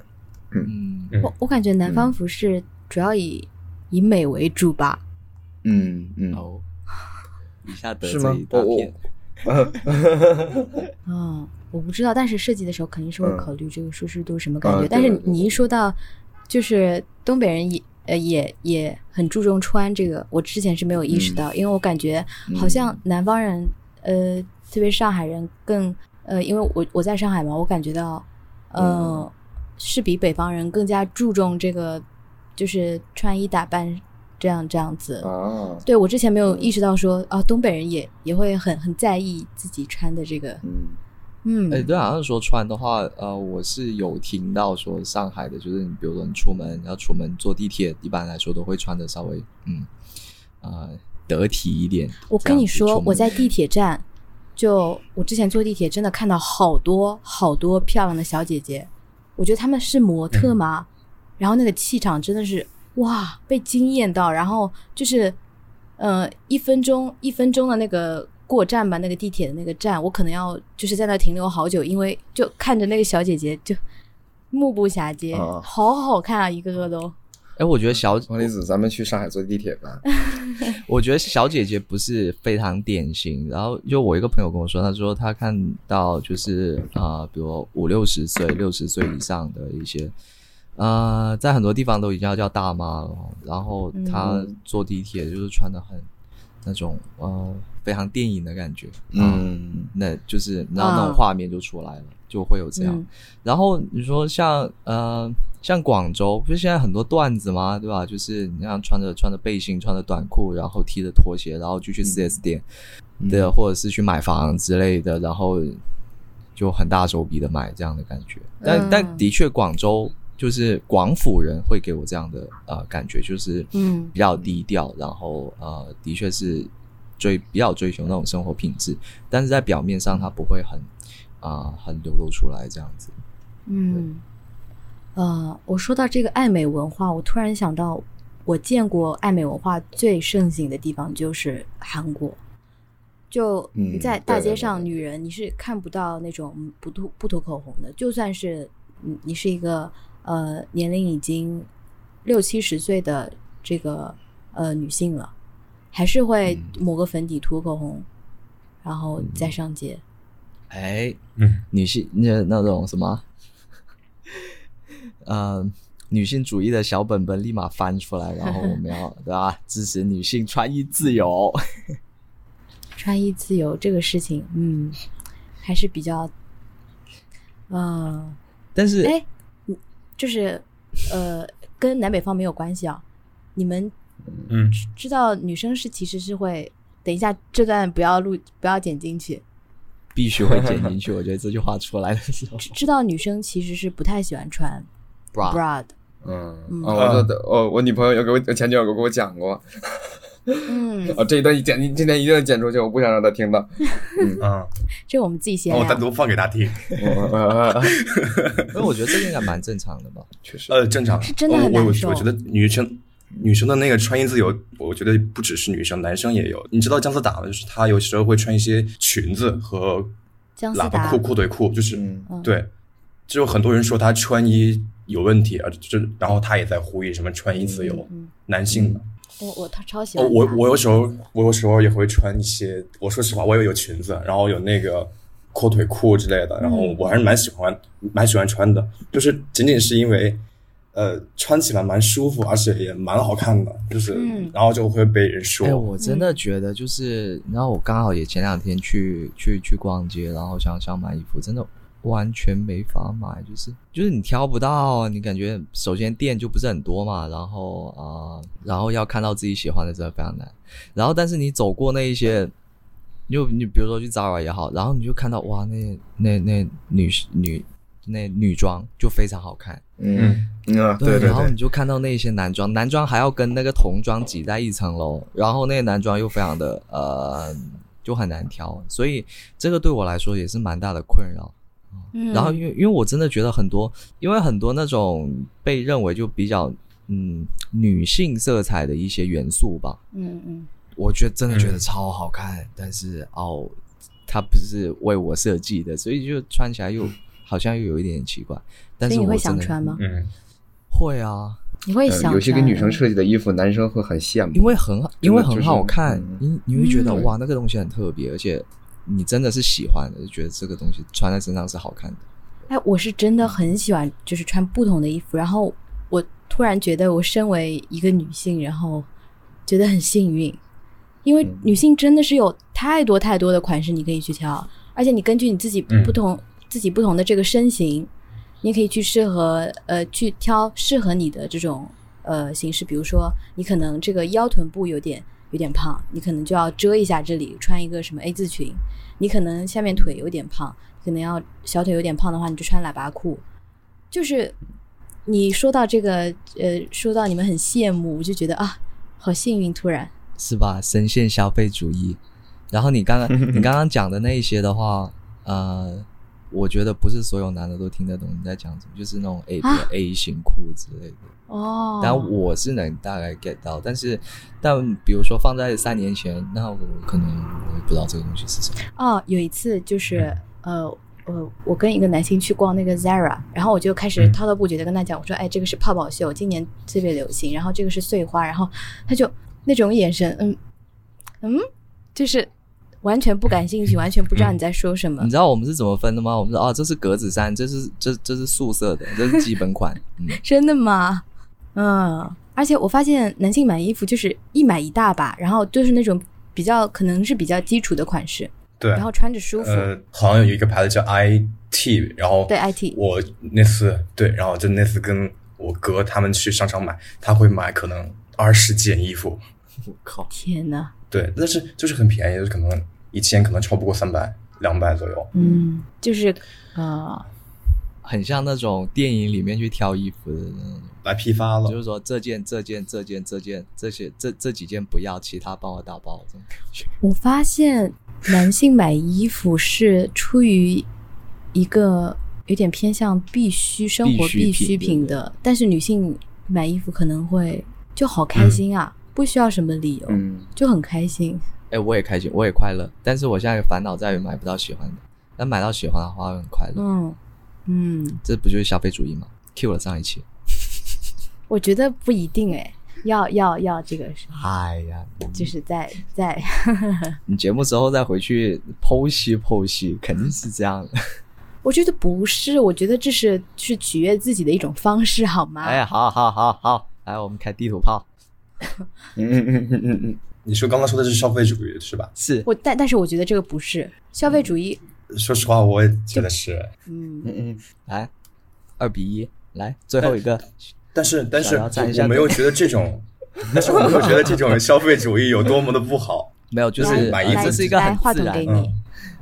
D: 嗯，
C: 嗯
B: 我我感觉南方服饰主要以以美为主吧。
F: 嗯嗯，
D: 哦，一下得
F: 是
D: 罪
F: 吗
D: 一大
F: 我我
D: 片。
B: 嗯，我不知道，但是设计的时候肯定是会
F: 嗯
B: 考虑这个舒适度什么感觉。
F: 啊对
B: 但是
F: 对对
B: 你一说到，就是东北人也呃也也很注重穿这个，我之前是没有意识到，
F: 嗯
B: 因为我感觉好像南方人，呃，特别上海人更呃，因为我我在上海嘛，我感觉到，呃，
F: 嗯
B: 是比北方人更加注重这个，就是穿衣打扮这样这样子。
F: 啊，
B: 对我之前没有意识到说啊，东北人也也会很很在意自己穿的这个，
F: 嗯
B: 嗯，
D: 哎，对，好像说穿的话，呃，我是有听到说上海的，就是你比如说你出门要出门坐地铁，一般来说都会穿的稍微嗯呃得体一点。
B: 我
D: 这
B: 跟
D: 样
B: 你
D: 子出
B: 说，
D: 门
B: 我在地铁站，就我之前坐地铁真的看到好多好多漂亮的小姐姐，我觉得她们是模特
D: 嗯
B: 吗？然后那个气场真的是哇，被惊艳到，然后就是，呃，一分钟一分钟的那个过站吧，那个地铁的那个站，我可能要就是在那停留好久，因为就看着那个小姐姐就目不暇接，
F: 啊
D: 哦
B: 好好看啊，一个个都。
D: 哎，我觉得小，
F: 王离子，咱们去上海坐地铁 吧。
D: 我觉得小姐姐不是非常典型。然后就我一个朋友跟我说，他说他看到就是啊、呃比如五六十岁、六十岁以上的一些，呃，在很多地方都已经要叫大妈了。然后她坐地铁就是穿的很那种呃非常电影的感觉，啊
F: 嗯，
D: 那就是然后那种画面就出来了，就会有这样。
B: 嗯
D: 然后你说像呃像广州，不是现在很多段子吗？对吧？就是你像穿着穿着背心、穿着短裤，然后踢着拖鞋，然后就去
B: 嗯
D: 4S 店，对，或者是去买房之类的，然后就很大手笔的买这样的感觉。但、
B: 嗯
D: 但的确，广州就是广府人会给我这样的呃感觉，就是
B: 嗯
D: 比较低调，然后呃的确是追比较追求那种生活品质，但是在表面上他不会很啊、很流露出来这样子。
B: 嗯，呃，我说到这个爱美文化，我突然想到，我见过爱美文化最盛行的地方就是韩国。就
F: 嗯
B: 你在
F: 对
B: 大
F: 对
B: 街
F: 对
B: 上，女人你是看不到那种嗯不涂不涂口红的，就算是你你是一个呃年龄已经六七十岁的这个呃女性了，还是会
F: 嗯
B: 抹个粉底涂个口红，然后再上街。
D: 哎，
C: 嗯，
D: 女性那那种什么， 呃，女性主义的小本本立马翻出来，然后我们要对吧？支持女性穿衣自由。
B: 穿衣自由这个事情，嗯，还是比较，嗯、
D: 但是，
B: 哎，你就是呃，跟南北方没有关系啊。你们
C: 嗯，
B: 知道女生是其实是会，等一下这段不要录，不要剪进 去。
D: 必须会剪进去。我觉得这句话出来的时候
B: 知知道女生其实是不太喜欢穿
D: ，bra，
B: bra 的，
F: 啊嗯
B: 嗯，
F: 哦，我的，哦，我女朋友有给我前女友有给我讲过，
B: 嗯，
F: 哦，这一段一剪，今天一定要剪出去，我不想让她听到。
C: 嗯，
B: 这我们自己闲
F: 哦
C: 那我
B: 聊
C: 单。独放给他听。
F: 我
D: 因为我觉得这个应该蛮正常的吧。
F: 确实，
C: 呃，正常
B: 是真的很
C: 我我
B: 难受
C: 我觉得女生女生的那个穿衣自由，我觉得不只是女生，男生也有。你知道姜思达吗？就是他有时候会穿一些裙子和
B: 姜思
C: 喇叭
B: 达
C: 裤、，裤腿裤，就是、
F: 嗯
C: 对，就有很多人说他穿衣有问题，而这然后他也在呼吁什么穿衣自由，
B: 嗯
C: 男性的。
B: 我我他超喜
C: 哦，
B: 欢
C: 我
B: 他
C: 我有时候我有时候也会穿一些，我说实话，我也有裙子，然后有那个阔腿裤之类的，然后
B: 嗯
C: 我还是蛮喜欢蛮喜欢穿的，就是仅仅是因为呃穿起来蛮舒服，而且也蛮好看的，就是、
B: 嗯
C: 然后就会被人说
D: 哎、，我真的觉得就是，然后我刚好也前两天去去去逛街，然后想想买衣服，真的完全没法买，就是就是你挑不到，你感觉首先店就不是很多嘛，然后啊、呃然后要看到自己喜欢的真的非常难，然后但是你走过那一些。你就你比如说去 Zara 也好，然后你就看到哇，那那那女女那女装就非常好看，
F: 嗯嗯啊，对对
D: 然后你
F: 对，
D: 就看到那些男装，男装还要跟那个童装挤在一层楼，然后那个男装又非常的呃，就很难挑，所以这个对我来说也是蛮大的困扰。
B: 嗯
D: 然后因为因为我真的觉得很多，因为很多那种被认为就比较嗯女性色彩的一些元素吧，
B: 嗯嗯
D: 我觉得真的觉得
C: 嗯
D: 超好看，但是哦，它不是为我设计的，所以就穿起来 又好像又有一点奇怪。但
B: 所
D: 是
B: 以你
D: 我
B: 会想
D: 真的
B: 穿吗？
C: 嗯，
D: 会啊。
B: 你会
F: 嗯
B: 想
F: 有些给
B: 穿
F: 女生设计的衣服，男生会很羡慕，
D: 因为很好，因为很好看，
F: 就是
D: 你你会觉得、
F: 嗯
D: 哇，那个东西很特别，而且你真的是喜欢的，就觉得这个东西穿在身上是好看的。
B: 哎，我是真的很喜欢，就是穿不同的衣服。然后我突然觉得，我身为一个女性，然后觉得很幸运，因为女性真的是有太多太多的款式你可以去挑，而且你根据你自己
C: 嗯
B: 不同、自己不同的这个身形，你可以去适合呃去挑适合你的这种呃形式。比如说，你可能这个腰臀部有点有点胖，你可能就要遮一下这里，穿一个什么 A 字裙。你可能下面腿有点胖，可能要小腿有点胖的话，你就穿喇叭裤。就是你说到这个，呃，说到你们很羡慕，我就觉得啊，好幸运，突然，
D: 是吧？深陷 消费主义。然后你刚刚你刚刚讲的那一些的话，呃，我觉得不是所有男的都听得懂你在讲什么，就是那种 A
F: 啊
D: 比如 A 型裤之类的。
B: 哦
D: 但我是能大概 get 到，但是但比如说放在三年前，那我可能我也不知道这个东西是什么。
B: 哦，有一次就是呃呃，我跟一个男性去逛那个 Zara，然后我就开始滔滔不绝的跟他讲，我说哎，这个是泡泡袖，今年特别流行，然后这个是碎花，然后他就那种眼神，嗯嗯，就是完全不感兴趣，完全不知道你在说什么
D: 你。知道我们是怎么分的吗？我们说哦，这是格子衫，这是这这是素色 的，这是基本款。嗯，
B: 真的吗？嗯，而且我发现男性买衣服就是一买一大把，然后就是那种比较可能是比较基础的款式，
C: 对
B: 然后穿着舒服。
C: 呃，好像有一个牌子叫 IT，然后
B: 对 IT
C: 我那次对，然后就那次跟我哥他们去商场买，他会买可能二十件衣服，
D: 我靠，
B: 天呐，
C: 对，但是就是很便宜，就是可能一件可能超不过三百、两百左右。
B: 嗯，就是呃，
D: 很像那种电影里面去挑衣服的那种。
C: 来批发了
D: 就是说这件、这件、这件、这件、这些、这这几件不要，其他帮我打包。这种感觉
B: 我发现男性买衣服是出于一个有点偏向必须生活必
D: 必需品
B: 需品
D: 对
B: 的，但是女性买衣服可能会就好开心啊，不需要什么理由，
F: 嗯，
B: 就很开心。
D: 哎，我也开心，我也快乐，但是我现在烦恼在于买不到喜欢的。但买到喜欢的话会很快乐，
B: 嗯嗯。
D: 这不就是消费主义吗？Q 了上一期。
B: 我觉得不一定哎，要要要，这个是
D: 哎呀，
B: 就是在在，
D: 你节目之后再回去剖析剖析，肯定是这样的。
B: 我觉得不是，我觉得这是是取悦自己的一种方式，好吗？
D: 哎呀，好好好好，来我们开地图炮。
F: 嗯嗯嗯嗯嗯嗯，
C: 你说刚刚说的是消费主义是吧？
D: 是，
B: 我但但是我觉得这个不是消费主义，
C: 说实话，我也觉得是，
B: 嗯，
D: 来二比一，来最后一个。
C: 但是但是
D: 想要占一
C: 我
D: 下
C: 我没有觉得这种，但是我没有觉得这种消费主义有多么的不好。
D: 没有，就
B: 来
D: 是
C: 买
D: 呃
C: 衣服
D: 这是一个
B: 来话
D: 很自
B: 筒给
D: 然，
B: 你，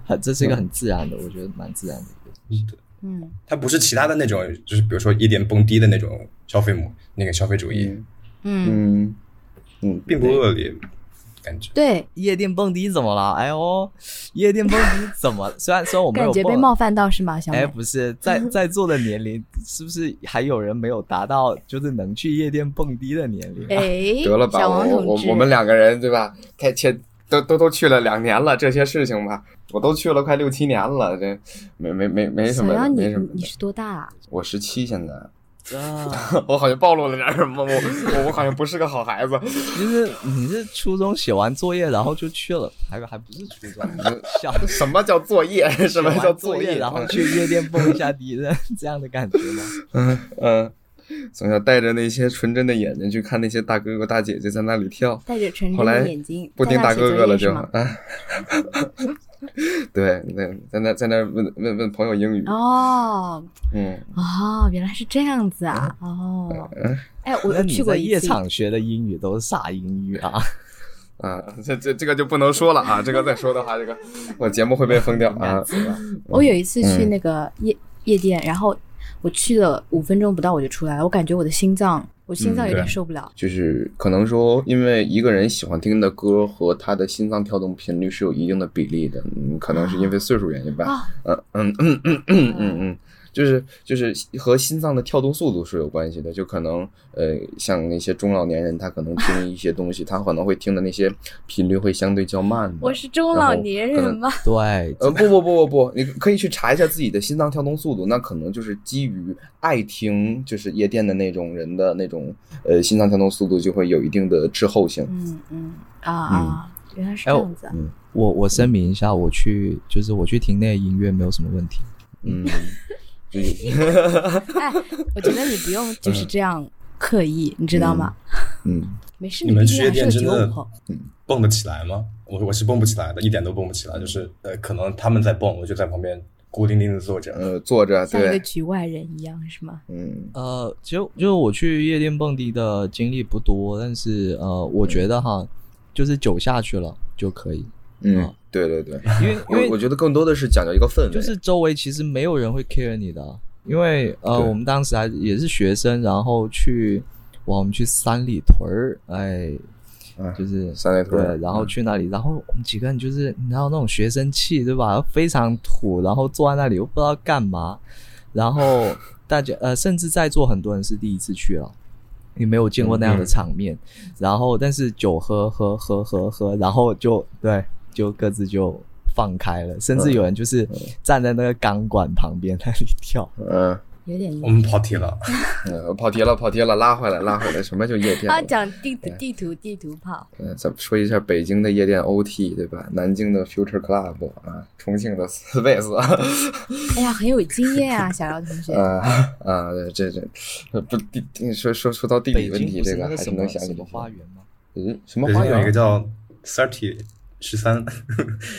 D: 很这是一个很自然的，我觉得蛮自然的。
B: 嗯，
C: 它不是其他的那种，就是比如说一脸蹦迪的那种消费模那个消费主义，
B: 嗯，
F: 嗯嗯，
C: 并不恶劣，感觉。
B: 对，
D: 夜店蹦迪怎么了？哎呦，夜店蹦 迪怎么了？虽然说我没有
B: 感觉被
D: 蹦
B: 冒犯到是吗？小
D: 哎，
B: 美，
D: 不是，在在座的年龄是不是还有人没有达到就是能去夜店蹦迪的年 龄？
B: 哎，
F: 得了吧，
B: 小王
F: 我
B: 同
F: 我
B: 志，
F: 我们两个人对吧？太切都都都去了两年了，这些事情吧，我都去了快六七年了，这没没没没什
B: 小
F: 么的，
B: 杨，你
F: 没什么
B: 你你
F: 的。
B: 是多大啊？
F: 我十七现在，
D: 啊，
F: 我好像暴露了点什么，我我我好像不是个好孩子。
D: 就是你是初中写完作业然后就去了，还还不是初中， 小
F: 什么叫作业？什么
D: 写
F: 叫
D: 完作
F: 业？
D: 然后去夜店蹦一下迪的这样的感觉吗？
F: 嗯嗯，总要带着那些纯真的眼睛去看那些大哥哥大姐姐在那里跳。
B: 带着纯
F: 后
B: 真
F: 来
B: 的眼睛，
F: 不听
B: 在那
F: 大
B: 写作
F: 哥
B: 业
F: 哥了
B: 是
F: 就
B: 吗，
F: 啊， 对，那在那在那问问问朋友英语，
B: 哦
F: 嗯，
B: 哦，原来是这样子啊，哦，哎， 我
D: 那
B: 我
D: 你
B: 去过
D: 在
B: 一
D: 夜
B: 次
D: 场学的英语都是啥英语啊？
F: 啊，这这这个就不能说了啊，这个再说的话，这个我节目会被封掉 啊。
B: 我有一次去
F: 嗯
B: 那个夜、夜店，然后我去了五分钟不到我就出来了，我感觉我的心脏，我心
F: 嗯
B: 脏有点
C: 对
B: 受不了。
F: 就是可能说，因为一个人喜欢听的歌和他的心脏跳动频率是有一定的比例的，嗯，可能是因为岁数原因吧，
B: 啊
F: 嗯嗯嗯嗯嗯嗯嗯，就是就是和心脏的跳动速度是有关系的，就可能呃，像那些中老年人，他可能听一些东西，他可能会听的那些频率会相对较慢的。
B: 我是中老年人吗？
D: 对，
F: 呃，不不不不不，你可以去查一下自己的心脏跳动速度，那可能就是基于爱听就是夜店的那种人的那种呃心脏跳动速度就会有一定的滞后性。
B: 嗯嗯啊啊，原来是
D: 哎
B: 这样子啊。
F: 嗯
D: 我我声明一下，我去就是我去听那个音乐没有什么问题。
F: 嗯，这
B: 哎，我觉得你 不用就是这样刻意，你知道吗？
F: 嗯 啊
B: 没事，
C: 你
B: 毕
C: 们去
B: 竟
C: 夜
B: 还是
C: 店
B: 个
C: 真
B: 九
C: 的
B: 五后。
C: 蹦得起来吗？我我是蹦不起来的，一点都蹦不起来。就是呃，可能他们在蹦，我就在旁边孤零零的坐着。
F: 呃，坐着
B: 像一个
F: 对，
B: 局外人一样是吗？
F: 嗯
D: 呃，其实就是我去夜店蹦迪的经历不多，但是呃，我觉得哈，就是酒下去了就可以，
F: 嗯，对对对，
D: 因为因
F: 我我
D: 为
F: 觉得更多的是讲究一个氛围，
D: 就是周围其实没有人会 care 你的啊，因为呃，
F: 对
D: 我们当时还也是学生，然后去哇，我们去三里屯儿，哎，
F: 嗯
D: 就是
F: 三里屯
D: 对，然后去那里，然后我们几个人就是你知道那种学生气对吧？非常土，然后坐在那里又不知道干嘛，然后大家呃，甚至在座很多人是第一次去了。你没有见过那
F: 嗯
D: 样的场面，然后但是酒喝喝喝喝喝，然后就对，就各自就放开了，甚
F: 嗯
D: 至有人就是站在那个钢管旁边那里跳，
F: 嗯，
B: 有点
C: 我们跑题了，
F: 嗯跑题了，跑题了，拉回来，拉回来，什么叫夜店？
B: 他啊讲地地图地图炮，
F: 嗯，咱们说一下北京的夜店 OT 对吧？南京的 Future Club 啊，重庆的 Space
B: 哎呀，很有经验啊，小姚同学。
F: 啊啊，对这这不地说说说到地理
D: 北
F: 问题，
D: 京不
F: 这
D: 是那
F: 个还
D: 什
F: 是
D: 么
F: 能想
D: 什
F: 起
D: 么
F: 来
D: 花园吗？
F: 嗯，什么
C: 北
F: 花
C: 京有一个
F: 园？
C: 叫 Thirty 十三，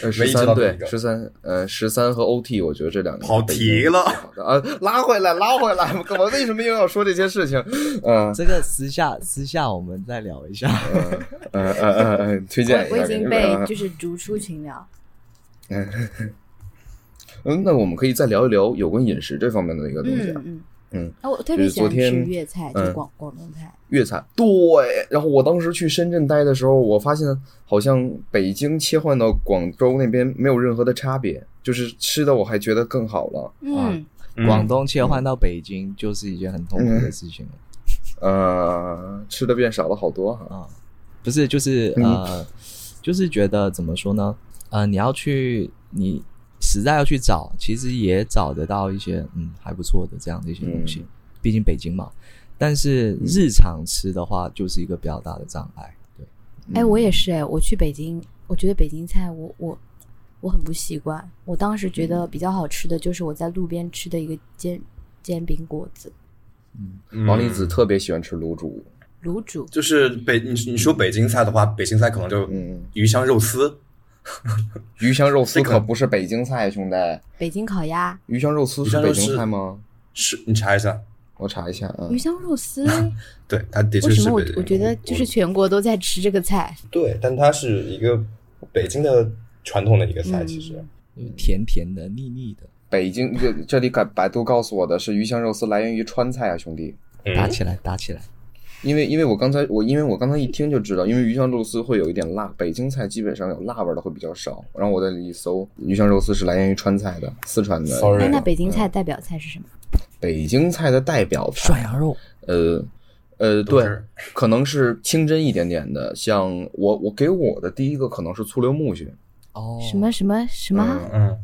F: 呃，
C: 唯
F: 十
C: 一知
F: 三
C: 道的
F: 对
C: 一，个
F: 十三呃，十三和 OT，我觉得这两个
C: 跑题了
F: 啊，拉回来，拉回来，我为什么又要说这些事情？嗯
D: 这个私下私下我们再聊一下。
F: 嗯嗯嗯嗯，推荐一下
B: 我我已
F: 给你
B: 经
F: 们
B: 被
F: 啊
B: 就是逐出群聊，
F: 嗯，那我们可以再聊一聊有关饮食这方面的一个东西
B: 嗯
F: 啊，
B: 嗯
F: 嗯，
B: 啊，我特别喜欢
F: 就是
B: 吃
F: 昨天
B: 粤菜，
F: 嗯
B: 就广广东菜，
F: 粤菜。对，然后我当时去深圳待的时候，我发现好像北京切换到广州那边没有任何的差别，就是吃的我还觉得更好了。
B: 嗯，
D: 广东切换到北京就是一件很痛苦的事
F: 嗯
D: 情了
F: 呃，吃的变少了好多哈。
D: 啊、不是就是
F: 嗯
D: 呃，就是觉得怎么说呢？呃，你要去你实在要去找，其实也找得到一些嗯还不错的这样的一些东西，
F: 嗯
D: 毕竟北京嘛。但是日常吃的话，就是一个比较大的障碍。对，
B: 哎，我也是哎，我去北京，我觉得北京菜我我我很不习惯。我当时觉得比较好吃的就是我在路边吃的一个煎煎饼果子，
F: 王离子特别喜欢吃卤煮，
B: 卤煮
C: 嗯就是北你你说北京菜的话，北京菜可能就
F: 嗯
C: 鱼香肉丝，
F: 鱼香肉丝
C: 这个
F: 可不是北京菜，兄弟。
B: 北京烤鸭、
F: 鱼香肉丝
C: 鱼
F: 是
C: 香
F: 北
C: 肉
F: 京
C: 丝
F: 菜吗？
C: 是你查一下，
F: 我查一下啊
B: 鱼。香肉丝。
C: 对，它的确
B: 为
C: 是
B: 什么我
C: 北京
B: 我觉
F: 哦
B: 得就是全国都在吃这个菜？
C: 对，但它是一个北京的传统的一个菜，
B: 嗯
C: 其实
D: 就是甜甜的、腻腻的，
F: 北京这这里百百度告诉我的是鱼香肉丝来源于川菜啊，兄弟。
B: 嗯
C: 嗯
D: 打起来，打起来。
F: 因为因为我刚才我因为我刚才一听就知道，因为鱼香肉丝会有一点辣，北京菜基本上有辣味儿的会比较少。然后我在里一搜，鱼香肉丝是来源于川菜的，四川的。
C: Sorry
B: 哎，那北京菜代表菜是什么？
F: 北京菜的代表
D: 涮
F: 菜，
B: 啊
D: 羊肉，
F: 呃呃，
C: 都
F: 对
C: 是，
F: 可能是清真一点点的，像我我给我的第一个可能是醋溜木须，
D: 哦，
B: 什么什么什么？
C: 嗯，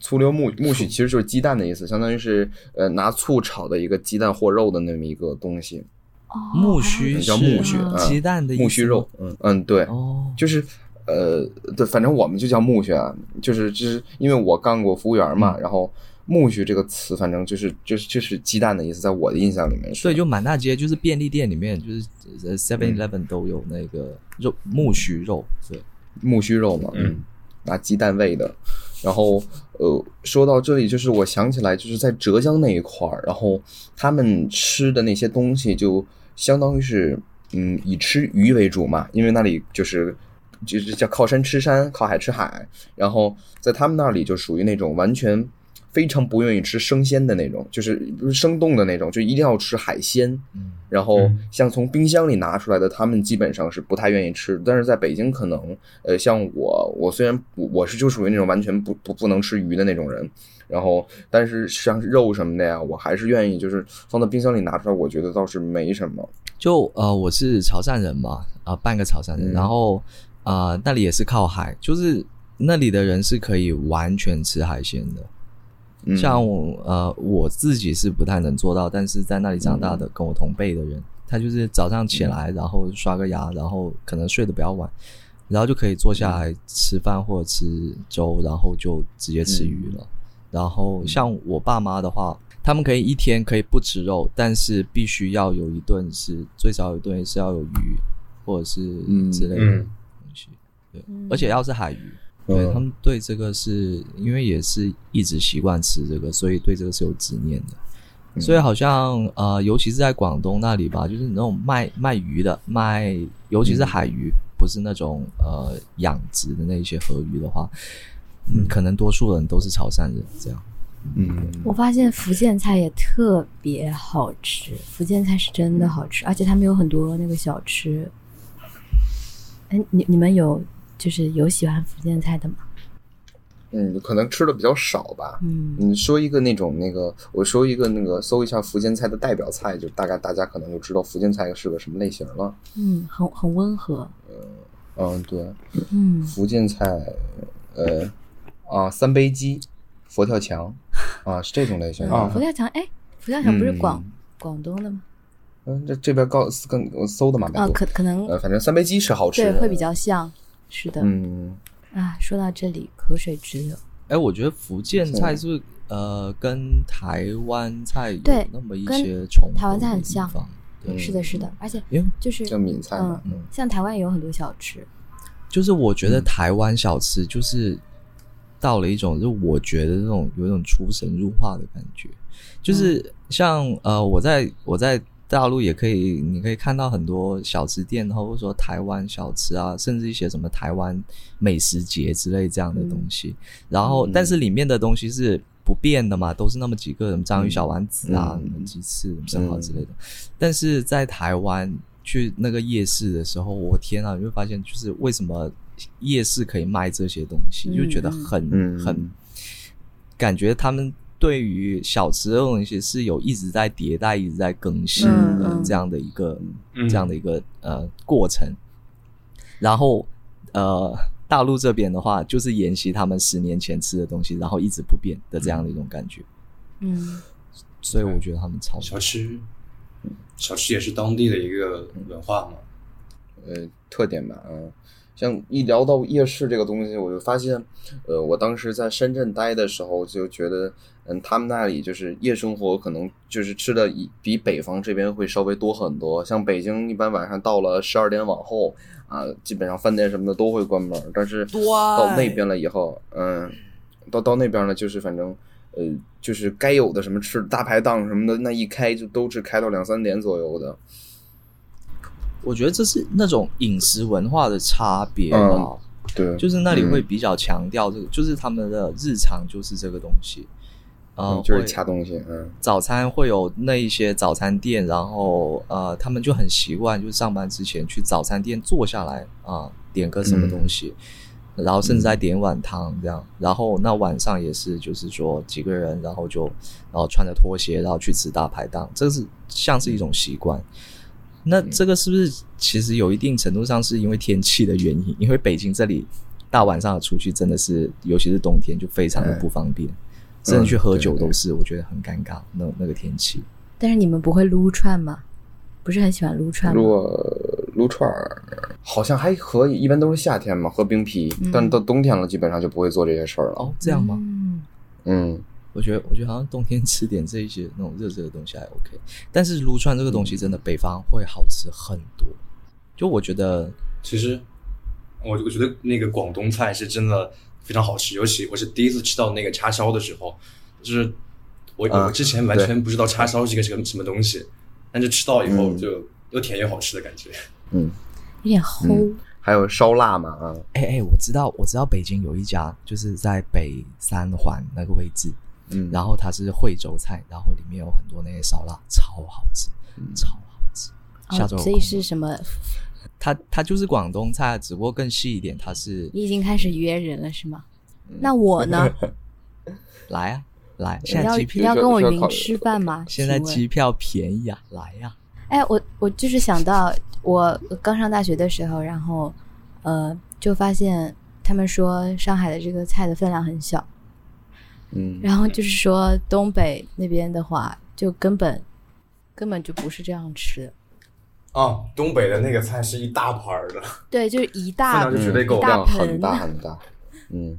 F: 醋溜木木须其实就是鸡蛋的意思，相当于是呃拿醋炒的一个鸡蛋或肉的那么一个东西，
B: 哦
D: 木须
F: 嗯
D: 是
F: 叫木须，
B: 啊
F: 嗯
D: 鸡蛋的意思
F: 木须肉，嗯嗯对，
D: 哦，
F: 就是呃，对，反正我们就叫木须啊，就是就是因为我干过服务员嘛，然后木须这个词，反正就是就是就是鸡蛋的意思，在我的印象里面是，
D: 所以就满大街就是便利店里面就是呃 Seven Eleven 都有那个肉木须肉，对，
F: 木须肉嘛，
C: 嗯，
F: 拿鸡蛋喂的。然后呃，说到这里，就是我想起来，就是在浙江那一块儿，然后他们吃的那些东西，就相当于是嗯，以吃鱼为主嘛，因为那里就是。就是叫靠山吃山，靠海吃海，然后在他们那里就属于那种完全非常不愿意吃生鲜的那种，就是不是生动的那种，就一定要吃海鲜。
D: 嗯，
F: 然后
C: 嗯
F: 像从冰箱里拿出来的，他们基本上是不太愿意吃。但是在北京，可能呃，像我，我虽然我我是就属于那种完全不不不能吃鱼的那种人，然后但是像肉什么的呀，我还是愿意就是放到冰箱里拿出来，我觉得倒是没什么。
D: 就呃，我是潮汕人嘛，啊、半个潮汕
F: 嗯
D: 人，然后啊、呃那里也是靠海，就是那里的人是可以完全吃海鲜的。
F: 嗯、
D: 像我呃我自己是不太能做到，但是在那里长大的跟我同辈的人，他就是早上起来，然后刷个牙，然后可能睡得比较晚，然后就可以坐下来吃饭或者吃粥，然后就直接吃鱼
F: 嗯
D: 了。然后像我爸妈的话，他们可以一天可以不吃肉，但是必须要有一顿是最少有一顿是要有鱼或者是
F: 嗯
D: 之类的
C: 嗯
D: 东西，对，而且要是海鱼。
F: 嗯
D: 对他们对这个是因为也是一直习惯吃这个，所以对这个是有执念的。所以好像呃，尤其是在广东那里吧，就是那种卖卖鱼的，卖尤其是海鱼，不是那种呃养殖的那些河鱼的话，嗯，可能多数人都是潮汕人这样。
F: 嗯，
B: 我发现福建菜也特别好吃，福建菜是真的好吃，而且他们有很多那个小吃。哎，你你们有就是有喜欢福建菜的吗？
F: 嗯，可能吃的比较少吧。
B: 嗯，
F: 你说一个那种那个，我说一个那个，搜一下福建菜的代表菜，就大概大家可能就知道福建菜是个什么类型了。
B: 嗯，很很温和。
F: 嗯，对，
B: 嗯，
F: 福建菜，呃，啊，三杯鸡、佛跳墙，啊，是这种类型的。
B: 嗯
C: 啊
B: 佛跳墙，哎，佛跳墙不是广
F: 嗯
B: 广东的吗？
F: 嗯，这这边告跟我搜的嘛，百
B: 啊，
F: 度。
B: 可可能
F: 呃，反正三杯鸡是好吃
B: 对
F: 的，
B: 会比较像。是的。
F: 嗯，
B: 啊，说到这里，口水直流。
D: 哎，我觉得福建菜
F: 是
D: 是不是呃跟台湾菜有
B: 对
D: 那么一
B: 跟
D: 些重
B: 台湾
D: 合
B: 菜很
D: 的地
B: 像
D: 方对，
B: 是的，是的，而且
D: 因为
B: 就是
F: 叫闽菜嘛。
B: 嗯，像台湾也有很多小吃，
D: 就是我觉
F: 嗯
D: 得台湾小吃就是到了一种，就我觉得那种有一种出神入化的感觉，就是像呃，我在我在大陆也可以，你可以看到很多小吃店，然后或者说台湾小吃啊，甚至一些什么台湾美食节之类这样的东西，然后
F: 嗯
D: 但是里面的东西是。不变的嘛，都是那么几个人，章鱼小丸子啊，
F: 嗯
D: 什么鸡翅、生蚝之类的。但是在台湾去那个夜市的时候，我天啊，你会发现就是为什么夜市可以卖这些东西，
B: 嗯
D: 就觉得很、
F: 嗯
D: 很感觉他们对于小吃这种东西是有一直在迭代、一直在更新
B: 嗯
D: 的
B: 嗯
D: 这样的一个、
C: 嗯
D: 这样的一个呃过程。然后呃，大陆这边的话，就是沿袭他们十年前吃的东西，然后一直不变的这样的一种感觉。
B: 嗯，
D: 所以我觉得他们超
C: 小吃，小吃也是当地的一个文化嘛。
F: 呃特点吧，嗯，像一聊到夜市这个东西，我就发现，呃，我当时在深圳待的时候就觉得，嗯，他们那里就是夜生活可能就是吃的以比北方这边会稍微多很多，像北京一般晚上到了十二点往后啊，基本上饭店什么的都会关门，但是到那边了以后，嗯，到到那边呢，就是反正。呃，就是该有的什么吃大排档什么的，那一开就都是开到两三点左右的。
D: 我觉得这是那种饮食文化的差别
F: 嗯
D: 吧，
F: 对，
D: 就是那里
F: 嗯
D: 会比较强调这个，就是他们的日常就是这个东西，呃
F: 嗯，就是
D: 会
F: 掐东西，嗯，
D: 早餐会有那一些早餐店，然后呃，他们就很习惯，就是上班之前去早餐店坐下来啊、点个什么东西，
F: 嗯
D: 然后甚至再点一碗汤这样。然后那晚上也是，就是说几个人，然后就然后穿着拖鞋，然后去吃大排档，这是像是一种习惯。那这个是不是其实有一定程度上是因为天气的原因？因为北京这里大晚上的出去真的是，尤其是冬天就非常的不方便。甚至去喝酒都是，我觉得很尴尬。那那个天气，
B: 但是你们不会撸串吗？不是很喜欢撸串
F: 如
B: 吗？
F: 果撸串儿，好像还可以，一般都是夏天嘛，喝冰啤。但到冬天了，基本上就不会做这些事儿了。
D: 哦，这样吗？
B: 嗯，
F: 嗯，
D: 我觉得，我觉得好像冬天吃点这一些那种热热的东西还 OK，但是撸串这个东西真的北方会好吃很多。就我觉得，
C: 其实，我我觉得那个广东菜是真的非常好吃，尤其我是第一次吃到那个叉烧的时候，就是我、
F: 啊
C: 我之前完全不知道叉烧是个什么什么东西，但是吃到以后
F: 嗯
C: 就又甜又好吃的感觉。
B: 有点齁
F: 嗯。还有烧腊嘛啊，
D: 哎哎，我知道，我知道北京有一家就是在北三环那个位置，
F: 嗯，
D: 然后它是惠州菜，然后里面有很多那些烧腊，超好吃，
F: 嗯
D: 超好吃。
B: 哦
D: 下周有
B: 所以
D: 空
B: 是什么？
D: 它它就是广东菜，啊只不过更细一点，它是
B: 你已经开始约人了是吗？那我呢？
D: 来啊来，
B: 你
D: 现在
B: 要
D: 机
B: 你
D: 票
B: 要跟我
F: 需要
B: 云
F: 考虑
B: 吃饭吗？
D: 现在
B: 请问
D: 机票便宜啊，来呀、
B: 哎，我我就是想到我刚上大学的时候，然后呃，就发现他们说上海的这个菜的分量很小，
F: 嗯，
B: 然后就是说东北那边的话，就根本根本就不是这样吃的，
C: 啊，东北的那个菜是一大盘儿的，
B: 对，就是一大
C: 分量就绝对够
B: 一大
F: 量很
B: 盆，
F: 大很大。嗯，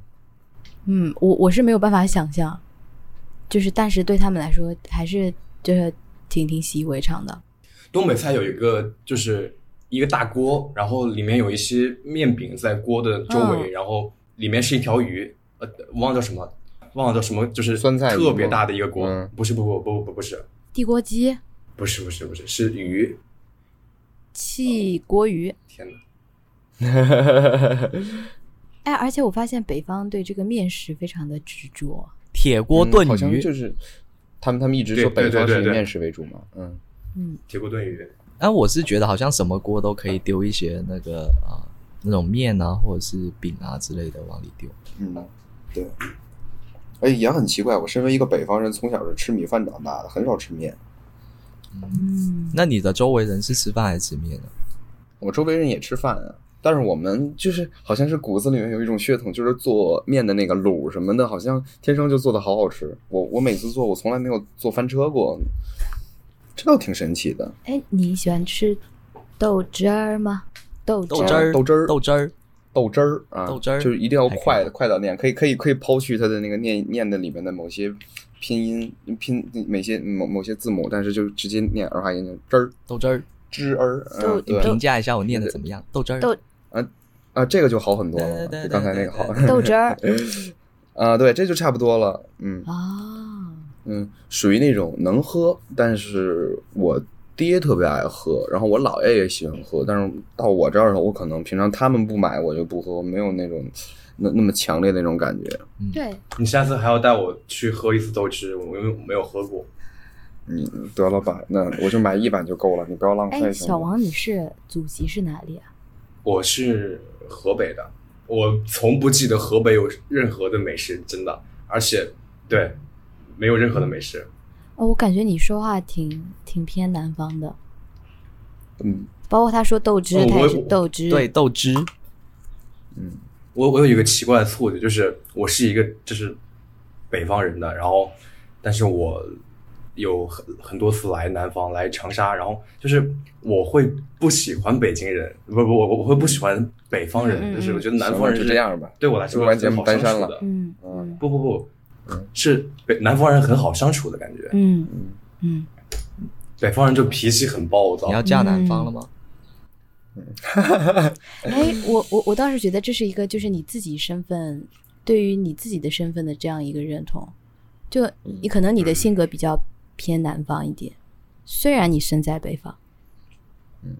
B: 嗯，我我是没有办法想象，就是但是对他们来说还是就是挺挺习以为常的，
C: 东北菜有一个就是一个大锅，然后里面有一些面饼在锅的周围，
F: 啊
B: 嗯
C: 然后里面是一条鱼，呃，忘了叫什么，忘了叫什么，就是
F: 酸菜鱼吗
C: 特别大的一个锅，
F: 嗯
C: 不是，不不不不不是，
B: 地锅鸡、
C: 不是不是不是是鱼，
B: 汽锅鱼，
C: 天哪，
B: 哎，而且我发现北方对这个面食非常的执着。
D: 铁锅
F: 嗯
D: 炖
F: 好像
D: 鱼，
F: 就是他们他们一直说
C: 对
F: 北
C: 对对
F: 方是
C: 对
F: 以
C: 对
F: 面食为主嘛，嗯，
B: 嗯，
C: 铁锅炖鱼，
D: 但我是觉得好像什么锅都可以丢一些那个啊、那种面啊或者是饼啊之类的往里丢。
F: 嗯，对。哎，也很奇怪，我身为一个北方人，从小是吃米饭长大的，很少
D: 啊
F: 吃面。
B: 嗯，
D: 那你的周围人是吃饭还是吃面啊呢？
F: 我周围人也吃饭啊，但是我们就是好像是骨子里面有一种血统，就是做面的那个卤什么的，好像天生就做的好好吃。我我每次做，我从来没有做翻车过，这倒挺神奇的。
B: 哎，你喜欢吃豆汁儿吗？豆汁
D: 豆汁儿，
F: 啊豆汁儿
D: 豆汁儿，
F: 豆汁儿啊，
D: 豆汁儿
F: 就是一定要
D: 还可以
F: 快的快到念，可以可以可以抛去它的那个念念的里面的某些拼音拼某些某某些字母，但是就直接念儿化音就汁儿
D: 豆汁儿。
F: 汁儿，
B: 豆
F: 嗯，
D: 你
F: 对
D: 评价一下我念的怎么样？豆汁儿，
B: 豆
F: 啊，这个就好很多了，
D: 对对对
F: 比刚才那个好
D: 对
B: 豆 汁儿
F: 啊，对，这就差不多了，嗯
B: 啊，
F: 嗯，属于那种能喝，但是我爹特别爱喝，然后我姥爷也喜欢喝，但是到我这儿了，我可能平常他们不买，我就不喝，没有那种那那么强烈的那种感觉，
B: 对，
C: 你下次还要带我去喝一次豆汁，我没有没有喝过。
F: 嗯，得了吧，那我就买一碗就够了，你不要浪费。
B: 哎，
F: 行
B: 小
F: 吗，
B: 王，你是祖籍是哪里啊？
C: 我是河北的，我从不记得河北有任何的美食，真的，而且对，没有任何的美食。
B: 哦，我感觉你说话挺挺偏南方的，
F: 嗯
B: 包括他说豆汁，
C: 哦
B: 他也
C: 我
B: 是豆汁，
D: 对，豆汁，
F: 嗯
C: 我我有一个奇怪的错觉，就是我是一个就是北方人的，然后但是我有很很多次来南方来长沙，然后就是我会不喜欢北京人，不不我我会不喜欢北方人，
B: 嗯嗯
C: 就是我觉得
F: 嗯
C: 南方人
F: 行
C: 是
F: 就这样吧
C: 对我来说
F: 录完节目
C: 很好相
F: 单删
C: 处
F: 了嗯
C: 的
B: 嗯嗯
C: 不不不，是北南方人很好相处的感觉，
B: 嗯嗯，
C: 北方人就脾气很暴躁
D: 你。要嫁南方了吗？
B: 哎，我我我倒是觉得这是一个，就是你自己身份对于你自己的身份的这样一个认同。就你可能你的性格比较偏南方一点，虽然你身在北方，
C: 嗯，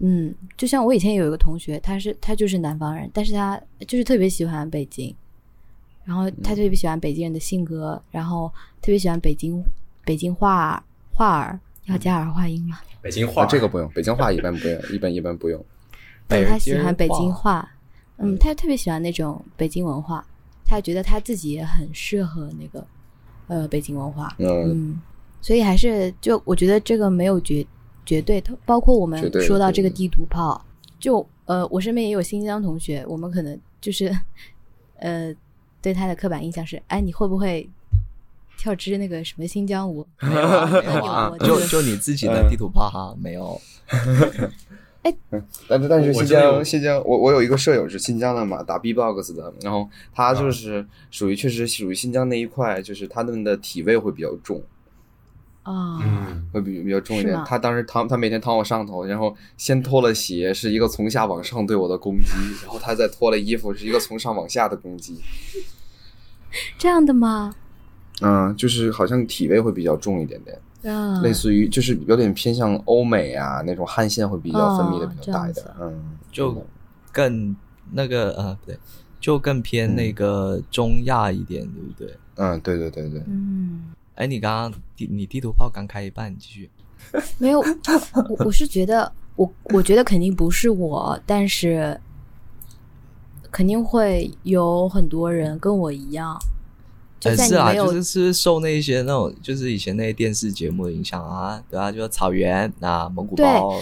B: 嗯，就像我以前有一个同学，他是他就是南方人，但是他就是特别喜欢北京，然后他特别喜欢北京人的性格，然后特别喜欢北京北京话话儿，要加儿化音嘛，
C: 北京话、
F: 啊，这个不用，北京话一般不用，一般一般不 用。
B: 对他喜欢北
D: 话
B: 京话，嗯，他特别喜欢那种北京文化，他觉得他自己也很适合那个呃北京文化，
F: 嗯，
B: 嗯，所以还是就我觉得这个没有绝绝对的，包括我
F: 绝
B: 们
F: 对的
B: 说到
F: 绝
B: 这个
F: 对的
B: 地图炮，就呃，我身边也有新疆同学，我们可能就是呃，对他的刻板印象是，哎，你会不会跳支那个什么新 疆舞？
D: 没有啊，没有
B: 嗯有
D: 啊
B: 我，
D: 就
B: 这个
D: 就你自己
F: 嗯
D: 的地图炮哈，没有。
F: 但是但是
C: 我
F: 新
C: 真的
F: 疆
C: 有
F: 新疆，我我有一个舍友是新疆的嘛，打 B-box 的，然后
C: 啊
F: 他就是属于确实属于新疆那一块，就是他们的体味会比较重，
B: 啊、
C: 嗯，
F: 会比比较重一
B: 是
F: 点
B: 吗。
F: 他当时躺他每天躺我上头，然后先脱了鞋是一个从下往上对我的攻击，然后他再脱了衣服是一个从上往下的攻击。
B: 这样的吗？
F: 嗯，就是好像体味会比较重一点点，
B: 啊，
F: 类似于就是有点偏向欧美啊那种汗腺会比较分泌的比较大一点
B: 哦。
F: 嗯，
D: 就更那个呃，不对，就更偏那个中亚一点，对不对？
F: 嗯，对对对对，
B: 嗯，
D: 哎，你刚刚地你地图炮刚开一半，你继续。
B: 没有，我我是觉得我我觉得肯定不是我，但是肯定会有很多人跟我一样。就
D: 哎，
B: 在你
D: 是啊，
B: 没有、
D: 就是是受那一些那种，就是以前那些电视节目的影响啊，对啊，就是草原啊，蒙古
B: 对
D: 包，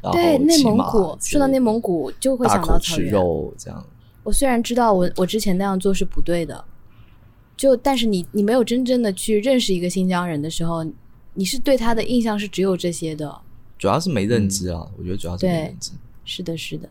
D: 然后
B: 对内
D: 骑
B: 蒙
D: 马
B: 古，
D: 之
B: 说到
D: 类
B: 内
D: 的
B: 蒙古就会
D: 大
B: 想
D: 口
B: 到草
D: 吃
B: 原。
D: 肉这样。
B: 我虽然知道我我之前那样做是不对的，就但是你你没有真正的去认识一个新疆人的时候，你是对他的印象是只有这些的。
D: 主要是没认知啊，我觉得主要是没
B: 对
D: 认知。
B: 是的，是的，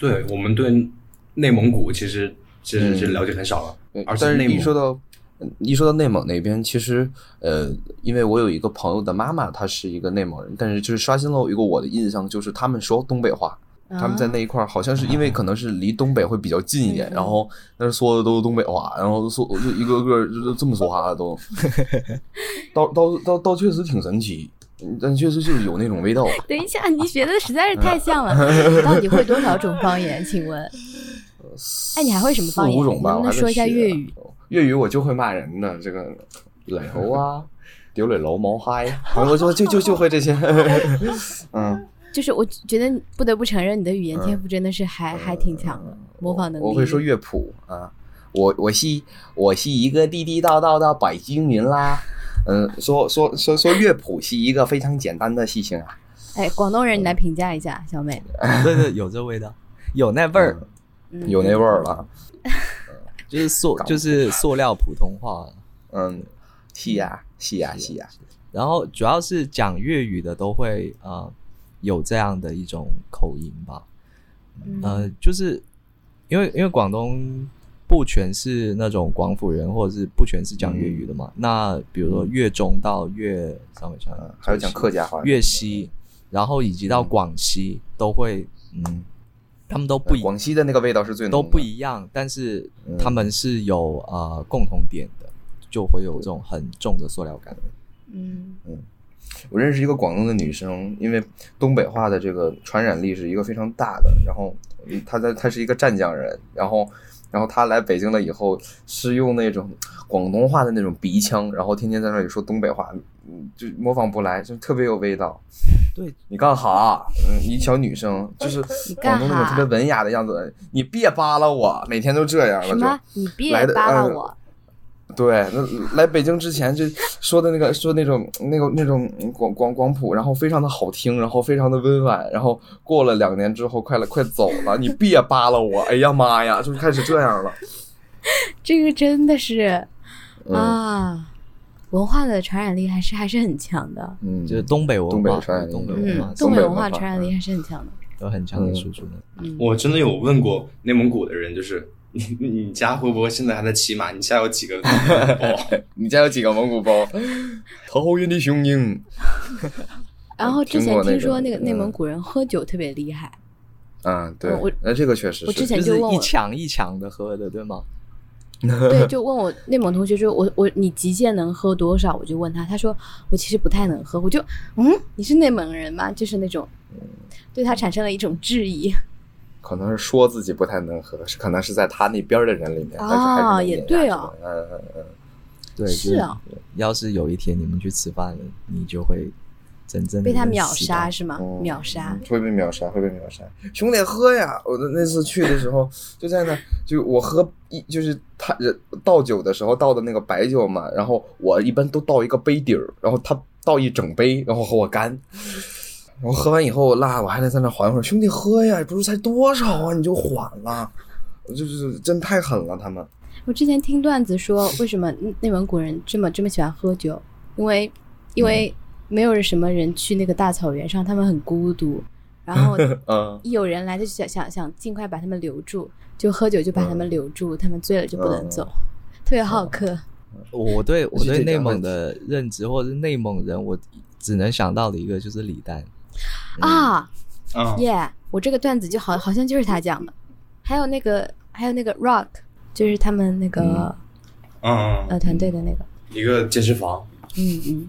C: 对，我们对内蒙古其实其
F: 嗯
C: 实是了解很少了，
F: 对
C: 而且
F: 但是
C: 内蒙
F: 一说到嗯一说到内蒙那边，其实呃，因为我有一个朋友的妈妈，她是一个内蒙人，但是就是刷新了我一个我的印象，就是他们说东北话。
B: 啊
F: 他们在那一块儿好像是因为可能是离东北会比较近一点，
B: 嗯嗯
F: 然后那说的都是东北话，然后说就一个个就这么说话的都，倒倒倒倒确实挺神奇，但确实就是有那种味道。
B: 等一下，你学的实在是太像了。你到底会多少种方言？请问？哎，你还会什么
F: 四
B: 方言？
F: 五种吧，
B: 能
F: 我
B: 不
F: 还
B: 能
F: 在
B: 说一下
F: 学
B: 粤语？
F: 粤语我就会骂人的，这个 奶 头啊，丢脸楼毛嗨，我就就就就会这些，嗯，
B: 就是我觉得不得不承认你的语言天赋真的是还、还挺强的，模仿能力。
K: 我会说乐谱啊，我我是我是一个地地道道的北京人啦。嗯，说说说说乐谱是一个非常简单的事情啊。
B: 哎，广东人，你来评价一下，小美。
D: 对对，有这味道，有那味儿，
B: 嗯
K: 有那味儿了。
D: 就是 塑就是塑料普通话。
K: 嗯，是呀、是呀、是呀、
D: 然后主要是讲粤语的都会呃有这样的一种口音吧，
B: 嗯
D: 呃，就是因为因为广东不全是那种广府人，或者是不全是讲粤语的嘛。那比如说粤中到粤上面上，
K: 嗯，还有讲客家话，
D: 粤西，然后以及到广西都会，嗯，他们都不一
K: 广西的那个味道是最浓
D: 都
K: 的
D: 不一样，但是他们是有呃共同点的，就会有这种很重的塑料感。
B: 嗯
K: 我认识一个广东的女生，因为东北话的这个传染力是一个非常大的。然后嗯她在她是一个湛江人，然后然后她来北京了以后是用那种广东话的那种鼻腔，然后天天在那里说东北话，嗯，就模仿不来，就特别有味道。
D: 对，
K: 你干哈？嗯，一小女生就是广东那种特别文雅的样子，你别扒拉我，每天都这样
B: 什
K: 了
B: 么
K: 就。？
B: 你别
K: 来的
B: 扒拉
K: 呃
B: 我！
K: 对，那来北京之前就说的那个说那种那个那种广广广普，然后非常的好听，然后非常的温婉，然后过了两年之后，快了快走了，你别扒拉我， 哎呀妈呀，就开始这样了。
B: 这个真的是、
K: 嗯
B: 啊，文化的传染力还是还是很强的。
K: 嗯，
D: 就是东北文化，
K: 东北传染力
D: 东北文化
B: 嗯，
K: 东
B: 东
K: 北
B: 北文
K: 文
B: 化
K: 化
B: 传染力还是很强的。
D: 有很强的输出能力。
B: 嗯，
C: 我真的有问过内蒙古的人，就是你你家会不会现在还在骑马？你家有几个？哦，
K: 你家有几个蒙古包？头晕的雄鹰
B: 然后之
K: 听
B: 前
K: 过那
B: 听
K: 个
B: 说那个内蒙
K: 嗯
B: 古人喝酒特别厉害，
K: 啊，对
B: 嗯我，
K: 那这个确实
B: 我之
K: 是
B: 前
D: 就是
B: 问
D: 一
B: 我，
D: 抢一抢的喝的，对吗？
B: 对，就问我内蒙同学说，我我你极限能喝多少？我就问他，他说我其实不太能喝，我就嗯，你是内蒙人吗？就是那种对他产生了一种质疑
K: 可能是说自己不太能喝，是可能是在他那边的人里面，但是还是
B: 啊
K: 能
B: 也
K: 碾压
B: 对
K: 住
B: 哦
K: 的嗯嗯嗯。
D: 对，
B: 是啊
D: 就是要是有一天你们去吃饭了，你就会真正地
B: 被他秒
D: 认识到
B: 杀嗯是哦吗？
K: 嗯
B: 秒杀
K: 嗯，会被秒杀，会被秒杀。兄弟喝呀！我的那次去的时候，就在那，就我喝一就是他人倒酒的时候倒的那个白酒嘛，然后我一般都倒一个杯底儿，然后他倒一整杯，然后和我干。然后喝完以后，我辣，我还得在那缓会儿。兄弟喝呀，不是才多少啊，你就缓了，就是真太狠了他们。
B: 我之前听段子说，为什么内内蒙古人这么这么喜欢喝酒？因为因为
K: 嗯
B: 没有什么人去那个大草原上，他们很孤独，然后
K: 嗯
B: 一有人来就想想想尽快把他们留住，就喝酒就把
K: 嗯
B: 他们留住，他们醉了就不能走，特别好客。
D: 我 对我
K: 而且
D: 对
K: 这
D: 内
K: 两个
D: 蒙的认知，或者是内蒙人，我只能想到的一个就是李诞。
B: 啊，
C: 嗯，
B: 耶、我这个段子就好好像就是他讲的，还有那个还有那个 Rock，就是他们那个、
C: 嗯，
B: 呃团队的那个，
C: 一个健身房，
B: 嗯嗯，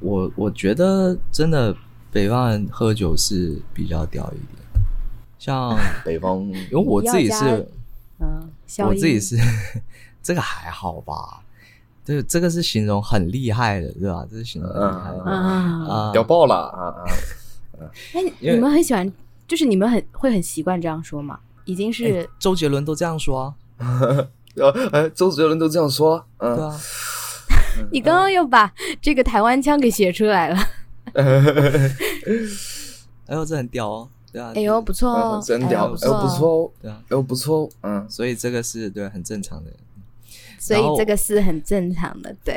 D: 我我觉得真的北方人喝酒是比较屌一点，像
K: 北方
D: 因为我自己是，
B: 嗯，消
D: 我
B: 音
D: 自己是 这个还好吧，对，这个是形容很厉害的，对吧？这是形容很厉害的
B: 啊，
D: 啊，
K: 嗯屌爆了啊啊！
B: 那你
D: 因为
B: 你们很喜欢，就是你们很会很习惯这样说吗？已经是、
D: 周杰伦都这样说啊，
K: 呃、哎，周杰伦都这样说，嗯
D: 对，啊，
B: 你刚刚又把这个台湾腔给写出来了，
D: 哎呦，这很屌哦，对啊，
B: 哎呦不错哦，
K: 真
B: 哎呦
K: 屌，
B: 不
K: 哎
B: 错
K: 呦不
B: 哦，
K: 错哦，
D: 对啊，
K: 哎呦不错哦，嗯。
D: 所以这个是对很正常的。
B: 所
D: 然后
B: 以这个是很正常的，对，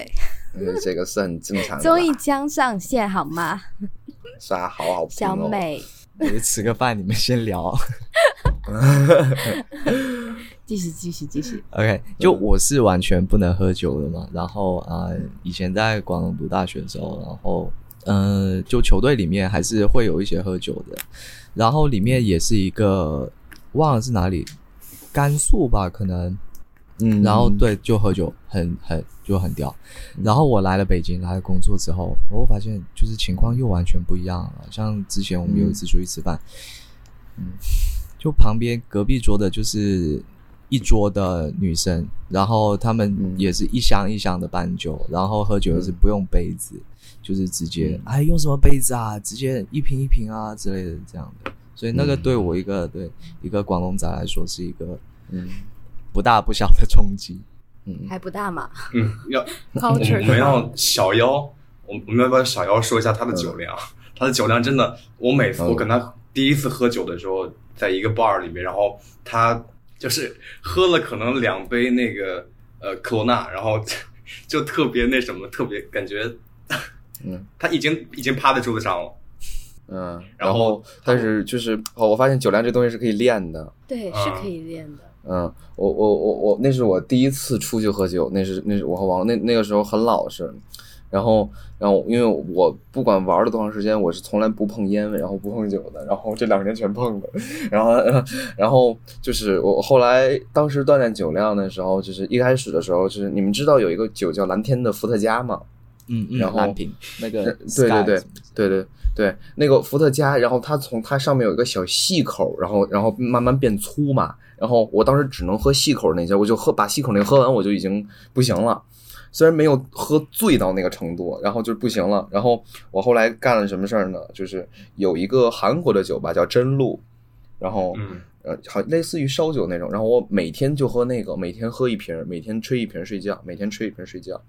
K: 嗯，这个是很正常的啦。
B: 综艺将上线好吗？
K: 啥好好评哦
B: 小，美，
D: 我就吃个饭，你们先聊。
B: 继续继 续继续，
D: OK，就我是完全不能喝酒的嘛。然后啊、呃以前在广东读大学的时候，然后嗯、呃就球队里面还是会有一些喝酒的。然后里面也是一个忘了是哪里，甘肃吧，可能。
K: 嗯
D: 然后对，就喝酒，很很就很屌。然后我来了北京，来了工作之后，我发现就是情况又完全不一样了。像之前我们有一次出去吃饭，就旁边隔壁桌的就是一桌的女生，然后她们
K: 嗯
D: 也是一箱一箱的搬酒，然后喝酒也是不用杯子，就是直接哎用什么杯子啊，直接一瓶一瓶啊之类的这样的。所以那个对我一个、对一个广东仔来说是一个嗯不大不小的冲击。
B: 还不大嘛
C: 嗯，要 我
B: ，culture
C: 们让小妖，我们我们要不要小妖说一下他的酒量？他的酒量真的，我每次
F: 嗯
C: 我跟他第一次喝酒的时候，在一个 bar 里面，然后他就是喝了可能两杯那个呃科罗娜，然后 就特别那什么，特别感觉，
F: 嗯，
C: 他已经已经趴在桌子上了。
F: 嗯，
C: 然
F: 然
C: 后
F: 后但是就是哦，我发现酒量这东西是可以练的。
B: 对是可以练的。
F: 嗯，我我我我那是我第一次出去喝酒，那是那是我和王那那个时候很老实，然后然后因为我不管玩了多长时间，我是从来不碰烟，然后不碰酒的，然后这两年全碰了，然后呃然后就是我后来当时锻炼酒量的时候，就是一开始的时候，就是你们知道有一个酒叫蓝天的伏特加吗？
D: 嗯嗯，
F: 然后
D: 蓝瓶那 个
F: 对
D: Sky
F: 对对
D: 什么的
F: 对对对，那个伏特加，然后它从它上面有一个小细口，然后然后慢慢变粗嘛，然后我当时只能喝细口那些，我就喝把细口那个喝完，我就已经不行了。虽然没有喝醉到那个程度，然后就是不行了。然后我后来干了什么事儿呢？就是有一个韩国的酒吧叫真露，然后
C: 嗯
F: 呃，好类似于烧酒那种。然后我每天就喝那个，每天喝一瓶，每天吹一瓶睡觉，每天吹一瓶睡觉。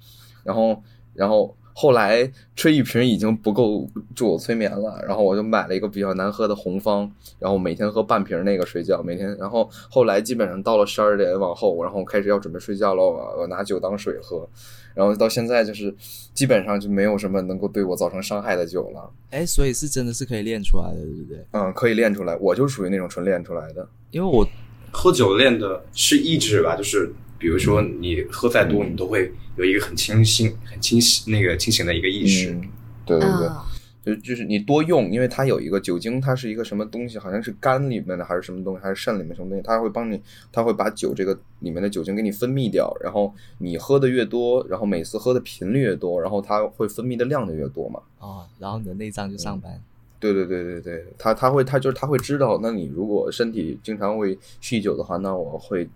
F: 然后，然后后来吹一瓶已经不够助我催眠了，然后我就买了一个比较难喝的红方，然后每天喝半瓶那个睡觉，每天。然后后来基本上到了十二点往后，然后我开始要准备睡觉了，我我拿酒当水喝。然后到现在就是基本上就没有什么能够对我造成伤害的酒了，
D: 哎，所以是真的是可以练出来的，对不对？
F: 嗯，可以练出来，我就属于那种纯练出来的，
D: 因为我
C: 喝酒练的是意志吧，就是比如说你喝再多，你都会有一个很清醒、很清醒那个清醒的一个意识。
F: 嗯，对对对，
B: 啊
F: 就就是你多用，因为它有一个酒精，它是一个什么东西，好像是肝里面的还是什么东西，还是肾里面什么东西，它会帮你，它会把酒这个里面的酒精给你分泌掉，然后你喝的越多，然后每次喝的频率越多，然后它会分泌的量就越多嘛。
D: 哦，然后你的内脏就上班。
F: 对对对对对，它它会它就是它会知道，那你如果身体经常会酗酒的话，那我会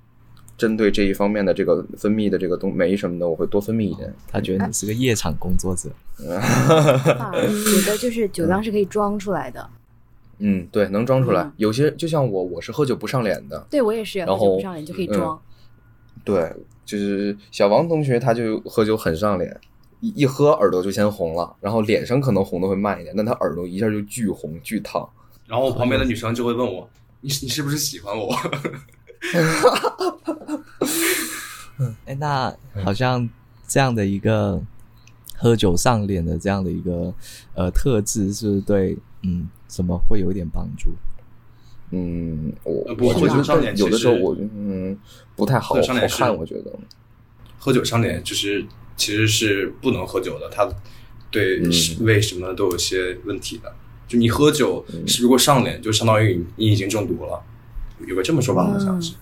F: 针对这一方面的这个分泌的这个东酶什么的，我会多分泌一点。
D: 他觉得你是个夜场工作者，
B: 反而觉得就是酒量是可以装出来的。
F: 嗯，对，能装出来
B: 嗯。
F: 有些就像我，我是喝酒不上脸的。
B: 对我也是，
F: 然
B: 喝酒不
F: 后
B: 上脸就可以
F: 嗯
B: 装。
F: 对，就是小王同学，他就喝酒很上脸，一一喝耳朵就先红了，然后脸上可能红的会慢一点，但他耳朵一下就巨红巨烫。
C: 然后旁边的女生就会问我：“你你是不是喜欢我
D: 哎，那
B: 嗯
D: 好像这样的一个喝酒上脸的这样的一个呃特质，是不是对嗯什么会有一点帮助？
F: 嗯，我
C: 呃不
F: 我
C: 喝
F: 觉
C: 酒上
F: 得
C: 脸
F: 有
C: 其
F: 的时候
C: 实
F: 我嗯不太好
C: 喝酒上
F: 好
C: 脸是
F: 看，我觉得。？”
C: 喝酒上脸就是其实是不能喝酒的，他对
F: 嗯
C: 胃什么都有些问题的。就你喝酒是如果上脸，就相当于你已经中毒了，有个这么说法好像是。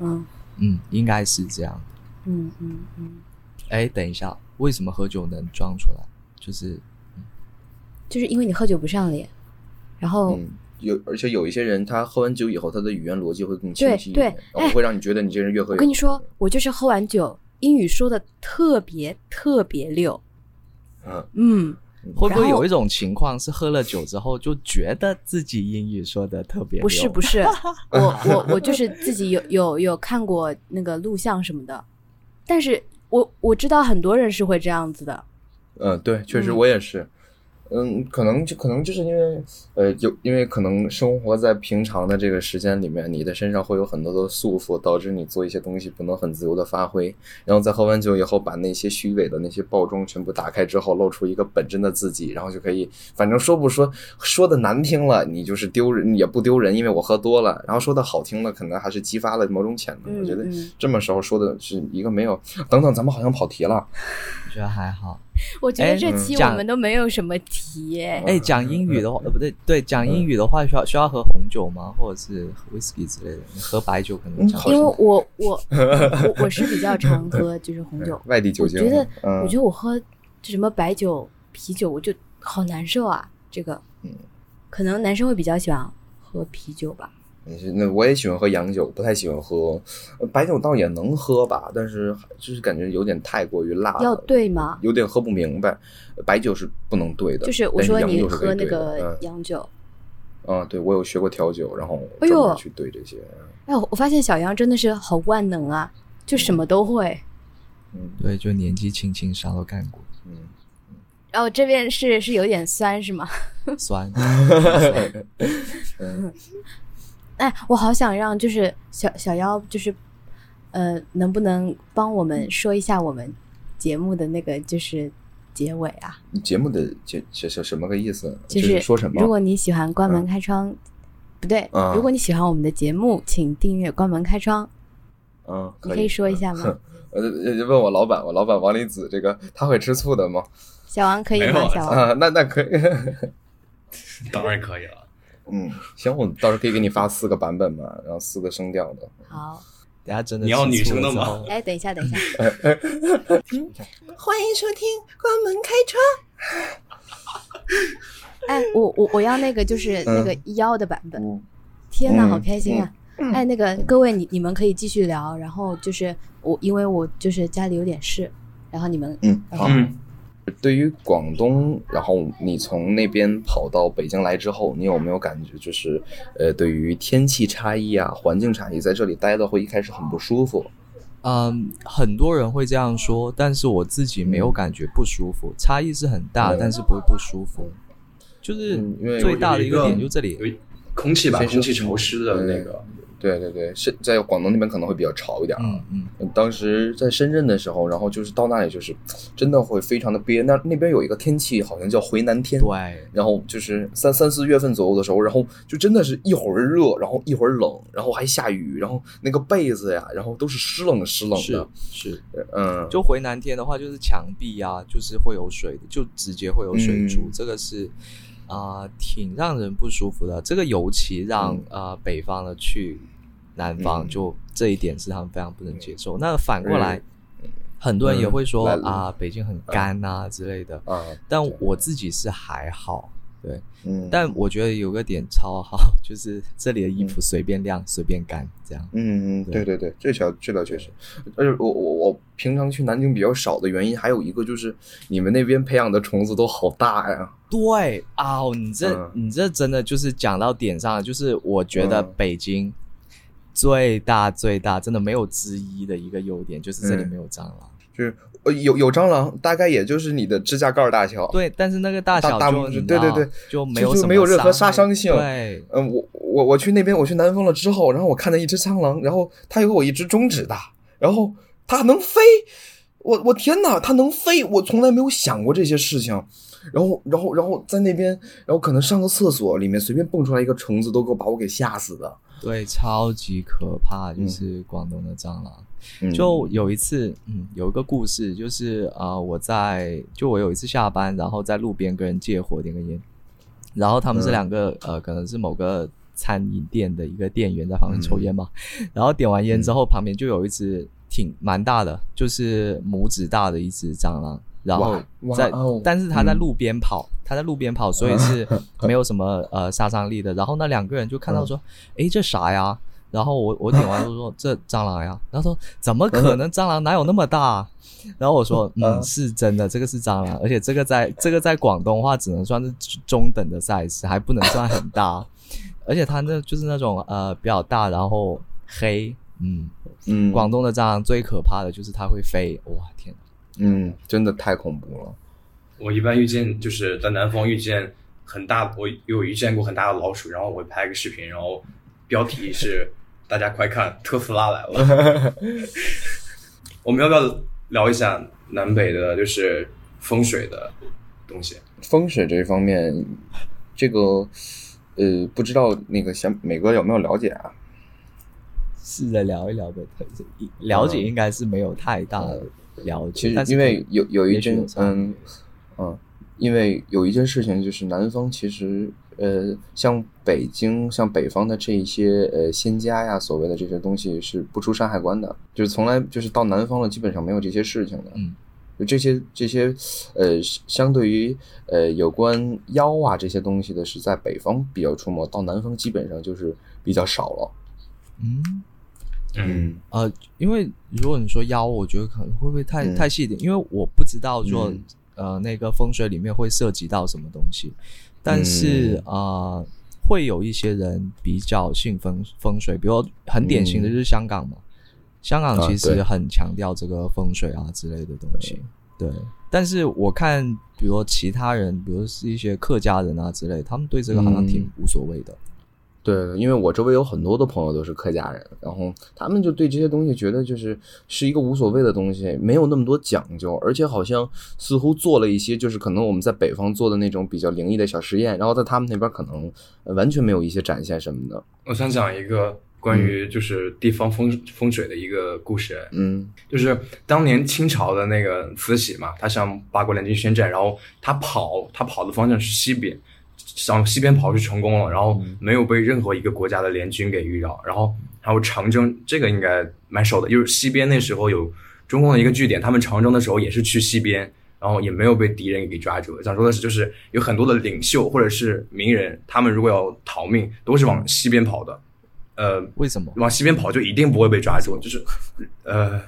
B: 嗯
D: 嗯，应该是这样。
B: 嗯嗯嗯，
D: 哎，等一下，为什么喝酒能装出来？就是
B: 就是因为你喝酒不上脸，然后
F: 嗯，有而且有一些人，他喝完酒以后，他的语言逻辑会更清
B: 对
F: 晰一
B: 对
F: 点，然
B: 哎
F: 后会让你觉得你这人越喝越。
B: 我跟你说，我就是喝完酒，英语说的特别特别溜。
F: 嗯
B: 嗯，
D: 会不
B: 然
D: 会
B: 后
D: 有一种情况是喝了酒之后就觉得自己英语说的特别
B: 不是
D: 溜
B: 不是，我我我 就是自己有有有看过那个录像什么的，但是我我知道很多人是会这样子的。
F: 嗯，对，确实
B: 嗯
F: 我也是。嗯，可能就可能就是因为，呃，有因为可能生活在平常的这个时间里面，你的身上会有很多的束缚，导致你做一些东西不能很自由的发挥。然后在喝完酒以后，把那些虚伪的那些包装全部打开之后，露出一个本真的自己，然后就可以，反正说不说说的难听了，你就是丢人也不丢人，因为我喝多了；然后说的好听了，可能还是激发了某种潜能。我觉得
B: 嗯嗯
F: 这么时候说的是一个没有等等，咱们好像跑题了。
D: 我觉得还好。
B: 我觉得
D: 哎
B: 这
F: 嗯
B: 期
D: 这
B: 我
D: 样
B: 们都没有什么题哎，
D: 哎，讲英语的话，呃，不对，
B: 嗯
D: 对，讲英语的话需要需要喝红酒吗？或者是 whisky 之类的？你喝白酒可
F: 嗯
D: 能这样
F: 好
B: 因为我 我我我是比较常喝就是红酒，
F: 外地酒精，
B: 我觉得、
F: 嗯、
B: 我觉得我喝这什么白酒、啤酒，我就好难受啊。这个，
F: 嗯，
B: 可能男生会比较喜欢喝啤酒吧。
F: 那些那我也喜欢喝洋酒，不太喜欢喝呃白酒，倒也能喝吧，但是还就是感觉有点太过于辣了，
B: 要兑吗
F: 有点喝不明白，白酒是不能兑的，
B: 就是我
F: 但
B: 说
F: 洋
B: 你
F: 酒是可以
B: 喝
F: 兑
B: 那
F: 的
B: 个
F: 嗯
B: 洋酒，
F: 啊，对我有学过调酒，然后
B: 哎
F: 专
B: 呦
F: 门去兑这些，
B: 哎，我我发现小杨真的是好万能啊，就什么都会。
F: 嗯
D: 对，就年纪轻轻啥都干过，
F: 嗯，
B: 然后哦这边是是有点酸是吗？
D: 酸。
B: 哎，我好想让就是小小妖就是，呃，能不能帮我们说一下我们节目的那个就是结尾啊？
F: 你节目的节什什什么个意思？
B: 就
F: 就是说什么？嗯
B: 如果你喜欢关门开窗，不对，
F: 啊
B: 如果你喜欢我们的节目，请订阅关门开窗。
F: 嗯，
B: 你可以说一下吗？
F: 呃，问我老板，我老板王离子，这个他会吃醋的吗？
B: 小王可以
C: 没
B: 吗？
C: 有
B: 小王，
F: 啊，那那可以，
C: 当然可以了。
F: 嗯，行，我到时候可以给你发四个版本嘛，然后四个声调的。
B: 好，
D: 等下真的
C: 你要
D: 吃醋
C: 女生
D: 了
C: 的
D: 之
C: 吗
D: 后？
B: 哎，等一下，等一下，
F: 哎
L: 欢迎收听《关门开窗》。
B: 哎，我我我要那个就是那个妖的版本。
F: 嗯
B: 天哪，
F: 嗯
B: 好开心啊！哎，那个各位，你你们可以继续聊，然后就是我，因为我就是家里有点事，然后你们
F: 嗯，好。
C: 嗯，
F: 对于广东，然后你从那边跑到北京来之后，你有没有感觉就是，呃，对于天气差异啊、环境差异，在这里待的会一开始很不舒服？
D: 嗯，很多人会这样说，但是我自己没有感觉不舒服，差异是很大，
F: 嗯
D: 但是不会不舒服。就是
F: 嗯因为
D: 最大的一
C: 有
D: 个
C: 一个
D: 点就这
C: 有
D: 里，
C: 一空气吧，
F: 先说
C: 空气潮湿的那个，
F: 对对对，是在广东那边可能会比较潮一点啊。
D: 嗯嗯，
F: 当时在深圳的时候，然后就是到那里就是真的会非常的憋。那那边有一个天气好像叫回南天，
D: 对，
F: 然后就是三三四月份左右的时候，然后就真的是一会儿热，然后一会儿冷，然后还下雨，然后那个被子呀，然后都是湿冷湿冷
D: 是
F: 的，
D: 是。
F: 嗯，
D: 就回南天的话，就是墙壁啊，就是会有水的，就直接会有水柱，
F: 嗯
D: 这个是啊、挺让人不舒服的。这个尤其让
F: 嗯
D: 啊、呃北方的去南方，
F: 嗯
D: 就这一点是他们非常不能接受。那反过来，很多人也会说
F: 嗯来了
D: 啊、北京很干啊之类的，
F: 啊，
D: 但
F: 对
D: 我自己是还好。对，
F: 嗯，
D: 但我觉得有个点超好， 就是这里的衣服随便晾、随便干，这样。
F: 嗯，嗯，对
D: 对
F: 对对，这条这倒确实。而且我我我平常去南京比较少的原因，还有一个就是你们那边培养的虫子都好大呀，
D: 对啊、你这、
F: 嗯
D: 你这真的就是讲到点上了，就是我觉得
F: 嗯
D: 北京最大最大，真的没有之一的一个优点就是这里
F: 嗯
D: 没有蟑螂。
F: 就是呃有有蟑螂，大概也就是你的指甲盖儿大小。，
D: 对，但是那个大
F: 大
D: 小
F: 大
D: 就
F: 拇
D: 你
F: 指
D: 知
F: 对对
D: 道
F: 对
D: 就没
F: 就
D: 有
F: 就
D: 什么
F: 没有任何
D: 伤
F: 杀
D: 害
F: 伤性
D: 对，
F: 嗯，我我我去那边，我去南方了之后，然后我看见一只蟑螂，然后它有我一只中指大，然后它还能飞，我我天哪，它能飞，我从来没有想过这些事情。然后，然后，然后在那边，然后可能上个厕所，里面随便蹦出来一个虫子，都给我把我给吓死的。
D: 对，超级可怕，就是广东的蟑螂。
F: 嗯
D: 就有一次，嗯，有一个故事，就是啊、呃我在就我有一次下班，然后在路边跟人借火点根烟，然后他们
F: 嗯
D: 是两个、呃，可能是某个餐饮店的一个店员在旁边抽烟嘛，然后点完烟之
F: 嗯
D: 后，旁边就有一只挺蛮大的，就是拇指大的一只蟑螂，然后
F: 哇
D: 在，
F: 哇哦
D: 但是它在
F: 嗯
D: 路边跑，它在路边跑，所 以是没有什么呃杀伤力的。然后那两个人
F: 嗯
D: 就看到说，诶，这啥呀？然后我我点完就说这蟑螂呀，然后说怎么可能蟑螂哪有那么大、啊然后我说嗯
F: 嗯
D: 是真的，这个是蟑螂，而且这个在这个在广东话只能算是中等的 size，还不能算很大，而且它那就是那种呃比较大，然后黑，嗯，
F: 嗯，
D: 广东的蟑螂最可怕的就是它会飞，哇天哪！
F: 嗯，真的太恐怖了。
C: 我一般遇见就是在南方遇见很大，我有遇见过很大的老鼠，然后我拍个视频，然后标题是“大家快看，特斯拉来了” 。 我们要不要聊一下南北的，就是风水的东西？
F: 风水这一方面，这个呃，不知道那个小美哥有没有了解啊？
D: 试着聊一聊呗。了解应该是没有太大的了解，
F: 嗯其实
D: 但是
F: 因为有有一
D: 也许
F: 件
D: 有差别
F: 嗯嗯，因为有一件事情就是南方其实呃，像北京像北方的这一些呃仙家呀，所谓的这些东西是不出山海关的，就是从来就是到南方了，基本上没有这些事情的。
D: 嗯。
F: 就这些这些，呃，相对于呃有关妖啊这些东西的，是在北方比较出没，到南方基本上就是比较少了。
D: 嗯，
M: 嗯，
D: 呃，因为如果你说腰，我觉得可能会不会太、
F: 嗯
D: 太细一点，因为我不知道说、
F: 嗯
D: 呃那个风水里面会涉及到什么东西，但是
F: 嗯
D: 啊、呃会有一些人比较信风风水，比如很典型的就是香港嘛，香港
F: 嗯啊
D: 其
F: 对嗯
D: 实很强调这个风水啊之类的东西，对。但是我看，比如说其他人，比如是一些客家人啊之类，他们对这个好像挺
F: 嗯
D: 无所谓的。
F: 对，因为我周围有很多的朋友都是客家人，然后他们就对这些东西觉得就是是一个无所谓的东西，没有那么多讲究，而且好像似乎做了一些就是可能我们在北方做的那种比较灵异的小实验，然后在他们那边可能呃完全没有一些展现什么的。
C: 我想讲一个关于就是地方风风水的一个故事，
F: 嗯
C: 就是当年清朝的那个慈禧嘛，她想八国联军宣战，然后她跑，她跑的方向是西边，向西边跑是成功了，然后没有被任何一个国家的联军给遇到，然后还有长征，这个应该蛮熟的，就是西边那时候有中共的一个据点，他们长征的时候也是去西边。然后也没有被敌人给抓住。想说的是，就是有很多的领袖或者是名人，他们如果要逃命，都是往西边跑的。呃，
D: 为什么？
C: 往西边跑就一定不会被抓住，就是，呃，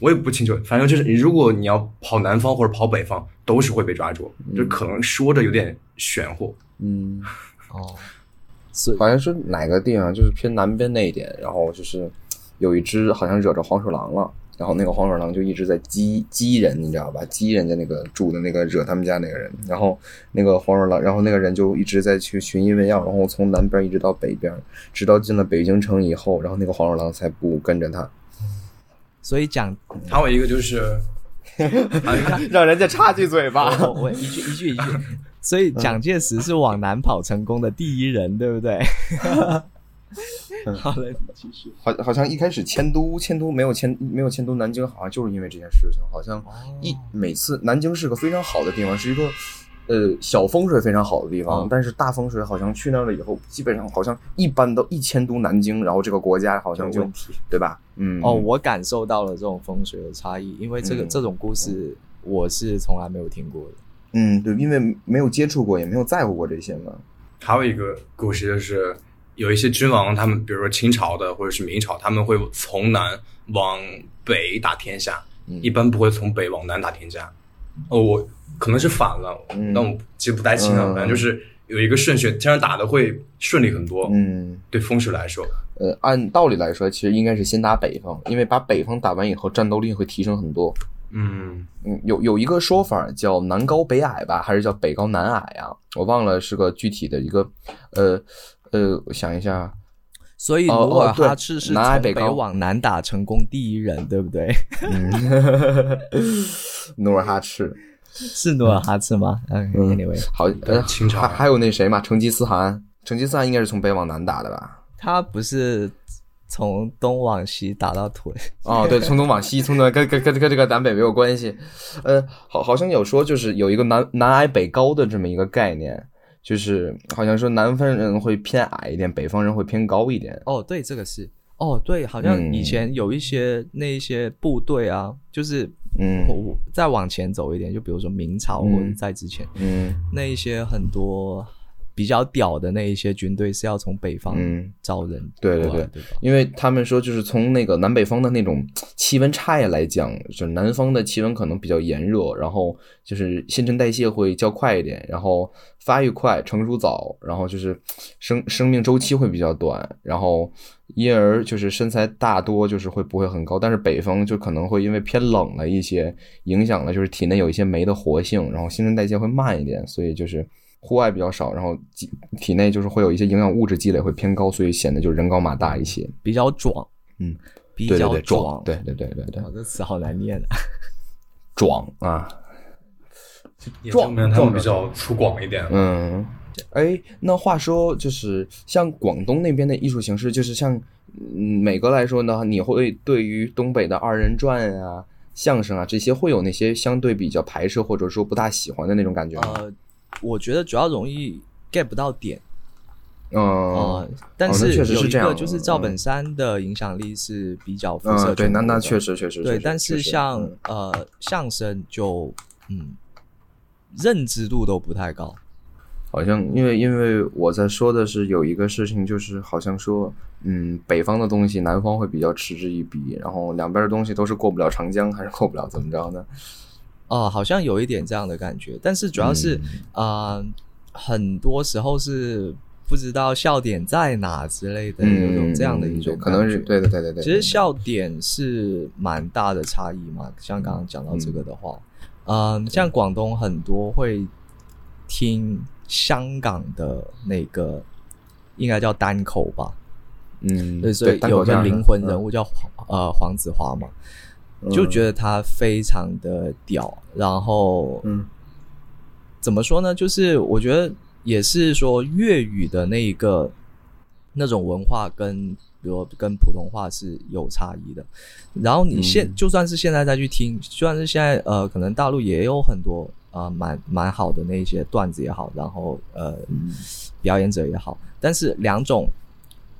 C: 我也不清楚，反正就是如果你要跑南方或者跑北方，都是会被抓住，就可能说着有点玄乎，
F: 嗯，
D: 哦，所以
F: 好像是哪个地方，就是偏南边那一点，然后就是有一只好像惹着黄鼠狼了，然后那个黄鼠狼就一直在激激人，你知道吧？激人家那个住的那个惹他们家那个人，然后那个黄鼠狼，然后那个人就一直在去寻医问药，然后从南边一直到北边，直到进了北京城以后，然后那个黄鼠狼才不跟着他，
D: 所以讲
C: 还有一个就是，啊
F: 让人家插句嘴巴。
D: 我我一句一句一句。所
F: 嗯
D: 以蒋介石是往南跑成功的第一人，对不对？好了，你继续。
F: 好，好像一开始迁都，迁都没有迁，没有迁都南京，好像就是因为这件事情。好像一每次南京是个非常好的地方，是一个呃小风水非常好的地方，
D: 嗯
F: 但是大风水好像去那儿了以后，基本上好像一般都一迁都南京，然后这个国家好像
D: 有
F: 就
D: 问题
F: 对吧？嗯，
D: 哦，我感受到了这种风水的差异，因为这个、
F: 嗯
D: 这种故事我是从来没有听过的。
F: 嗯，对，因为没有接触过，也没有在乎过这些嘛。
C: 还有一个故事就是，有一些君王他们，比如说清朝的或者是明朝，他们会从南往北打天下，
F: 嗯
C: 一般不会从北往南打天下。哦，我可能是反了，
F: 嗯
C: 但我记不太清了，
F: 嗯
C: 反正就是有一个顺序，这样打的会顺利很多。
F: 嗯，
C: 对风水来说，
F: 呃，按道理来说，其实应该是先打北方，因为把北方打完以后，战斗力会提升很多。
C: 嗯，
F: 嗯，有有一个说法叫南高北矮吧，还是叫北高南矮啊？我忘了是个具体的一个，呃呃，我想一下，
D: 所以
F: 哦
D: 努尔
F: 哦对
D: 哈赤是
F: 南
D: 从
F: 来北
D: 北
F: 高
D: 往南打成功第一人，对不对？
F: 嗯，努尔哈赤，
D: 是努尔哈赤吗？嗯
F: 嗯
D: ，anyway，
F: 好，呃，
C: 清朝
F: 还还有那谁嘛，成吉思汗，成吉思汗应该是从北往南打的吧？
D: 他不是从东往西打到腿，
F: 哦，对，从东往西，从东跟跟跟跟这个南北没有关系。呃，好，好像有说就是有一个南南矮北高的这么一个概念，就是好像说南方人会偏矮一点，北方人会偏高一点。
D: 哦，对，这个是。哦，对，好像以前有一些、那一些部队啊，就是
F: 嗯
D: 我再往前走一点，就比如说明朝
F: 嗯
D: 或者在之前，
F: 嗯
D: 那一些很多比较屌的那一些军队是要从北方
F: 嗯
D: 招人过来、
F: 对对
D: 对
F: 对
D: 吧？
F: 因为他们说，就是从那个南北方的那种气温差异来讲，就是南方的气温可能比较炎热，然后就是新陈代谢会较快一点，然后发育快、成熟早，然后就是生生命周期会比较短，然后因而就是身材大多就是会不会很高，但是北方就可能会因为偏冷了一些，影响了就是体内有一些酶的活性，然后新陈代谢会慢一点，所以就是。户外比较少，然后体体内就是会有一些营养物质积累会偏高，所以显得就人高马大一些。
D: 比较壮，
F: 嗯，
D: 比
F: 对对
D: 较
F: 对，壮，对对对对对
D: 哦，，这词好难念啊。
F: 壮啊，
C: 也
F: 壮
C: 证明他们比较粗犷一点。
F: 嗯，哎，那话说就是像广东那边的艺术形式，就是像嗯美国来说呢，你会对于东北的二人转啊、相声啊这些，会有那些相对比较排斥或者说不大喜欢的那种感觉吗？
D: 呃，我觉得主要容易 get 不到点
F: 嗯
D: 呃，但
F: 哦那
D: 是
F: 确实
D: 有
F: 是
D: 一
F: 这
D: 个
F: 样
D: 就是赵本山的影响力是比较辐射
F: 嗯，对，
D: 全
F: 那
D: 国
F: 那
D: 的
F: 确实确实确
D: 对，
F: 实
D: 但
F: 确
D: 是
F: 实
D: 像
F: 嗯
D: 呃相声就嗯认知度都不太高，
F: 好像因为因为我在说的是有一个事情，就是好像说，嗯，北方的东西南方会比较嗤之以鼻，然后两边的东西都是过不了长江，还是过不了怎么 着呢？
D: 哦，好像有一点这样的感觉，但是主要是
F: 嗯
D: 啊、呃，很多时候是不知道笑点在哪之类的，有种嗯这样的一种
F: 嗯可能是
D: 感觉
F: 对的对的对的。
D: 其实笑点是蛮大的差异嘛，像刚刚讲到这个的话，嗯，像广东很多会听香港的那个，应该叫单口吧，
F: 嗯，
D: 对，所以
F: 单
D: 有
F: 口
D: 个
F: 相声
D: 灵魂人物
F: 嗯
D: 叫黄、呃黄子华嘛，就觉得他非常的屌，然后
F: 嗯，
D: 怎么说呢？就是我觉得也是说粤语的那一个那种文化跟比如跟普通话是有差异的，然后你现、
F: 嗯
D: 就算是现在再去听，就算是现在呃，可能大陆也有很多啊、呃蛮蛮好的那些段子也好，然后呃、表演者也好，但是两种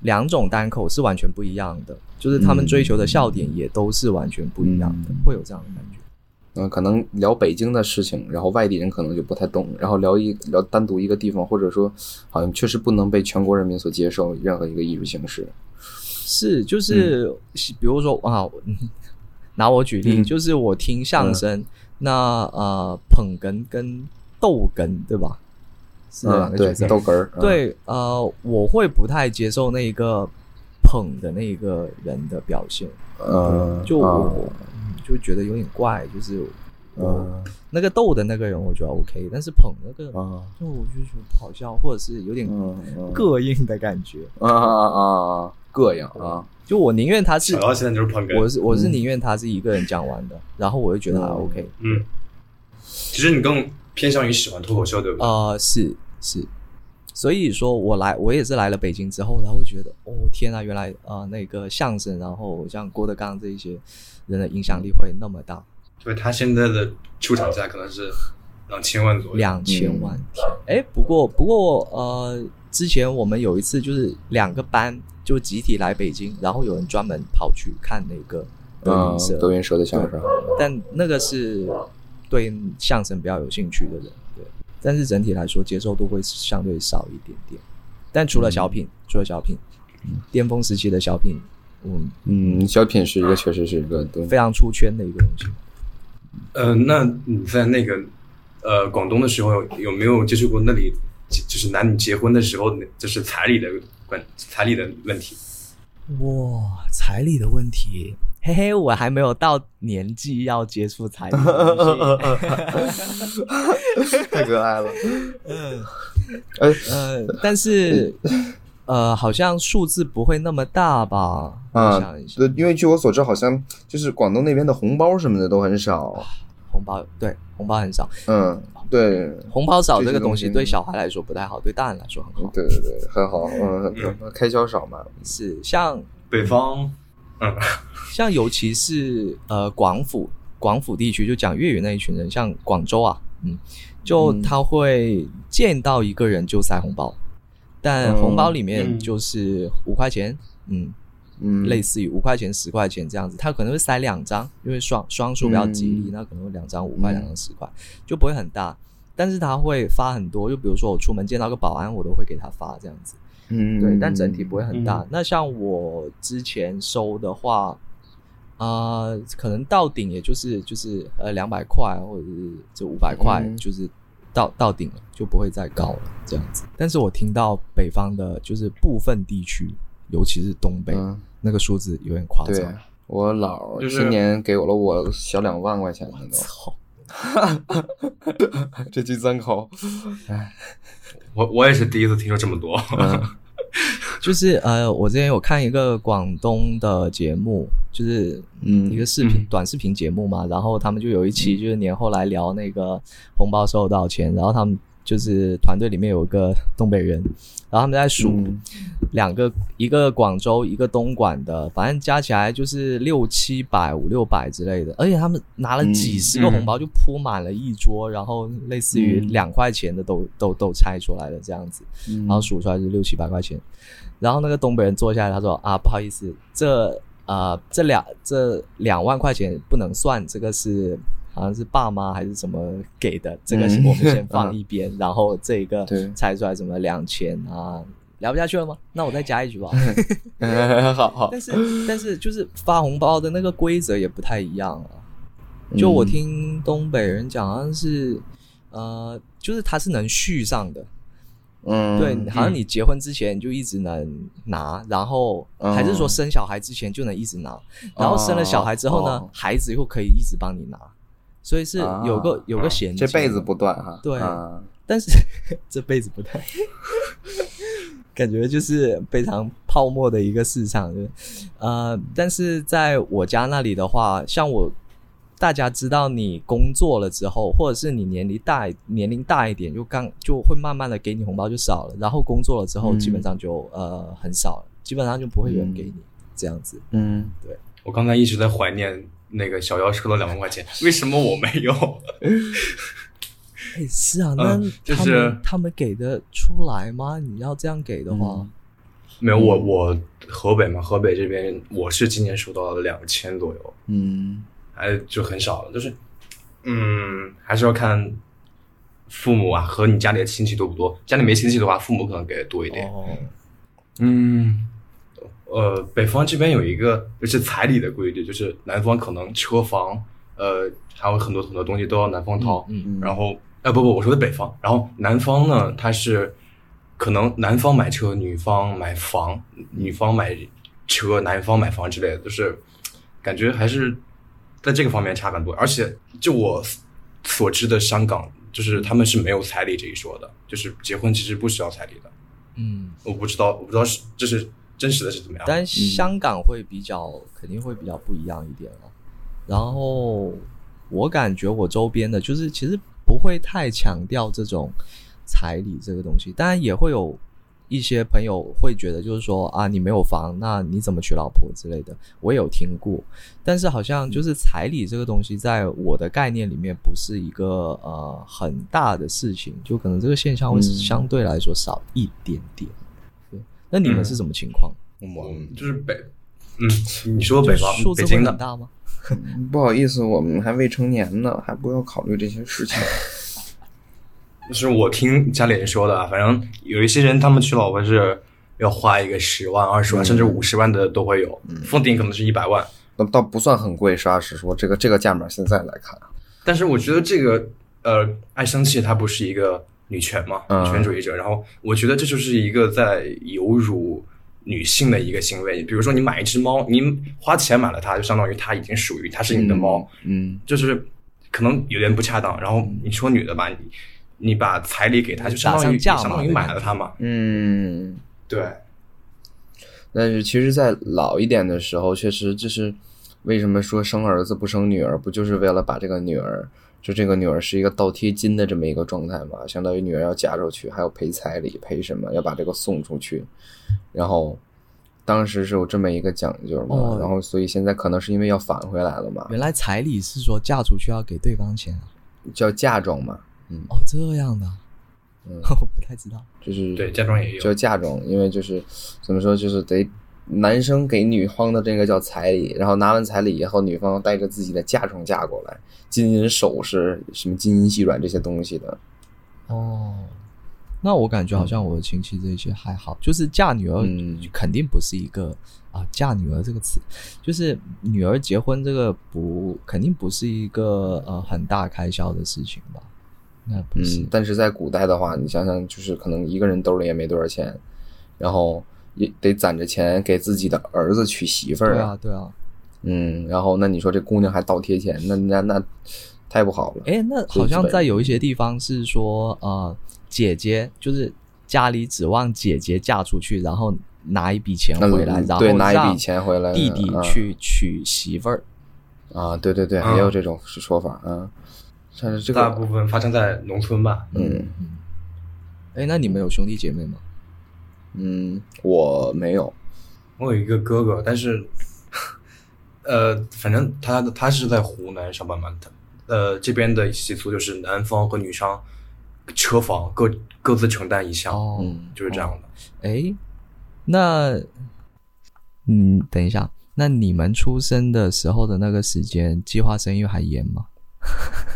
D: 两种单口是完全不一样的，就是他们追求的笑点也都是完全不一样的，会有这样的感觉。
F: 嗯，可能聊北京的事情，然后外地人可能就不太懂，然后聊一聊单独一个地方，或者说好像确实不能被全国人民所接受任何一个艺术形式。
D: 是，
F: 嗯
D: 就是、比如说啊，我拿我举例，
F: 嗯
D: 就是我听相声，那呃捧哏跟逗哏，对吧？是两
F: 嗯，
D: 个
F: 对
D: 角，色。
F: 逗哏儿，嗯，
D: 对，呃，我会不太接受那个捧的那个人的表现，
F: 嗯，
D: 就
F: 啊
D: 我、嗯就觉得有点怪，就是我、
F: 嗯
D: 那个逗的那个人我觉得 OK，但是捧那个
F: 啊
D: 就我就觉得不好笑，或者是有点
F: 嗯嗯
D: 膈应的感觉。
F: 啊啊啊啊，膈应啊，
D: 就我宁愿他是
K: 小，刀现在就是捧哏。
D: 我是我是
F: 嗯
D: 宁愿他是一个人讲完的，然后我就觉得还啊 OK，
K: 嗯，其实你更偏向于喜欢脱口秀，对
F: 嗯
K: 不对？
D: 呃，是是，所以说我来，我也是来了北京之后，然后觉得，哦天啊，原来啊、呃那个相声，然后像郭德纲这一些人的影响力会那么大，
K: 对他现在的出场价可能是两千万
C: 嗯
K: 左右。
D: 两千万天，哎、不过不过呃，之前我们有一次就是两个班就集体来北京，然后有人专门跑去看那个德
F: 嗯
D: 云社，，
F: 德云社的相声，
D: 但那个是对相声比较有兴趣的人，对。但是整体来说，接受度会相对少一点点。但除了小品，除了小品，巅峰时期的小品，嗯，
F: 嗯，小品是一个，确实是一个东西
D: 非，常出圈的一个东西。
K: 呃，那你在那个呃广东的时候有，有没有接触过那里就就是男女结婚的时候，就是彩礼的管彩礼的问题？
D: 哇，彩礼的问题，嘿嘿，我还没有到年纪要接触彩礼的 东西。
F: 太可爱了。
D: 呃，但是呃，好像数字不会那么大吧？我
F: 啊
D: 想一，下
F: 对，因为据我所知，好像就是广东那边的红包什么的都很少。
D: 红包对红包很少，
F: 嗯，对，
D: 红包少
F: 这
D: 这
F: 些
D: 个
F: 东
D: 东西
F: 西
D: 对小孩来说不太好，对大人来说很好。
F: 对对对，很好，嗯，开销少嘛，
D: 是像
K: 北方，嗯，
D: 像尤其是呃广府广府地区就讲粤语那一群人，像广州啊，嗯，就
F: 嗯
D: 他会见到一个人就塞红包，但
F: 哦
D: 红包里面
K: 嗯
D: 就是五块钱，嗯，
F: 嗯，
D: 类似于五块钱、十块钱这样子，他可能会塞两张，因为双双数比较吉
F: 嗯
D: 利，那可能会两张五块、
F: 嗯
D: 两张十块，就不会很大。但是他会发很多，就比如说我出门见到个保安，我都会给他发这样子。
F: 嗯，
D: 对，但整体不会很大。
K: 嗯
D: 那像我之前收的话，啊、可能到顶也就是就是呃两百块或者是就五百块，
F: 嗯
D: 就是到到顶了，就不会再高了这样子。但是我听到北方的，就是部分地区，尤其是东北，
F: 嗯
D: 那个数字有点夸
F: 对
D: 张。。
F: 我姥
K: 就是
F: 今年给我了我小两万块钱呢
D: 操！
F: 都，这金三口，
K: 我我也是第一次听说这么多。
D: 就是呃，我之前有看一个广东的节目，就是
F: 嗯
D: 一个视频、
K: 嗯
D: 短视频节目嘛，然后他们就有一期就是年后来聊那个红包收了多少钱，然后他们就是团队里面有一个东北人，然后他们在数
F: 嗯
D: 两个，一个广州，一个东莞的，反正加起来就是六七百、五六百之类的，而且他们拿了几十个
K: 嗯
D: 红包就铺满了一桌，然后类似于
F: 嗯
D: 两块钱的都都都拆出来了这样子。然后数出来是六七百块钱。然后那个东北人坐下来，他说啊，不好意思，这啊、呃这两这两万块钱不能算，这个是好像是爸妈还是怎么给的，这个是我们先放一边，然后这个猜出来什么两千啊，聊不下去了吗？那我再加一句吧。
F: 好好，
D: 但是但是就是发红包的那个规则也不太一样啊。就我听东北人讲，好像是呃，就是它是能续上的。
F: 嗯，
D: 对，好像你结婚之前你就一直能拿，然后
F: 嗯
D: 还是说生小孩之前就能一直
F: 哦
D: 拿，然后生了小孩之后呢，孩子又可以一直帮你拿，所以是有个有个衔接，
F: 啊这辈子不断哈。
D: 对，但是 这辈子不断， 感觉就是非常泡沫的一个市场。呃，但是在我家那里的话，像我。大家知道你工作了之后，或者是你年龄大年龄大一点，就刚就会慢慢的给你红包就少了，然后工作了之后，基本上就、嗯、呃很少了，基本上就不会有人给你、嗯、这样子。
F: 嗯，
D: 对。
C: 我刚才一直在怀念那个小妖收了两万块 钱，为什么我没有？
D: 哎，是啊，那、
C: 嗯、
D: 就是他们给的出来吗？你要这样给的话，
C: 没有我我河北嘛，河北这边我是今年收到了两千左右。
F: 嗯。
C: 还就很少了，就是，嗯，还是要看父母啊和你家里的亲戚多不多。家里没亲戚的话，父母可能给的多一点。
D: 哦、
C: 嗯，呃，北方这边有一个就是彩礼的规矩，就是男方可能车房，呃，还有很多很多东西都要男方掏。
D: 嗯嗯。
C: 然后，哎、呃，不不，我说的北方。然后南方呢，他是可能男方买车，女方买房，女方买车，男方买房之类的，就是感觉还是。在这个方面差很多，而且就我所知的，香港就是他们是没有彩礼这一说的，就是结婚其实不需要彩礼的。
D: 嗯，
C: 我不知道，我不知道是这是真实的是怎么样。
D: 但香港会比较，肯定会比较不一样一点了。然后我感觉我周边的，就是其实不会太强调这种彩礼这个东西，当然也会有。一些朋友会觉得，就是说啊，你没有房，那你怎么娶老婆之类的，我有听过。但是好像就是彩礼这个东西，在我的概念里面不是一个呃很大的事情，就可能这个现象会相对来说少一点点。对，那你们是什么情况？
C: 我就是北，嗯，你说北方
D: 数字
C: 会
D: 很大吗？
F: 不好意思，我们还未成年呢，还不要考虑这些事情。
C: 就是我听家里人说的，啊反正有一些人他们娶老婆是要花一个十万、二十万，甚至五十万的都会有，封顶可能是一百万，
F: 那倒不算很贵。实话实说，这个这个价码现在来看，啊
C: 但是我觉得这个呃，爱生气她不是一个女权嘛，女权主义者，然后我觉得这就是一个在有辱女性的一个行为。比如说你买一只猫，你花钱买了它，就相当于它已经属于它是你的猫，
F: 嗯，
C: 就是可能有点不恰当。然后你说女的吧，你。你把彩礼给他，就相当于相当于买了他嘛。
F: 嗯，
C: 对。
F: 但是其实，在老一点的时候，确实就是为什么说生儿子不生女儿，不就是为了把这个女儿，就这个女儿是一个倒贴金的这么一个状态嘛？相当于女儿要嫁出去，还要赔彩礼，赔什么？要把这个送出去。然后当时是有这么一个讲究嘛，
D: 哦、
F: 然后所以现在可能是因为要返回来了嘛。
D: 原来彩礼是说嫁出去要给对方钱啊？
F: 叫嫁妆嘛。嗯
D: 哦，这样的，
F: 嗯，
D: 我不太知道，
F: 就是
C: 对嫁妆也有，
F: 嗯就嫁妆，因为就是怎么说，就是得男生给女方的这个叫彩礼，然后拿完彩礼以后，女方带着自己的嫁妆嫁过来，金银首饰、什么金银细软这些东西的。
D: 哦，那我感觉好像我的亲戚这些还好，嗯、就是嫁女儿肯定不是一个、嗯、啊，嫁女儿这个词，就是女儿结婚这个不肯定不是一个呃很大开销的事情吧。那不是
F: 嗯，但是在古代的话，你想想，就是可能一个人兜里也没多少钱，然后也得攒着钱给自己的儿子娶媳妇儿
D: 啊，对啊，对啊
F: 嗯，然后那你说这姑娘还倒贴钱，那那那太不好了。
D: 哎，那好像在有一些地方是说，呃，姐姐就是家里指望姐姐嫁出去，然后拿一笔钱回来，然后
F: 嗯对拿一笔钱回来，嗯
D: 弟弟去娶媳妇儿、
F: 啊、啊，对对对，也有这种说法啊。但是这个
C: 大部分发生在农村吧。
F: 嗯，
D: 哎，那你们有兄弟姐妹吗？
F: 嗯，我没有，
C: 我有一个哥哥，但是，呃，反正他他是在湖南上班嘛，他呃这边的习俗就是男方和女方车房各各自承担一项，
D: 哦、
C: 就是这样的。
D: 哎、哦，那，嗯，等一下，那你们出生的时候的那个时间，计划生育还严吗？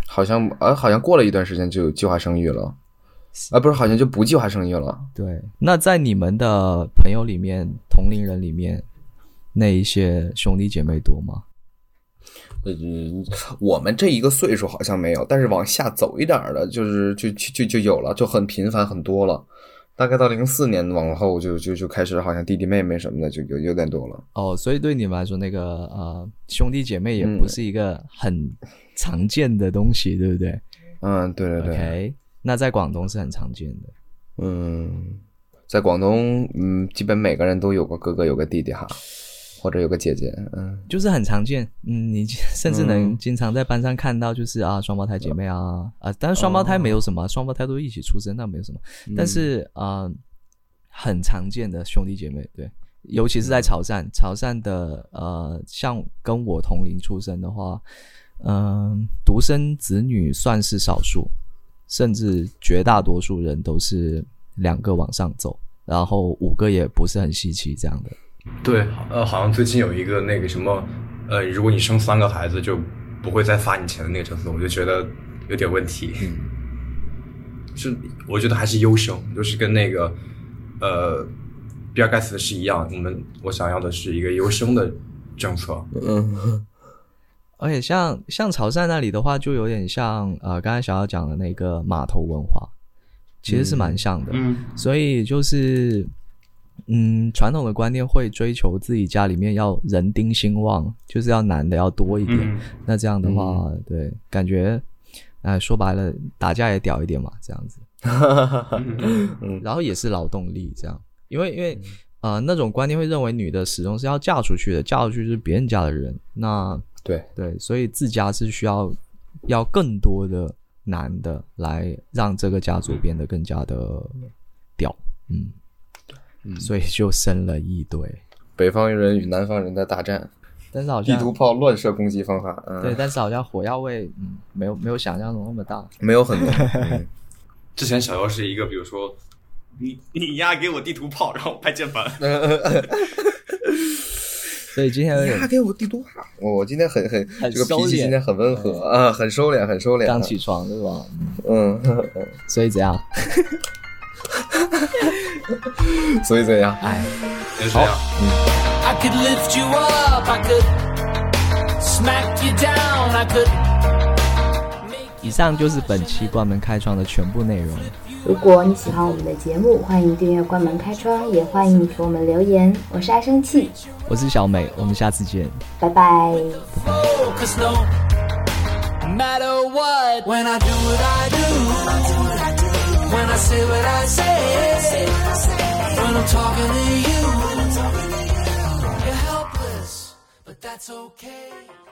F: 好像啊，好像过了一段时间就有计划生育了，啊，不是，好像就不计划生育了。
D: 对，那在你们的朋友里面，同龄人里面，那一些兄弟姐妹多吗？
F: 嗯，我们这一个岁数好像没有，但是往下走一点儿的，就是就就就就有了，就很频繁很多了。大概到零四年往后就，就就开始好像弟弟妹妹什么的就有有点多了。
D: 哦，所以对你们来说，那个呃兄弟姐妹也
F: 嗯
D: 不是一个很常见的东西，对不对？
F: 嗯，对对对。
D: OK，那在广东是很常见的。
F: 嗯，在广东，嗯，基本每个人都有个哥哥，有个弟弟哈，或者有个姐姐，嗯，
D: 就是很常见，嗯，你 甚至能经常在班上看到，就是啊，双胞胎姐妹啊，啊，当然双胞胎没有什么，双胞胎都一起出生，那没有什么，但是啊、呃很常见的兄弟姐妹，对，尤其是在潮汕，潮汕的呃，像跟我同龄出生的话，嗯、独生子女算是少数，甚至绝大多数人都是两个往上走，然后五个也不是很稀奇这样的。
C: 对，呃，好像最近有一个那个什么，呃，如果你生三个孩子就不会再发你钱的那个政策，我就觉得有点问题。是，我觉得还是优生，就是跟那个呃比尔盖茨是一样，我们我想要的是一个优生的政策。
F: 嗯，
D: 而且像像潮汕那里的话，就有点像呃，刚才小姚讲的那个码头文化，其实是蛮像的。
C: 嗯，
D: 所以就是，嗯，传统的观念会追求自己家里面要人丁兴旺，就是要男的要多一点。
C: 嗯
D: 那这样的话，对，感觉，哎、说白了，打架也屌一点嘛，这样子。然后也是劳动力这样，因为因为
F: 嗯
D: 啊、呃那种观念会认为女的始终是要嫁出去的，嫁出去是别人家的人，那
F: 对，
D: 对，所以自家是需要要更多的男的来让这个家族变得更加的屌，嗯，所以就生了一堆，
F: 北方人与南方人的大战，
D: 但是好
F: 地
D: 像
F: 图炮乱射攻击方法，
D: 对，
F: 嗯，
D: 但是好像火药味，嗯，没有没有想象中那么大，
F: 没有很多。嗯
C: 之前小姚是一个，比如说你你丫给我地图炮，然后拍键盘。
D: 所以今天有点
F: 他给我地图炮，我我今天很很
D: 很
F: 这个脾
D: 收
F: 气
D: 敛
F: 今天很温和啊，很收敛，很收敛。
D: 刚起床对吧？
F: 嗯，
D: 所以怎样？
F: 所以怎样？
C: 就这样。
N: I could lift you up, I could smack you down, I could
D: 以上就是本期关门开窗的全部内容。
B: 如果你喜欢我们的节目，欢迎订阅《关门开窗》，也欢迎你给我们留言。我是爱生气，
D: 我是小美，我们下次见。
B: 拜拜。
N: flow, cause no matter what, when I do what I do, when I say what I say, when I'm talking to you, you're helpless, but that's okay.